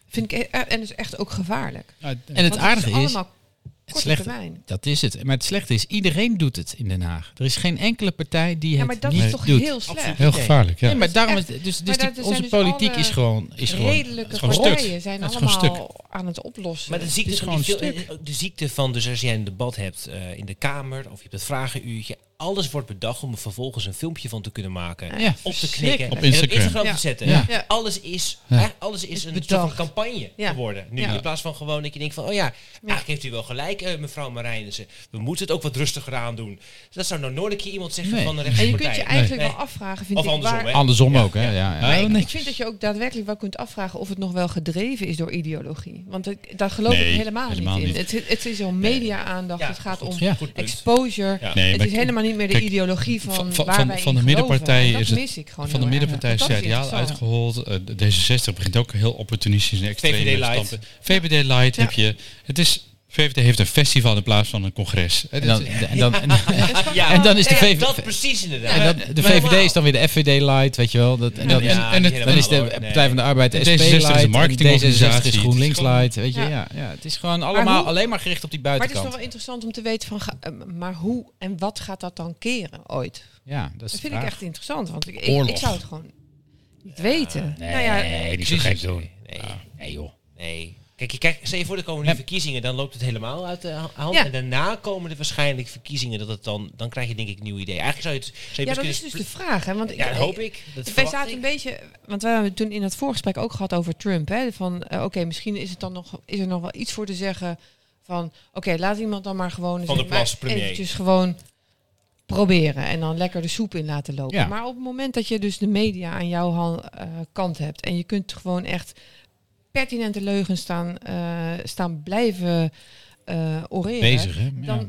Speaker 4: Vind ik, e- en dat is echt ook gevaarlijk.
Speaker 3: nou,
Speaker 2: En het
Speaker 4: Want
Speaker 2: aardige is,
Speaker 4: allemaal
Speaker 2: het
Speaker 4: korte
Speaker 2: slechte,
Speaker 4: termijn.
Speaker 2: dat is het. Maar het slechte is, iedereen doet het in Den Haag. Er is geen enkele partij die
Speaker 4: Ja,
Speaker 2: het
Speaker 4: maar dat
Speaker 2: niet
Speaker 4: is toch
Speaker 2: doet.
Speaker 4: heel slecht.
Speaker 3: heel gevaarlijk, ja.
Speaker 2: Nee, maar daarom is,
Speaker 4: echt-
Speaker 2: dus, dus
Speaker 4: maar
Speaker 2: die-
Speaker 4: dat zijn
Speaker 2: onze
Speaker 4: dus
Speaker 2: politiek
Speaker 4: alle
Speaker 2: is gewoon, is gewoon
Speaker 4: Redelijke
Speaker 3: gewoon stuk.
Speaker 4: partijen zijn
Speaker 3: Het is gewoon
Speaker 4: allemaal aan het oplossen.
Speaker 1: Maar de
Speaker 2: is
Speaker 1: ziekte, van
Speaker 2: gewoon
Speaker 1: die veel- de ziekte van, dus als jij een debat hebt eh, in de Kamer of je hebt het vragenuurtje, alles wordt bedacht om er vervolgens een filmpje van te kunnen maken.
Speaker 2: Ja.
Speaker 1: Op te knikken.
Speaker 3: Op
Speaker 1: en op
Speaker 3: Instagram.
Speaker 1: Instagram
Speaker 4: Ja.
Speaker 1: te zetten.
Speaker 3: Ja.
Speaker 4: Ja.
Speaker 1: Alles is,
Speaker 3: Ja.
Speaker 1: hè, alles is, een soort van
Speaker 4: bedacht.
Speaker 1: campagne
Speaker 4: Ja.
Speaker 1: geworden. Nu,
Speaker 4: Ja.
Speaker 1: In plaats van gewoon dat je denkt van, oh ja, eigenlijk heeft u wel gelijk, eh, mevrouw Marijnissen. We moeten het ook wat rustiger aan doen. Dat zou nou nooit een keer iemand zeggen
Speaker 2: Nee.
Speaker 1: van een
Speaker 4: en je
Speaker 1: rechtspartij.
Speaker 4: kunt je eigenlijk
Speaker 1: Nee.
Speaker 4: wel afvragen, vind
Speaker 1: Of
Speaker 4: ik,
Speaker 1: andersom,
Speaker 4: waar,
Speaker 1: hè?
Speaker 2: andersom
Speaker 1: Ja,
Speaker 2: ook. Hè?
Speaker 1: ja.
Speaker 2: Ja, ja.
Speaker 3: Ja, heel
Speaker 4: Ik vind dat je ook daadwerkelijk wel kunt afvragen of het nog wel gedreven is door ideologie. Want ik- daar geloof
Speaker 3: Nee,
Speaker 4: ik helemaal,
Speaker 3: helemaal
Speaker 4: niet in.
Speaker 3: niet.
Speaker 4: Het, het is om media-aandacht,
Speaker 1: Ja,
Speaker 4: het gaat
Speaker 1: goed,
Speaker 4: om
Speaker 2: ja.
Speaker 1: goed punt.
Speaker 4: exposure.
Speaker 1: Ja.
Speaker 3: Nee,
Speaker 4: het
Speaker 3: maar
Speaker 4: is
Speaker 3: k-
Speaker 4: helemaal niet meer de
Speaker 3: kijk,
Speaker 4: ideologie van,
Speaker 3: van- van-
Speaker 4: waar
Speaker 3: van-
Speaker 4: wij
Speaker 3: van
Speaker 4: in
Speaker 3: de middenpartij
Speaker 4: geloven. En dat
Speaker 3: is het-
Speaker 4: mis ik gewoon
Speaker 3: Van de
Speaker 4: heel erg.
Speaker 3: middenpartij is
Speaker 4: Want dat is
Speaker 3: CDA
Speaker 4: interessant.
Speaker 3: uitgehold. eh, D66 begint ook heel opportunistisch en extreem.
Speaker 1: VVD
Speaker 3: met
Speaker 1: Light.
Speaker 3: standpunten. VVD Light heb je. Het is, VVD heeft een festival in plaats van een congres. Eh,
Speaker 2: En
Speaker 3: dat
Speaker 2: dan,
Speaker 3: is-
Speaker 2: en dan, en,
Speaker 1: Ja,
Speaker 2: en dan is de
Speaker 1: Ja,
Speaker 2: VVD...
Speaker 1: dat precies inderdaad.
Speaker 2: En Eh, dan, de VVD is dan weer de FVD light, weet je wel. Dat, en dan,
Speaker 3: Ja,
Speaker 2: is,
Speaker 3: en het-
Speaker 1: niet
Speaker 2: dan is de
Speaker 1: helemaal, hoor.
Speaker 2: Partij van de Arbeid de
Speaker 3: D66
Speaker 2: SP
Speaker 3: is een
Speaker 2: light, en D66
Speaker 3: marketingorganisatie.
Speaker 2: is GroenLinks light, weet je.
Speaker 4: Ja.
Speaker 2: Ja. Ja, het is gewoon allemaal
Speaker 4: hoe-
Speaker 2: alleen maar gericht op die
Speaker 4: Maar het is nog
Speaker 2: buitenkant.
Speaker 4: wel interessant om te weten van, ga- eh, maar hoe en wat gaat dat dan keren ooit?
Speaker 2: Ja, dat is
Speaker 4: Dat
Speaker 2: de
Speaker 4: vind ik
Speaker 2: vraag.
Speaker 4: echt interessant, want ik, ik,
Speaker 3: Oorlog.
Speaker 4: ik zou het gewoon niet weten. nou ja,
Speaker 2: Nee, niet zo
Speaker 1: Precies.
Speaker 2: gek doen.
Speaker 1: Nee.
Speaker 2: Nee joh.
Speaker 1: Nee. Kijk, je kijkt- stel je voor, er komen nu
Speaker 2: Ja.
Speaker 1: verkiezingen, dan loopt het helemaal uit de ha- hand.
Speaker 4: Ja.
Speaker 1: En daarna komen er waarschijnlijk verkiezingen, dat het dan, dan krijg je denk ik een nieuw idee. Eigenlijk zou je het zou je
Speaker 4: ja,
Speaker 1: best
Speaker 4: dat
Speaker 1: kunnen
Speaker 4: is dus
Speaker 1: spl-
Speaker 4: de vraag. Hè? Want
Speaker 1: Ja, dat hoop ik. Dat
Speaker 4: wij
Speaker 1: verwacht
Speaker 4: zaten
Speaker 1: ik.
Speaker 4: een beetje, want wij hebben het toen in het voorgesprek ook gehad over Trump. Hè? Van eh, oké, misschien is, het dan nog, is er nog wel iets voor te zeggen. Van oké, laat iemand dan maar gewoon eens
Speaker 1: Van der
Speaker 4: maar
Speaker 1: Plas, premier.
Speaker 4: eventjes gewoon proberen en dan lekker de soep in laten lopen.
Speaker 2: Ja.
Speaker 4: Maar op het moment dat je dus de media aan jouw hand, eh, kant hebt en je kunt gewoon echt pertinente leugens staan, eh, staan blijven eh oreren,
Speaker 2: Bezig, hè?
Speaker 4: dan,
Speaker 2: Ja.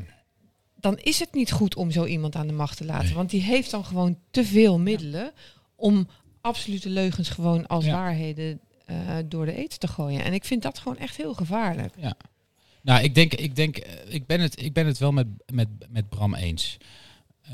Speaker 4: dan is het niet goed om zo iemand aan de macht te laten. Want die heeft dan gewoon te veel middelen om absolute leugens gewoon als
Speaker 2: Ja.
Speaker 4: waarheden eh, door de eten te gooien. En ik vind dat gewoon echt heel gevaarlijk.
Speaker 2: Nou, ik denk, ik denk, eh, ik ben het, ik ben het wel met, met, met Bram eens.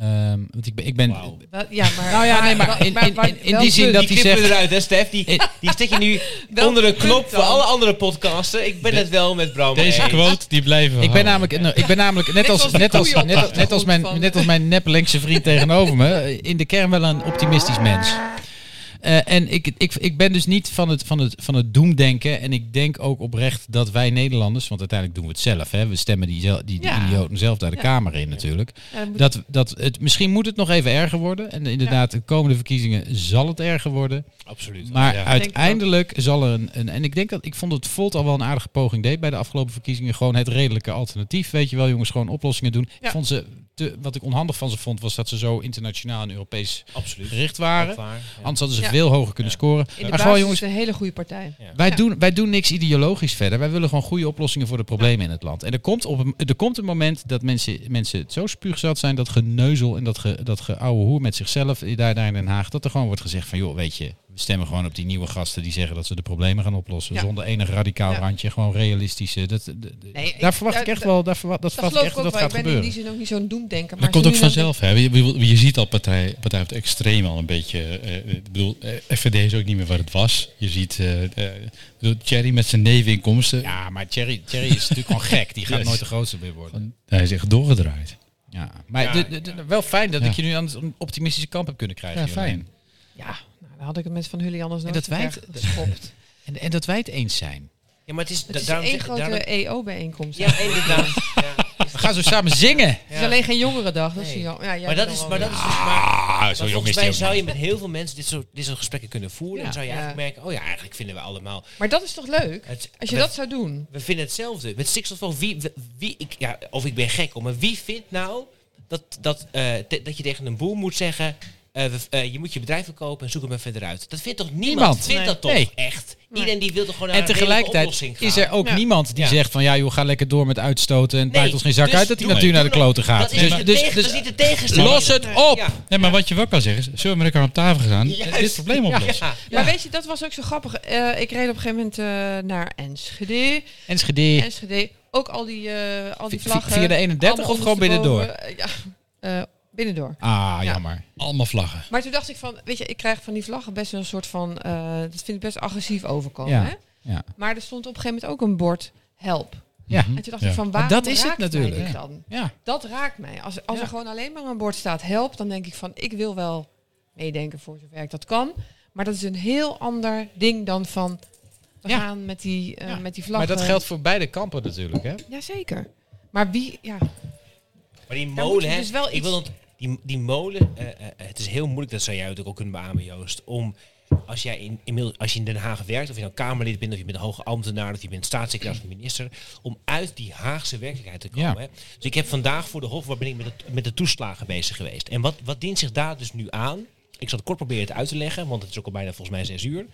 Speaker 2: Ehm, want ik ben, ik ben
Speaker 1: Wauw.
Speaker 4: Wel- Ja, maar, dus-
Speaker 2: Nou ja, nee, maar in- in- in- in die zin
Speaker 4: welk
Speaker 2: dat
Speaker 1: die
Speaker 2: hij
Speaker 1: knippen
Speaker 2: zegt-
Speaker 1: eruit, hè, Stef? Die,
Speaker 2: Eh.
Speaker 1: die zet je nu
Speaker 4: Welk
Speaker 1: onder een
Speaker 4: punt
Speaker 1: knop voor
Speaker 4: dan?
Speaker 1: alle andere podcasten. Ik ben het wel met Bram.
Speaker 3: Deze
Speaker 1: eens.
Speaker 3: quote, die blijven we
Speaker 2: Ik ben
Speaker 3: houden.
Speaker 2: namelijk, nou, ik ben namelijk net, als,
Speaker 4: als de
Speaker 2: net, als,
Speaker 4: koeien op
Speaker 2: net,
Speaker 4: de
Speaker 2: als, net, als mijn,
Speaker 4: achtergrond van-
Speaker 2: net als mijn neppe linkse vriend tegenover me, eh, in de kern wel een optimistisch mens. Eh, en ik, ik, ik ben dus niet van het, van, het, van het doemdenken. En ik denk ook oprecht dat wij Nederlanders, want uiteindelijk doen we het zelf, hè, we stemmen die, zel- die, die
Speaker 4: Ja.
Speaker 2: idioten zelf daar de
Speaker 4: Ja.
Speaker 2: Kamer in natuurlijk.
Speaker 4: Ja, dat moet-
Speaker 2: Dat, dat het, misschien moet het nog even erger worden. En inderdaad, de komende verkiezingen zal het erger worden.
Speaker 1: Absoluut.
Speaker 2: Maar
Speaker 3: Ja.
Speaker 2: uiteindelijk zal er een, een. En ik denk dat ik vond dat Volt al wel een aardige poging deed bij de afgelopen verkiezingen. Gewoon het redelijke alternatief. Weet je wel, jongens, gewoon oplossingen doen.
Speaker 4: Ja.
Speaker 2: Ik vond ze te, wat ik onhandig van ze vond, was dat ze zo internationaal en Europees
Speaker 1: Absoluut.
Speaker 2: gericht waren.
Speaker 1: Ook waar, ja.
Speaker 2: Anders hadden ze
Speaker 4: Ja.
Speaker 2: veel hoger kunnen scoren.
Speaker 4: in de
Speaker 2: maar
Speaker 4: basis
Speaker 2: gewoon,
Speaker 4: is
Speaker 2: jongens,
Speaker 4: het een hele goede partij.
Speaker 1: Ja.
Speaker 2: wij, doen, wij doen niks ideologisch verder. Wij willen gewoon goede oplossingen voor de problemen in het land. En er komt, op een, er komt een moment dat mensen, mensen het zo spuugzat zijn, dat geneuzel en dat, ge, dat geouwe hoer met zichzelf eh, daar, daar in Den Haag, dat er gewoon wordt gezegd van, joh, weet je, we stemmen gewoon op die nieuwe gasten die zeggen dat ze de problemen gaan oplossen.
Speaker 4: Ja.
Speaker 2: Zonder enig radicaal
Speaker 4: Ja.
Speaker 2: randje, gewoon realistische. Dat, dat- dat-
Speaker 4: Nee,
Speaker 2: daar
Speaker 4: ik-
Speaker 2: verwacht
Speaker 4: ja,
Speaker 2: ik echt
Speaker 4: dat-
Speaker 2: wel, daar verwacht, dat
Speaker 4: Dat
Speaker 2: verwacht ik
Speaker 4: geloof ik
Speaker 2: echt dat
Speaker 4: ook
Speaker 2: dat
Speaker 4: wel. Ik
Speaker 2: gaat
Speaker 4: ben in die
Speaker 2: gebeuren.
Speaker 4: zin ook niet zo'n doemdenker.
Speaker 3: Dat
Speaker 4: Maar
Speaker 3: komt
Speaker 4: zo
Speaker 3: ook
Speaker 4: nu dan-
Speaker 3: vanzelf. Hè? Je, je- je ziet al partij, partij op het extreem al een beetje. eh, eh, ik bedoel, eh, FVD is ook niet meer wat het was. Je ziet eh eh, ik bedoel, Thierry met zijn neveninkomsten.
Speaker 2: Ja, maar Thierry, Thierry is natuurlijk gewoon gek. Die gaat
Speaker 3: Yes.
Speaker 2: nooit de grootste meer worden.
Speaker 3: Hij is echt doorgedraaid.
Speaker 2: Ja. Maar de- de- de- wel fijn dat
Speaker 3: Ja.
Speaker 2: ik je nu aan het optimistische kamp heb kunnen krijgen.
Speaker 3: Ja,
Speaker 2: Jeroen.
Speaker 3: fijn.
Speaker 4: Ja, nou, dan had ik het met Van Hulli anders nooit
Speaker 2: dat
Speaker 4: dat
Speaker 2: wij het-
Speaker 4: geschopt.
Speaker 2: En, en dat wij het eens zijn.
Speaker 1: Ja, maar het is,
Speaker 4: Het is
Speaker 1: daarom
Speaker 4: één
Speaker 1: zeg- daarom-
Speaker 4: grote E EO-bijeenkomst.
Speaker 1: Ja, inderdaad. ja.
Speaker 2: We gaan zo samen zingen.
Speaker 4: Het is alleen geen jongerendag. Dat
Speaker 1: Nee.
Speaker 4: zie je al. Ja, jij
Speaker 1: Maar
Speaker 4: bent
Speaker 1: dat is,
Speaker 4: al
Speaker 1: maar
Speaker 4: wel-
Speaker 1: dat is dus maar...
Speaker 2: Ah,
Speaker 1: Maar volgens mij zou je met heel veel mensen dit soort, dit soort gesprekken kunnen voeren.
Speaker 2: Ja.
Speaker 1: En zou je
Speaker 4: Ja.
Speaker 1: eigenlijk merken, oh ja, eigenlijk vinden we allemaal...
Speaker 4: Maar dat is toch leuk?
Speaker 1: Het-
Speaker 4: Als je
Speaker 1: we-
Speaker 4: dat zou doen.
Speaker 1: We vinden hetzelfde. Met stikstof, wie, wie ik, ja, of ik ben gek om, maar wie vindt nou dat, dat, eh, te- dat je tegen een boer moet zeggen... eh, eh, we- eh, je moet je bedrijf verkopen en zoek hem even eruit. Dat vindt toch niemand?
Speaker 2: Niemand.
Speaker 1: Vindt dat toch
Speaker 2: Nee.
Speaker 1: echt? Iedereen die wil toch gewoon naar
Speaker 2: En
Speaker 1: een redelijke
Speaker 2: tegelijkertijd
Speaker 1: oplossing gaan.
Speaker 2: is er ook
Speaker 4: Ja.
Speaker 2: niemand die
Speaker 1: Ja.
Speaker 2: zegt van ja, joh, ga lekker door met uitstoten en het
Speaker 1: Nee,
Speaker 2: maakt ons geen zak
Speaker 1: dus
Speaker 2: uit dat die
Speaker 1: doe-
Speaker 2: natuur naar de
Speaker 1: doe nog-
Speaker 2: kloten gaat.
Speaker 1: Dat is,
Speaker 2: dus,
Speaker 1: de
Speaker 2: dus,
Speaker 1: tegen- dat is niet de tegenstander.
Speaker 2: los het
Speaker 1: Nee.
Speaker 2: op!
Speaker 1: Ja.
Speaker 3: Nee, maar wat je wel kan zeggen is, zullen we met elkaar op tafel gaan en dit
Speaker 1: Juist.
Speaker 3: probleem oplossen?
Speaker 1: Ja.
Speaker 4: Maar weet je, dat was ook zo grappig. Eh, ik reed op een gegeven moment eh, naar Enschede.
Speaker 2: Enschede.
Speaker 4: Enschede, ook al die, eh, al die
Speaker 2: Vi- vi-
Speaker 4: vlaggen.
Speaker 2: via de 31
Speaker 4: allemaal
Speaker 2: of gewoon
Speaker 4: ondersteboven. Eh, ja, eh, binnendoor.
Speaker 2: Ah, jammer.
Speaker 3: Allemaal vlaggen.
Speaker 4: Maar toen dacht ik van, weet je, ik krijg van die vlaggen best wel een soort van, eh, dat vind ik best agressief overkomen.
Speaker 2: Ja.
Speaker 4: Hè?
Speaker 2: Ja.
Speaker 4: Maar er stond op een gegeven moment ook een bord, help.
Speaker 2: Ja.
Speaker 4: En toen dacht
Speaker 3: Ja.
Speaker 4: ik van, waarom
Speaker 2: dat is het
Speaker 4: raakt mij
Speaker 2: natuurlijk.
Speaker 4: dit dan?
Speaker 2: Ja.
Speaker 4: Dat raakt mij. Als, als
Speaker 2: Ja.
Speaker 4: er gewoon alleen maar een bord staat help, dan denk ik van ik wil wel meedenken voor zover ik dat kan. Maar dat is een heel ander ding dan van we
Speaker 2: Ja.
Speaker 4: gaan met die, eh,
Speaker 2: Ja.
Speaker 4: met die
Speaker 2: Maar
Speaker 4: vlaggen.
Speaker 2: dat geldt voor beide kampen natuurlijk, hè?
Speaker 4: Jazeker. Maar wie, ja,
Speaker 1: Maar die
Speaker 4: Daar moet
Speaker 1: molen,
Speaker 4: je
Speaker 1: hè?
Speaker 4: dus wel
Speaker 1: ik wil
Speaker 4: iets-
Speaker 1: dat, die, die molen, eh, eh, het is heel moeilijk, dat zou jij natuurlijk ook kunnen beamen, Joost, om als jij in, inmiddels, als je in Den Haag werkt, of je nou Kamerlid bent, of je bent een hoge ambtenaar, of je bent staatssecretaris of minister, om uit die Haagse werkelijkheid te komen.
Speaker 2: Ja.
Speaker 1: Hè? Dus ik heb vandaag voor de Hof, waar ben ik met, het- met de toeslagen bezig geweest. En wat, wat dient zich daar dus nu aan? Ik zal het kort proberen het uit te leggen, want het is ook al bijna volgens mij zes uur.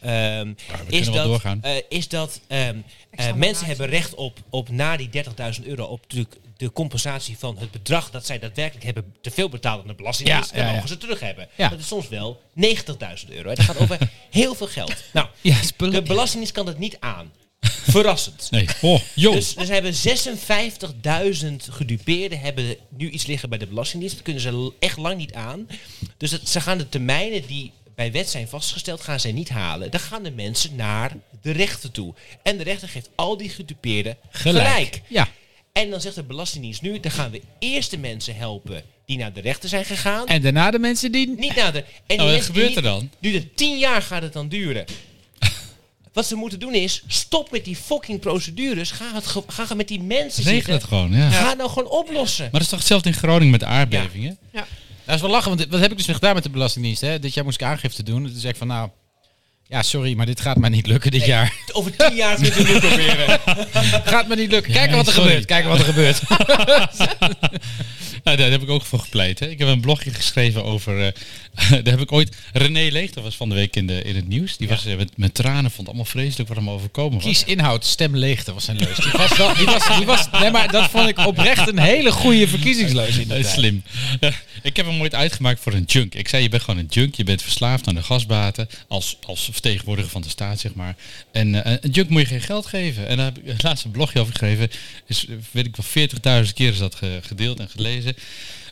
Speaker 1: Ehm, is,
Speaker 3: wel
Speaker 1: dat,
Speaker 3: doorgaan.
Speaker 1: eh, is dat ehm, eh,
Speaker 4: maar
Speaker 1: mensen
Speaker 4: uit.
Speaker 1: hebben recht op, op na die 30.000 euro op natuurlijk de compensatie van het bedrag dat zij daadwerkelijk hebben te veel betaald aan de belasting
Speaker 2: Ja,
Speaker 1: is, dan
Speaker 2: ja, ja.
Speaker 1: mogen ze terug hebben.
Speaker 2: Ja.
Speaker 1: Dat is soms wel 90.000 euro. Het gaat over heel veel geld. Nou,
Speaker 2: Ja, spullen.
Speaker 1: de Belastingdienst kan dat niet aan. Verrassend.
Speaker 3: Nee, oh, joh.
Speaker 1: Dus, dus hebben 56.000 gedupeerden hebben nu iets liggen bij de Belastingdienst. Dat kunnen ze l- echt lang niet aan. Dus dat, ze gaan de termijnen die bij wet zijn vastgesteld, gaan ze niet halen. Dan gaan de mensen naar de rechter toe. En de rechter geeft al die gedupeerden gelijk.
Speaker 2: Ja.
Speaker 1: En dan zegt de Belastingdienst nu, dan gaan we eerst de mensen helpen die naar de rechter zijn gegaan.
Speaker 2: En daarna de mensen die...
Speaker 1: Niet naar de... En
Speaker 2: Oh,
Speaker 1: die
Speaker 3: wat
Speaker 1: mensen die
Speaker 3: gebeurt er
Speaker 1: niet-
Speaker 3: dan?
Speaker 1: Duurt het tien jaar gaat het dan duren. Wat ze moeten doen is, stop met die fucking procedures. Ga, het ge- ga met die mensen
Speaker 3: Regel
Speaker 1: zitten.
Speaker 3: het gewoon, ja. Maar
Speaker 1: Ga nou gewoon oplossen.
Speaker 3: dat is toch hetzelfde in Groningen met de aardbevingen?
Speaker 4: ja.
Speaker 2: Dat is wel lachen, want dit- wat heb ik dus weer gedaan met de Belastingdienst, hè? Dit jaar moest ik aangifte doen. Toen zei ik van, nou... Ja, sorry, maar dit gaat mij niet lukken dit jaar.
Speaker 1: Over tien jaar moet je het weer proberen.
Speaker 2: Gaat me niet lukken. Kijken
Speaker 3: Ja,
Speaker 2: wat er
Speaker 3: sorry.
Speaker 2: gebeurt. Kijken wat er gebeurt.
Speaker 3: Nou, daar heb ik ook voor gepleit. Hè. Ik heb een blogje geschreven over. eh, daar heb ik ooit. René Leegter was van de week in, de, in het nieuws. Die was eh, met, met tranen, vond het allemaal vreselijk wat hem overkomen was.
Speaker 2: Kies inhoud, stem leegte was zijn leus. Die was wel, die was, die was, nee, maar dat vond ik oprecht een hele goede verkiezingsleus in
Speaker 3: Dat
Speaker 2: de
Speaker 3: is slim. ik heb hem ooit uitgemaakt voor een junk. Ik zei, je bent gewoon een junk. Je bent verslaafd aan de gasbaten. Als, als vertegenwoordiger van de staat, zeg maar. En eh, een junk moet je geen geld geven. En daar heb ik het laatste blogje over geschreven. Is, eh, weet ik wel, 40.000 keer is dat ge- gedeeld en gelezen.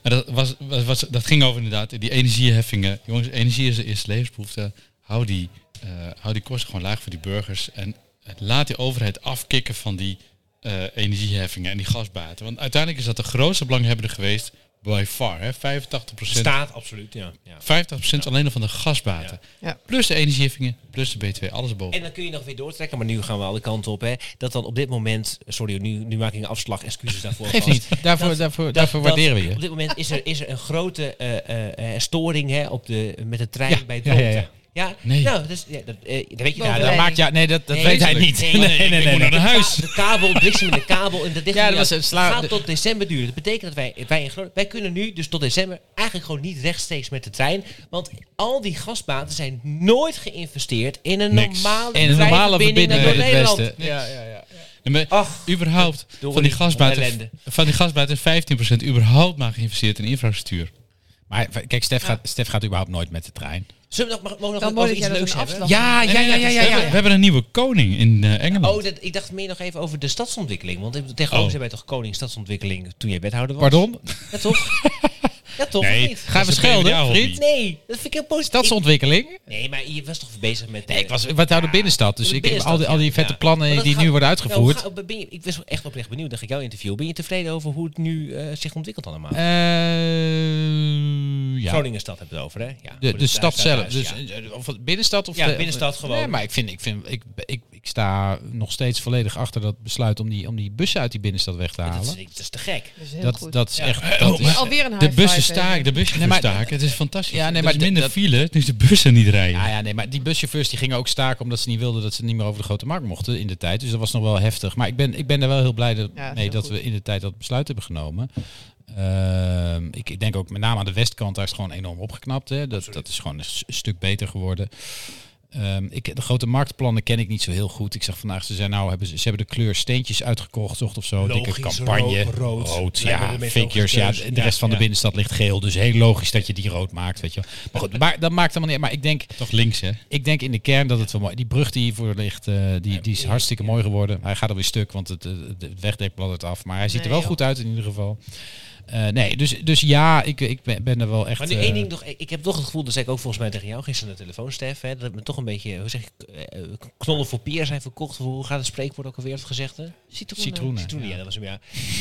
Speaker 3: En dat, was, was, was- dat ging over inderdaad die energieheffingen. Jongens, energie is de eerste levensbehoefte. Hou die, eh, hou die kosten gewoon laag voor die burgers. En eh, laat die overheid afkicken van die eh, energieheffingen en die gasbaten. Want uiteindelijk is dat de grootste belanghebbende geweest by far. Hè? 85%,
Speaker 1: Staat, absoluut. Ja. Ja.
Speaker 3: 50 alleen al van de gasbaten.
Speaker 4: Ja. Ja.
Speaker 3: Plus de energieheffingen, plus de B2, alles erboven.
Speaker 1: En dan kun je nog weer doortrekken, maar nu gaan we alle kanten op. Hè. Dat dan op dit moment, sorry, nu, nu maak ik een afslag, excuses daarvoor.
Speaker 2: Geeft
Speaker 1: alvast.
Speaker 2: niet. Daarvoor, daarvoor, daarvoor
Speaker 1: dat-
Speaker 2: waarderen we je.
Speaker 1: Op dit moment is er, is er een grote eh, eh, eh, storing hè, op de, met de trein
Speaker 2: Ja,
Speaker 1: bij het
Speaker 2: ja, ja,
Speaker 1: Dronten.
Speaker 2: ja.
Speaker 1: Ja,
Speaker 3: Nee.
Speaker 1: nou, dus, ja, dat, eh, dat weet je daar.
Speaker 2: Ja, dat
Speaker 4: Bovenleiding.
Speaker 2: maakt ja, nee, dat, dat
Speaker 1: Nee,
Speaker 2: weet hij niet.
Speaker 1: nee,
Speaker 2: Nee, nee, nee.
Speaker 3: ik
Speaker 2: nee,
Speaker 3: moet naar
Speaker 1: De,
Speaker 3: huis.
Speaker 1: ka- de kabel, bliksem in de kabel. En dat ligt
Speaker 2: Ja,
Speaker 1: er niet
Speaker 2: dat was
Speaker 1: uit.
Speaker 2: een sla-
Speaker 1: gaat
Speaker 2: de-
Speaker 1: tot december duren. Dat betekent dat wij, wij in Groningen, wij kunnen nu dus tot december eigenlijk gewoon niet rechtstreeks met de trein. Want al die gasbaten zijn nooit geïnvesteerd in een
Speaker 3: Niks.
Speaker 1: normale,
Speaker 2: En een normale verbinding
Speaker 1: door
Speaker 2: met het
Speaker 1: Nederland.
Speaker 2: Westen. Ja,
Speaker 3: En met-
Speaker 1: Ach,
Speaker 3: überhaupt,
Speaker 1: door
Speaker 3: van die,
Speaker 1: die
Speaker 3: gasbaten,
Speaker 1: ellende.
Speaker 3: van die gasbaten is 15% überhaupt maar geïnvesteerd in infrastructuur.
Speaker 2: Maar kijk, Stef, gaat, Stef gaat überhaupt nooit met de trein.
Speaker 1: Zullen we nog, mag- mogen we
Speaker 4: Dan
Speaker 1: nog
Speaker 4: mooi
Speaker 1: over iets
Speaker 4: dat jij dat
Speaker 1: leuks
Speaker 4: een
Speaker 1: hebben?
Speaker 4: afslag.
Speaker 2: Ja, ja, ja, ja, ja.
Speaker 3: We, hebben, we hebben een nieuwe koning in eh, Engeland.
Speaker 1: Oh, dat, ik dacht meer nog even over de stadsontwikkeling. Want tegenwoordig
Speaker 3: Oh.
Speaker 1: zijn wij toch koning stadsontwikkeling toen jij wethouder was?
Speaker 2: Pardon?
Speaker 1: Ja, toch? ja, toch?
Speaker 3: Nee.
Speaker 1: Of niet?
Speaker 2: Gaan we
Speaker 3: is een
Speaker 2: schelden,
Speaker 3: PvdA-hobby.
Speaker 2: vriend?
Speaker 1: Nee, dat vind ik heel positief.
Speaker 2: Stadsontwikkeling?
Speaker 1: Nee, maar je was toch bezig met...
Speaker 2: Nee, ik was wat houdt de binnenstad. Dus
Speaker 1: de
Speaker 2: ik heb al
Speaker 1: binnenstad,
Speaker 2: die, al die
Speaker 1: ja.
Speaker 2: vette
Speaker 1: Ja. Maar
Speaker 2: plannen
Speaker 1: dat
Speaker 2: die
Speaker 1: gaat-
Speaker 2: nu worden
Speaker 1: Nou, hoe
Speaker 2: uitgevoerd.
Speaker 1: ga- ben je- ik was wel echt oprecht benieuwd. Dan ga ik jou interviewen. Ben je tevreden over hoe het nu eh, zich ontwikkelt allemaal?
Speaker 2: Eh, ja.
Speaker 1: Groningenstad hebben we het over, hè? Ja,
Speaker 2: De,
Speaker 1: Voor
Speaker 2: de stad zelf.
Speaker 1: thuis-
Speaker 2: Dus,
Speaker 1: thuis, ja.
Speaker 2: eh, of het binnenstad of
Speaker 1: Ja,
Speaker 2: de-
Speaker 1: binnenstad
Speaker 2: of-
Speaker 1: gewoon.
Speaker 2: Nee, maar ik, vind, ik, vind, ik, ik, ik sta nog steeds volledig achter dat besluit om die, om die bussen uit die binnenstad weg te
Speaker 1: Dat
Speaker 2: halen.
Speaker 1: is, dat is te gek.
Speaker 4: dat is heel
Speaker 2: Dat,
Speaker 4: goed.
Speaker 2: dat is
Speaker 1: Ja.
Speaker 2: echt. Dat is,
Speaker 4: Alweer een high
Speaker 3: De bussen
Speaker 4: five, hè.
Speaker 3: staken, de bussen
Speaker 2: Nee, maar-
Speaker 3: staken. Het is fantastisch.
Speaker 2: Ja,
Speaker 3: Ja,
Speaker 2: nee,
Speaker 3: nee,
Speaker 2: maar
Speaker 3: is minder
Speaker 2: dat-
Speaker 3: file, dus de bussen niet rijden.
Speaker 2: ja, ja, nee, maar die buschauffeurs die gingen ook staken omdat ze niet wilden dat ze niet meer over de grote markt mochten in de tijd. Dus dat was nog wel heftig. Maar ik ben, ik ben er wel heel blij dat-
Speaker 4: Ja, dat is
Speaker 2: mee
Speaker 4: heel
Speaker 2: dat
Speaker 4: goed.
Speaker 2: we in de tijd dat besluit hebben genomen. Eh, Ehm, ik, ik denk ook met name aan de westkant, daar is het gewoon enorm opgeknapt. Hè. Dat, dat is gewoon een s- stuk beter geworden. Ehm, ik, de grote marktplannen ken ik niet zo heel goed. Ik zag vandaag, ze, zijn nou, hebben, ze ze hebben de kleur steentjes uitgekocht of zo. Dikke
Speaker 1: Logisch,
Speaker 2: campagne.
Speaker 1: ro- rood. Lijkt me
Speaker 2: ja,
Speaker 1: de meest
Speaker 2: figures.
Speaker 1: logische
Speaker 2: Ja,
Speaker 1: keus.
Speaker 2: de de rest
Speaker 1: Ja,
Speaker 2: van de
Speaker 1: ja.
Speaker 2: binnenstad ligt geel. Dus heel logisch dat je die rood maakt. Weet je. wel. Maar goed, maar, dat maakt helemaal niet uit. Maar ik denk,
Speaker 3: Toch links, hè?
Speaker 2: ik denk in de kern dat het wel mooi Die brug die hiervoor ligt, eh, die, die is hartstikke mooi geworden. Hij gaat alweer stuk, want het, eh, het wegdek bladdert af. Maar hij ziet er
Speaker 4: Nee,
Speaker 2: wel
Speaker 4: joh.
Speaker 2: goed uit in ieder geval. Eh, nee, dus, dus ja, ik, ik ben, ben er wel echt...
Speaker 1: Maar nu
Speaker 2: eh,
Speaker 1: één ding nog. Ik ik heb toch het gevoel, dat zei ik ook volgens mij tegen jou gisteren aan de telefoon, Stef. Hè, dat we toch een beetje, hoe zeg ik, eh, knollen voor pier zijn verkocht. Hoe gaat het spreekwoord ook alweer, het gezegde?
Speaker 4: Citroenen.
Speaker 2: Citroenen.
Speaker 1: Toen ja, dat was hem, ja.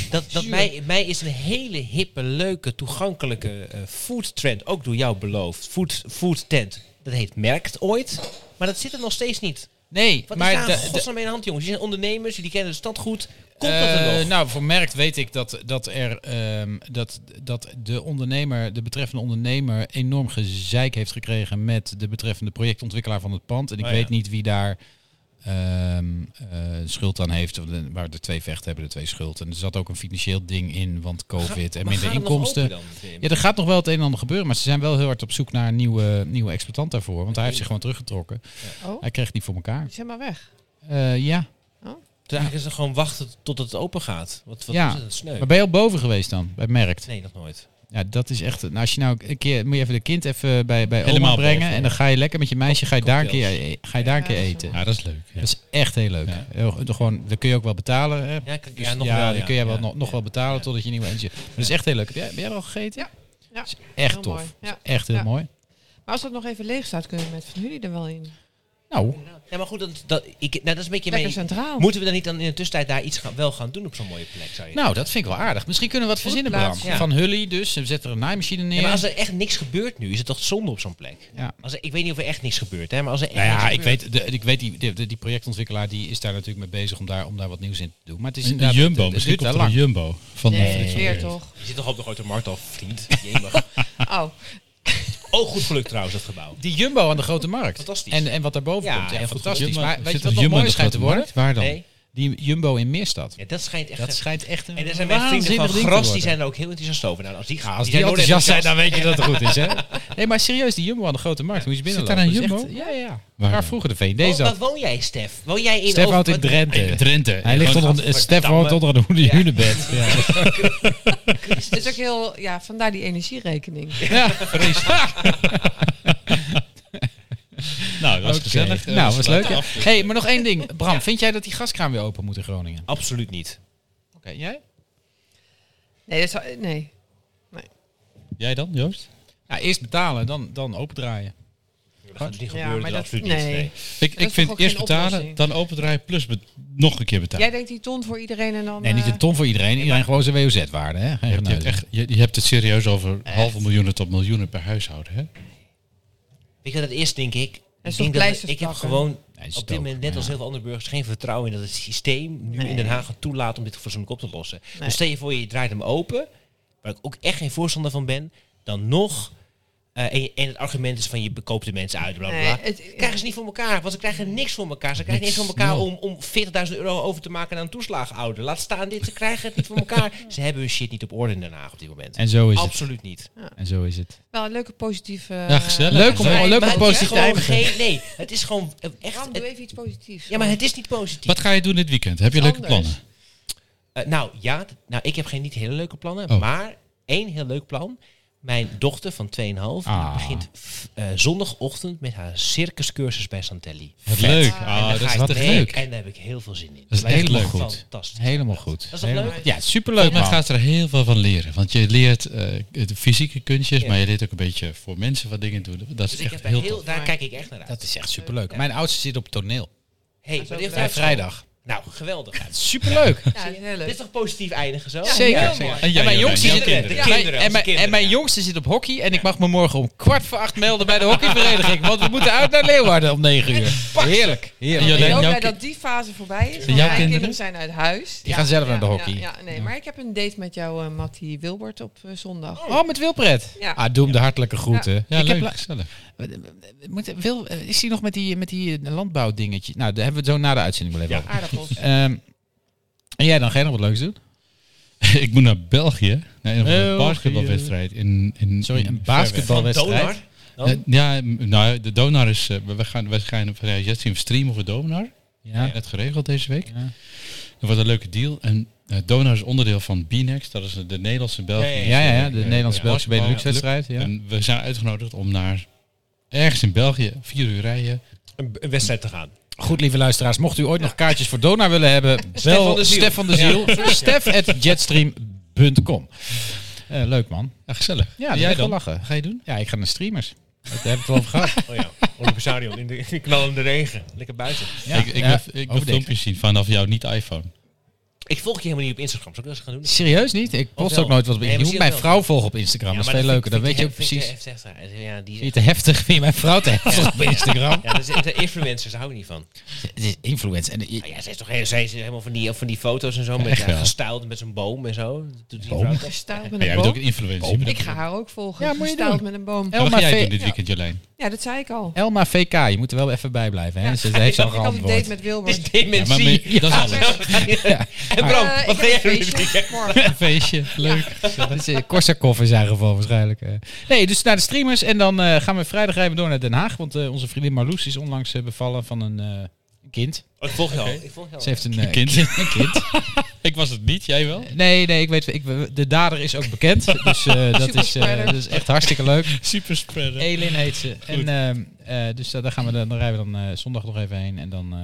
Speaker 1: Dat, dat mij, mij is een hele hippe, leuke, toegankelijke eh food trend, ook door jou beloofd. Food, food tent. Dat heet Merkt ooit, maar dat zit er nog steeds niet.
Speaker 2: Nee,
Speaker 1: Wat is
Speaker 2: maar...
Speaker 1: daar aan
Speaker 2: de- de-
Speaker 1: godsnaam mee aan de hand, jongens? Jullie zijn ondernemers, jullie kennen de stad goed. Komt dat er
Speaker 2: Eh,
Speaker 1: nog?
Speaker 2: Nou, voor Merkt weet ik dat, dat, er, ehm, dat, dat de ondernemer, de betreffende ondernemer, enorm gezeik heeft gekregen met de betreffende projectontwikkelaar van het pand. En ik
Speaker 1: Oh ja.
Speaker 2: weet niet wie daar ehm, eh, schuld aan heeft. Want, eh, Waar de twee vechten hebben, de twee schuld. En er zat ook een financieel ding in, want COVID en
Speaker 1: Maar
Speaker 2: minder
Speaker 1: gaat het nog
Speaker 2: inkomsten.
Speaker 1: open dan, Tim?
Speaker 2: Ja, er gaat nog wel het een en ander gebeuren, maar ze zijn wel heel hard op zoek naar een nieuwe, nieuwe exploitant daarvoor. Want hij heeft zich gewoon teruggetrokken.
Speaker 4: Oh,
Speaker 2: Hij kreeg het niet voor elkaar.
Speaker 4: die zijn maar weg.
Speaker 2: Eh, ja.
Speaker 1: Dus eigenlijk is het gewoon wachten tot het open gaat. Wat, wat
Speaker 2: Ja.
Speaker 1: is het? Sneu.
Speaker 2: Maar ben je al boven geweest dan, bij Merkt?
Speaker 1: Nee, nog nooit.
Speaker 2: Ja, dat is echt. Nou, als je nou een keer moet je even de kind even bij, bij
Speaker 3: Helemaal
Speaker 2: oma brengen.
Speaker 3: boven,
Speaker 2: en dan ga je lekker met je meisje ga je daar een keer, ga je daar een
Speaker 4: Ja,
Speaker 2: keer
Speaker 4: dat is
Speaker 2: eten.
Speaker 3: Ja, dat is leuk.
Speaker 2: Dat is echt heel leuk. Heel- gewoon, dan kun je ook wel betalen. Hè?
Speaker 1: Ja, ik-
Speaker 2: Dus
Speaker 1: ja, nog
Speaker 2: ja,
Speaker 1: wel,
Speaker 2: dan
Speaker 1: ja.
Speaker 2: kun je wel,
Speaker 1: Ja.
Speaker 2: nog, nog wel betalen totdat je een nieuwe eentje. Maar dat is echt heel leuk. Heb jij, ben jij er al gegeten?
Speaker 4: Ja. Ja.
Speaker 2: Dat is echt
Speaker 4: Heel
Speaker 2: tof.
Speaker 4: mooi.
Speaker 2: Dat is
Speaker 4: Ja.
Speaker 2: Echt heel
Speaker 4: Ja.
Speaker 2: mooi.
Speaker 4: Maar als dat nog even leeg staat, kunnen we met Van jullie er wel in.
Speaker 2: Nou,
Speaker 1: Ja, maar goed, dat, dat, ik, nou, dat is een beetje
Speaker 4: Lekker
Speaker 1: mee.
Speaker 4: centraal.
Speaker 1: Moeten we dan niet dan in de tussentijd daar iets gaan, wel gaan doen op zo'n mooie plek, zou je
Speaker 2: nou, dat vind ik wel aardig. Misschien kunnen we wat verzinnen, Bram.
Speaker 4: plaats,
Speaker 1: ja.
Speaker 2: Van Hully dus. We zetten er een naaimachine neer.
Speaker 1: Ja,
Speaker 2: Ja,
Speaker 1: maar als er echt niks gebeurt nu, is het toch zonde op zo'n plek?
Speaker 2: Ja.
Speaker 1: Als er- ik weet niet of er echt niks gebeurt, hè, maar als er echt
Speaker 2: Nou ja,
Speaker 1: niks
Speaker 2: ik
Speaker 1: gebeurt-
Speaker 2: weet, de, ik weet die, de- de- die projectontwikkelaar die is daar natuurlijk mee bezig om daar, om daar wat nieuws in te doen. Maar het is
Speaker 3: Een
Speaker 2: Dus inderdaad- het-
Speaker 3: jumbo,
Speaker 2: het
Speaker 3: misschien
Speaker 2: duurt
Speaker 3: komt
Speaker 2: daar
Speaker 3: er een
Speaker 2: lang.
Speaker 3: jumbo. Van
Speaker 4: Nee, weer toch.
Speaker 1: Je zit toch op de grote markt al, vriend? Jemig.
Speaker 4: Oh,
Speaker 1: oh, goed gelukt trouwens, dat gebouw.
Speaker 2: Die Jumbo aan de Grote Markt.
Speaker 1: Fantastisch.
Speaker 2: En, en wat daarboven
Speaker 1: Ja,
Speaker 2: komt.
Speaker 1: heel
Speaker 2: Echt
Speaker 1: goed.
Speaker 2: fantastisch.
Speaker 3: Jumbo-
Speaker 2: maar weet je
Speaker 3: zit
Speaker 2: wat
Speaker 3: een
Speaker 2: nog
Speaker 3: Jumbo in
Speaker 2: mooier
Speaker 3: de
Speaker 2: schijnt te
Speaker 3: grote
Speaker 2: worden?
Speaker 3: markt? Waar dan?
Speaker 1: Nee,
Speaker 2: Die Jumbo in Meerstad.
Speaker 1: ja, dat schijnt echt...
Speaker 2: Dat schijnt echt een
Speaker 1: en er zijn mijn vrienden van
Speaker 2: waanzinnig ding te
Speaker 1: Gras, die
Speaker 2: worden.
Speaker 1: zijn er ook heel enthousiast over. Nou, als die,
Speaker 2: Ja, als die, enthousiast zijn, dan weet je dat het goed is, hè? Nee, maar serieus, die Jumbo aan de Grote Markt. Moet je binnen
Speaker 3: Zit daar een Jumbo?
Speaker 2: ja, ja.
Speaker 3: Waar
Speaker 2: Waar,
Speaker 3: dan?
Speaker 2: vroeger de VND
Speaker 1: Oh,
Speaker 2: zat.
Speaker 1: waar woon jij, Stef? Woon jij in...
Speaker 2: Stef
Speaker 1: Over-
Speaker 2: woont in Drenthe.
Speaker 3: In Drenthe.
Speaker 2: Hij ligt
Speaker 3: Gewoon-
Speaker 2: onder een, Stef
Speaker 1: Gadverdamme.
Speaker 2: woont onder een hoede
Speaker 1: Ja.
Speaker 2: hunebed. Ja.
Speaker 4: het is ook heel, ja, vandaar die energierekening.
Speaker 2: Ja, vreselijk.
Speaker 3: Nou, dat was
Speaker 2: Oké.
Speaker 3: gezellig. Eh,
Speaker 2: Nou,
Speaker 3: we
Speaker 2: was leuk.
Speaker 3: sluiten
Speaker 2: hè?
Speaker 3: af.
Speaker 2: hey, maar nog één ding. Bram, vind jij dat die gaskraan weer open moet in Groningen?
Speaker 1: Absoluut niet.
Speaker 2: Oké, jij?
Speaker 4: Nee, dat zou, nee.
Speaker 3: Jij dan, Joost?
Speaker 2: Ja, eerst betalen, dan, dan opendraaien.
Speaker 1: Dat gaat dus niet
Speaker 4: Ja,
Speaker 1: gebeuren,
Speaker 4: maar
Speaker 1: dat
Speaker 4: dat-
Speaker 1: absoluut niet.
Speaker 4: nee.
Speaker 1: Nee.
Speaker 3: Ik,
Speaker 4: is
Speaker 3: ik
Speaker 4: toch
Speaker 3: vind
Speaker 4: ook
Speaker 3: eerst
Speaker 4: geen
Speaker 3: betalen,
Speaker 4: oplossing?
Speaker 3: dan opendraaien, plus be- nog een keer betalen.
Speaker 4: Jij denkt die ton voor iedereen en dan...
Speaker 2: Nee, niet
Speaker 4: eh,
Speaker 2: een ton voor iedereen. Iedereen gewoon zijn WOZ-waarde, hè? Geen
Speaker 3: Je hebt, je, hebt
Speaker 2: geneuzel.
Speaker 3: echt, je, je hebt het serieus over halve miljoenen tot miljoenen per huishouden. Hè?
Speaker 1: Weet je wat het is, denk ik? Ik,
Speaker 4: soms
Speaker 1: denk dat,
Speaker 4: pleisters
Speaker 1: ik heb
Speaker 4: plakken.
Speaker 1: gewoon
Speaker 2: is
Speaker 1: op dit
Speaker 2: ook,
Speaker 1: moment, net als heel veel andere burgers, geen vertrouwen in dat het systeem nu in Den Haag het toelaat om dit fatsoenlijk op te lossen.
Speaker 4: Nee.
Speaker 1: Dus stel je voor, je draait hem open, waar ik ook echt geen voorstander van ben, dan nog. eh, en, je- en het argument is van je koopt de mensen uit, bla bla.
Speaker 4: Nee,
Speaker 1: bla.
Speaker 4: het-
Speaker 1: krijgen ze niet voor elkaar, want ze krijgen niks voor elkaar. Ze krijgen niks
Speaker 3: Niks,
Speaker 1: voor elkaar
Speaker 3: nul.
Speaker 1: om, om 40.000 euro over te maken aan een toeslagenouder. Laat staan dit, ze krijgen het niet voor elkaar. ze hebben hun shit niet op orde in Den Haag op dit moment.
Speaker 2: En zo is het.
Speaker 1: Absoluut niet.
Speaker 2: En zo is het.
Speaker 4: Wel een leuke positieve...
Speaker 3: Ja, gezellig.
Speaker 2: Leuk om,
Speaker 1: Maar-
Speaker 2: leuk
Speaker 1: maar
Speaker 2: om
Speaker 1: het is
Speaker 2: positief te
Speaker 1: gewoon
Speaker 2: eindigen.
Speaker 1: geen- Nee, het is gewoon eh, echt...
Speaker 4: Bram,
Speaker 1: het-
Speaker 4: doe even iets positiefs.
Speaker 1: ja, maar het is niet positief.
Speaker 3: Wat ga je doen dit weekend? Heb je leuke
Speaker 4: Anders.
Speaker 3: plannen?
Speaker 1: Eh, nou ja, d- nou, ik heb geen niet hele leuke plannen,
Speaker 3: Oh.
Speaker 1: maar één heel leuk plan. Mijn dochter van 2,5
Speaker 2: Ah.
Speaker 1: begint f- eh, zondagochtend met haar circuscursus bij Santelli.
Speaker 3: Wat leuk.
Speaker 1: En
Speaker 3: Ah,
Speaker 1: daar
Speaker 3: dat
Speaker 1: ga
Speaker 3: is
Speaker 1: ik
Speaker 3: wat
Speaker 1: erheen
Speaker 3: leuk.
Speaker 1: En daar heb ik heel veel zin in.
Speaker 3: Dat is echt
Speaker 2: Helemaal
Speaker 3: leuk.
Speaker 2: goed.
Speaker 1: Fantastisch.
Speaker 2: Helemaal goed.
Speaker 1: Dat is toch
Speaker 2: Helemaal-
Speaker 1: leuk? Dus
Speaker 2: Ja, superleuk
Speaker 3: Leuk, maar
Speaker 2: man.
Speaker 3: gaat er heel veel van leren. Want je leert eh, de fysieke kunstjes,
Speaker 1: Ja.
Speaker 3: maar je leert ook een beetje voor mensen wat dingen doen. Dat is
Speaker 1: Dus ik
Speaker 3: echt
Speaker 1: heb
Speaker 3: heel,
Speaker 1: heel,
Speaker 3: tof.
Speaker 1: daar kijk ik echt naar uit.
Speaker 2: Dat is echt superleuk. Mijn oudste zit op toneel.
Speaker 1: hey, maar dit heeft
Speaker 2: Bij
Speaker 1: uitschool.
Speaker 2: vrijdag.
Speaker 1: Nou, geweldig.
Speaker 2: Superleuk.
Speaker 4: Ja, dat is heel
Speaker 1: Dit is
Speaker 4: leuk.
Speaker 1: toch positief eindigen zo?
Speaker 2: Zeker.
Speaker 1: Ja,
Speaker 2: Zeker. en
Speaker 3: En jij,
Speaker 2: mijn
Speaker 3: Jorijn,
Speaker 2: jongste
Speaker 3: jouw
Speaker 2: zit
Speaker 1: kinderen. De kinderen,
Speaker 2: en, mijn,
Speaker 1: onze kinderen.
Speaker 2: en mijn jongste zit op hockey. En ik mag me morgen om kwart voor acht melden bij de hockeyvereniging. Want we moeten uit naar Leeuwarden om negen uur. Heerlijk.
Speaker 4: En
Speaker 2: Heerlijk.
Speaker 4: ik
Speaker 3: Jorijn,
Speaker 4: ben ook
Speaker 3: jouw
Speaker 4: blij
Speaker 3: ki-
Speaker 4: dat die fase voorbij is. want
Speaker 3: jouw
Speaker 4: mijn
Speaker 3: kinderen?
Speaker 4: kinderen? zijn uit huis.
Speaker 2: Die gaan zelf naar de hockey.
Speaker 4: Ja, ja, nee, maar ik heb een date met jou, eh, Mattie Wilbert, op eh, zondag.
Speaker 2: Oh, met Wilpret.
Speaker 4: Ja.
Speaker 2: Ah, doe hem de hartelijke groeten.
Speaker 3: Ja,
Speaker 2: ik heb
Speaker 3: leuk.
Speaker 2: la-
Speaker 3: gezellig.
Speaker 2: Moet, wil, eh, is hij nog met die, met die eh, landbouwdingetje? Nou, daar hebben we het zo na de uitzending wel even over.
Speaker 4: Aardappels.
Speaker 2: Ehm, en jij dan? Ga je nog wat leuks doen?
Speaker 3: ik moet naar België. Nee, nog een
Speaker 2: België.
Speaker 3: basketbalwedstrijd. In, in,
Speaker 2: Sorry,
Speaker 3: in
Speaker 2: een
Speaker 3: ver weg.
Speaker 2: basketbalwedstrijd.
Speaker 1: Donar? Dan?
Speaker 3: Eh, Ja, m- nou, de Donar is... eh, we gaan waarschijnlijk van ja, Justin streamen over Donar.
Speaker 2: Ja.
Speaker 3: Net geregeld deze week.
Speaker 2: Ja.
Speaker 3: Dat wordt een leuke deal. En eh, Donar is onderdeel van B-Next. Dat is de Nederlandse België.
Speaker 1: Ja,
Speaker 2: Ja, ja, ja, de
Speaker 3: Eh,
Speaker 2: Nederlands-Belgische
Speaker 3: basketbal-
Speaker 2: Benelux-wedstrijd. Ja.
Speaker 3: En we zijn uitgenodigd om naar ergens in België, vier uur rijden.
Speaker 1: Een, een wedstrijd te gaan.
Speaker 2: Goed, lieve luisteraars, mocht u ooit nog kaartjes voor Dona willen hebben, bel
Speaker 1: de Ziel.
Speaker 2: Stef van de Ziel. Stef at jetstream.com. Eh, leuk man.
Speaker 3: Ja, Ah, gezellig.
Speaker 2: Ja,
Speaker 3: En
Speaker 2: dat
Speaker 3: jij
Speaker 2: is wel
Speaker 3: dan?
Speaker 2: lachen.
Speaker 3: Ga je doen?
Speaker 2: Ja, ik ga naar streamers. Dat hebben we het al over gehad.
Speaker 1: Oh ja, Olympiastadion in de in de knallende regen. Lekker buiten.
Speaker 2: Ja,
Speaker 3: ik ik
Speaker 2: ja,
Speaker 3: wil, ik wil
Speaker 2: over deze.
Speaker 3: filmpjes zien vanaf jou, niet iPhone.
Speaker 1: Ik volg je helemaal niet op Instagram. Zou ik dat eens gaan doen?
Speaker 2: Serieus niet? Ik post
Speaker 1: wel.
Speaker 2: ook nooit wat op
Speaker 1: Nee,
Speaker 2: Instagram. Je
Speaker 1: maar zie
Speaker 2: moet mijn
Speaker 1: je
Speaker 2: vrouw volgen op Instagram.
Speaker 1: Ja,
Speaker 2: dat is
Speaker 1: maar
Speaker 2: veel leuker. Dan
Speaker 1: vind
Speaker 2: weet
Speaker 1: ik-
Speaker 2: je ook
Speaker 1: vind ik-
Speaker 2: precies.
Speaker 1: vind ik echt echt- Ja, die is
Speaker 2: Vind je te heftig? Vind je mijn vrouw te heftig op Instagram?
Speaker 1: Ja, dat zijn influencers, daar hou ik niet van.
Speaker 2: Het is influence. En, eh,
Speaker 1: Nou ja, zij is toch heel, zij is helemaal van die, van die foto's en zo, met
Speaker 3: echt
Speaker 1: ja,
Speaker 3: wel.
Speaker 1: gestyled met zo'n boom en zo. Dat doet die
Speaker 2: Boom?
Speaker 1: vrouw toch?
Speaker 4: Gestyled met
Speaker 3: Ja, jij
Speaker 4: een
Speaker 3: bent ook een
Speaker 4: boom.
Speaker 2: Oh.
Speaker 3: influencer. Je bent
Speaker 4: Ik
Speaker 3: ook-
Speaker 4: ga haar ook volgen.
Speaker 2: Ja,
Speaker 4: Ja,
Speaker 2: moet je
Speaker 4: Gestaald
Speaker 2: doen.
Speaker 4: met een boom.
Speaker 2: Elma,
Speaker 3: Wat ga jij
Speaker 2: V-
Speaker 3: doen dit weekend, Jolijn?
Speaker 4: Ja, dat zei ik al.
Speaker 2: Elma VK, je moet er wel even bij blijven. Hè? Ze heeft
Speaker 4: ik
Speaker 2: al
Speaker 4: had ik had een date
Speaker 2: geantwoord.
Speaker 4: met
Speaker 1: Dit
Speaker 4: Wilbert.
Speaker 1: is dementie.
Speaker 3: maar- dat is alles.
Speaker 1: En Bram,
Speaker 4: Eh,
Speaker 1: wat
Speaker 4: ik
Speaker 1: ga
Speaker 4: heb
Speaker 1: jij
Speaker 4: een
Speaker 1: doen?
Speaker 4: feestje morgen.
Speaker 3: Een feestje, leuk.
Speaker 2: Dat is, eh, Korsakoff in zijn geval waarschijnlijk. eh. Nee, dus naar de streamers. En dan eh, gaan we vrijdag rijden we door naar Den Haag. Want eh, onze vriendin Marloes is onlangs eh, bevallen van een eh, kind.
Speaker 1: Oh, ik volg jou. Ik volg jou.
Speaker 2: Ze heeft een, eh,
Speaker 3: Een kind.
Speaker 2: Een kind.
Speaker 3: Ik was het niet, jij wel?
Speaker 2: Nee, nee, ik weet ik, De dader is ook bekend. Dus eh, dat, is, eh,
Speaker 4: Superspreader.
Speaker 2: dat is echt hartstikke leuk.
Speaker 3: Super spreader.
Speaker 2: Elin heet ze. En, ehm, eh, dus da- daar gaan we dan, dan rijden we dan eh, zondag nog even heen. En dan, eh,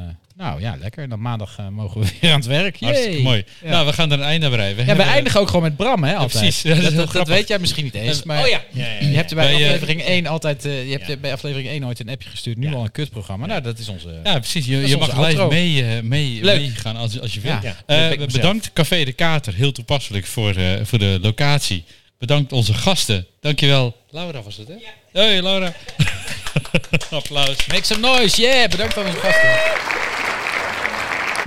Speaker 2: nou ja, lekker. En dan maandag eh, mogen we weer aan het werk. Yay.
Speaker 3: Hartstikke mooi.
Speaker 2: Ja.
Speaker 3: Nou, we gaan er een einde aan bereiden.
Speaker 2: ja, we
Speaker 3: hebben- eh,
Speaker 2: eindigen ook gewoon met Bram, hè? Altijd.
Speaker 3: precies. Ja, dat
Speaker 2: dat,
Speaker 3: is heel
Speaker 2: dat, dat
Speaker 3: grappig.
Speaker 2: weet jij misschien niet eens. Maar
Speaker 1: Oh ja. ja, ja,
Speaker 2: Je
Speaker 1: ja.
Speaker 2: hebt er bij
Speaker 3: Bij, eh,
Speaker 2: aflevering 1 altijd, eh, je hebt
Speaker 1: Ja.
Speaker 2: er bij aflevering 1 ooit een appje gestuurd. Nu al een kutprogramma. Nou, dat is onze...
Speaker 3: Ja, precies. Je,
Speaker 2: is
Speaker 3: je
Speaker 2: onze
Speaker 3: mag live
Speaker 2: outro.
Speaker 3: mee, eh, mee,
Speaker 2: Leuk.
Speaker 3: meegaan als, als je wil.
Speaker 2: Ja,
Speaker 3: Eh,
Speaker 1: dat ben ik mezelf.
Speaker 3: bedankt Café de Kater, heel toepasselijk voor, eh, voor de locatie. Bedankt onze gasten. Dankjewel. Laura was het, hè? Hey, Laura. Applaus.
Speaker 2: Make some noise, yeah! Bedankt aan onze gasten.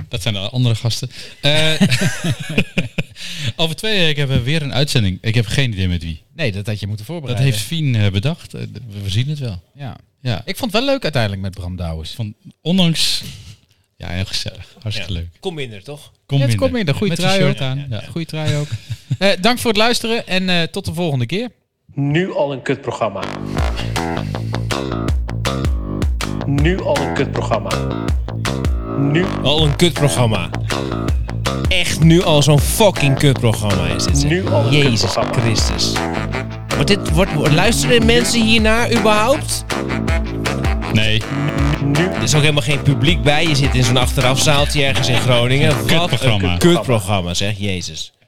Speaker 3: Dat zijn de andere gasten. Eh, over twee weken hebben we weer een uitzending. Ik heb geen idee met wie.
Speaker 2: Nee, dat had je moeten
Speaker 3: Dat
Speaker 2: voorbereiden.
Speaker 3: heeft Fien eh, bedacht. Eh, we we zien het wel.
Speaker 2: Ja.
Speaker 3: Ja.
Speaker 2: Ik vond het wel leuk uiteindelijk met Bram Douwens.
Speaker 3: Van, ondanks... Ja, heel gezellig. Hartstikke
Speaker 1: Ja.
Speaker 3: leuk.
Speaker 1: Kom minder, toch?
Speaker 3: Kom
Speaker 2: Ja, het komt in de goede
Speaker 3: Met een
Speaker 2: trui
Speaker 3: shirt
Speaker 2: ook.
Speaker 3: aan. Ja,
Speaker 2: Goeie trui ook. Eh, dank voor het luisteren en eh, tot de volgende keer.
Speaker 7: Nu al een kutprogramma. Nu al een kutprogramma. Nu,
Speaker 1: Al een kutprogramma. Echt nu al zo'n fucking kutprogramma is dit. zeg.
Speaker 7: Nu al een
Speaker 1: Jezus
Speaker 7: kutprogramma.
Speaker 1: Christus. Wordt dit, wordt, wordt- luisteren mensen hiernaar überhaupt?
Speaker 3: Nee.
Speaker 7: nu
Speaker 1: Er is ook helemaal geen publiek bij. Je zit in zo'n achterafzaaltje ergens in Groningen. Wat een
Speaker 3: Kutprogramma.
Speaker 1: kutprogramma zeg, Jezus.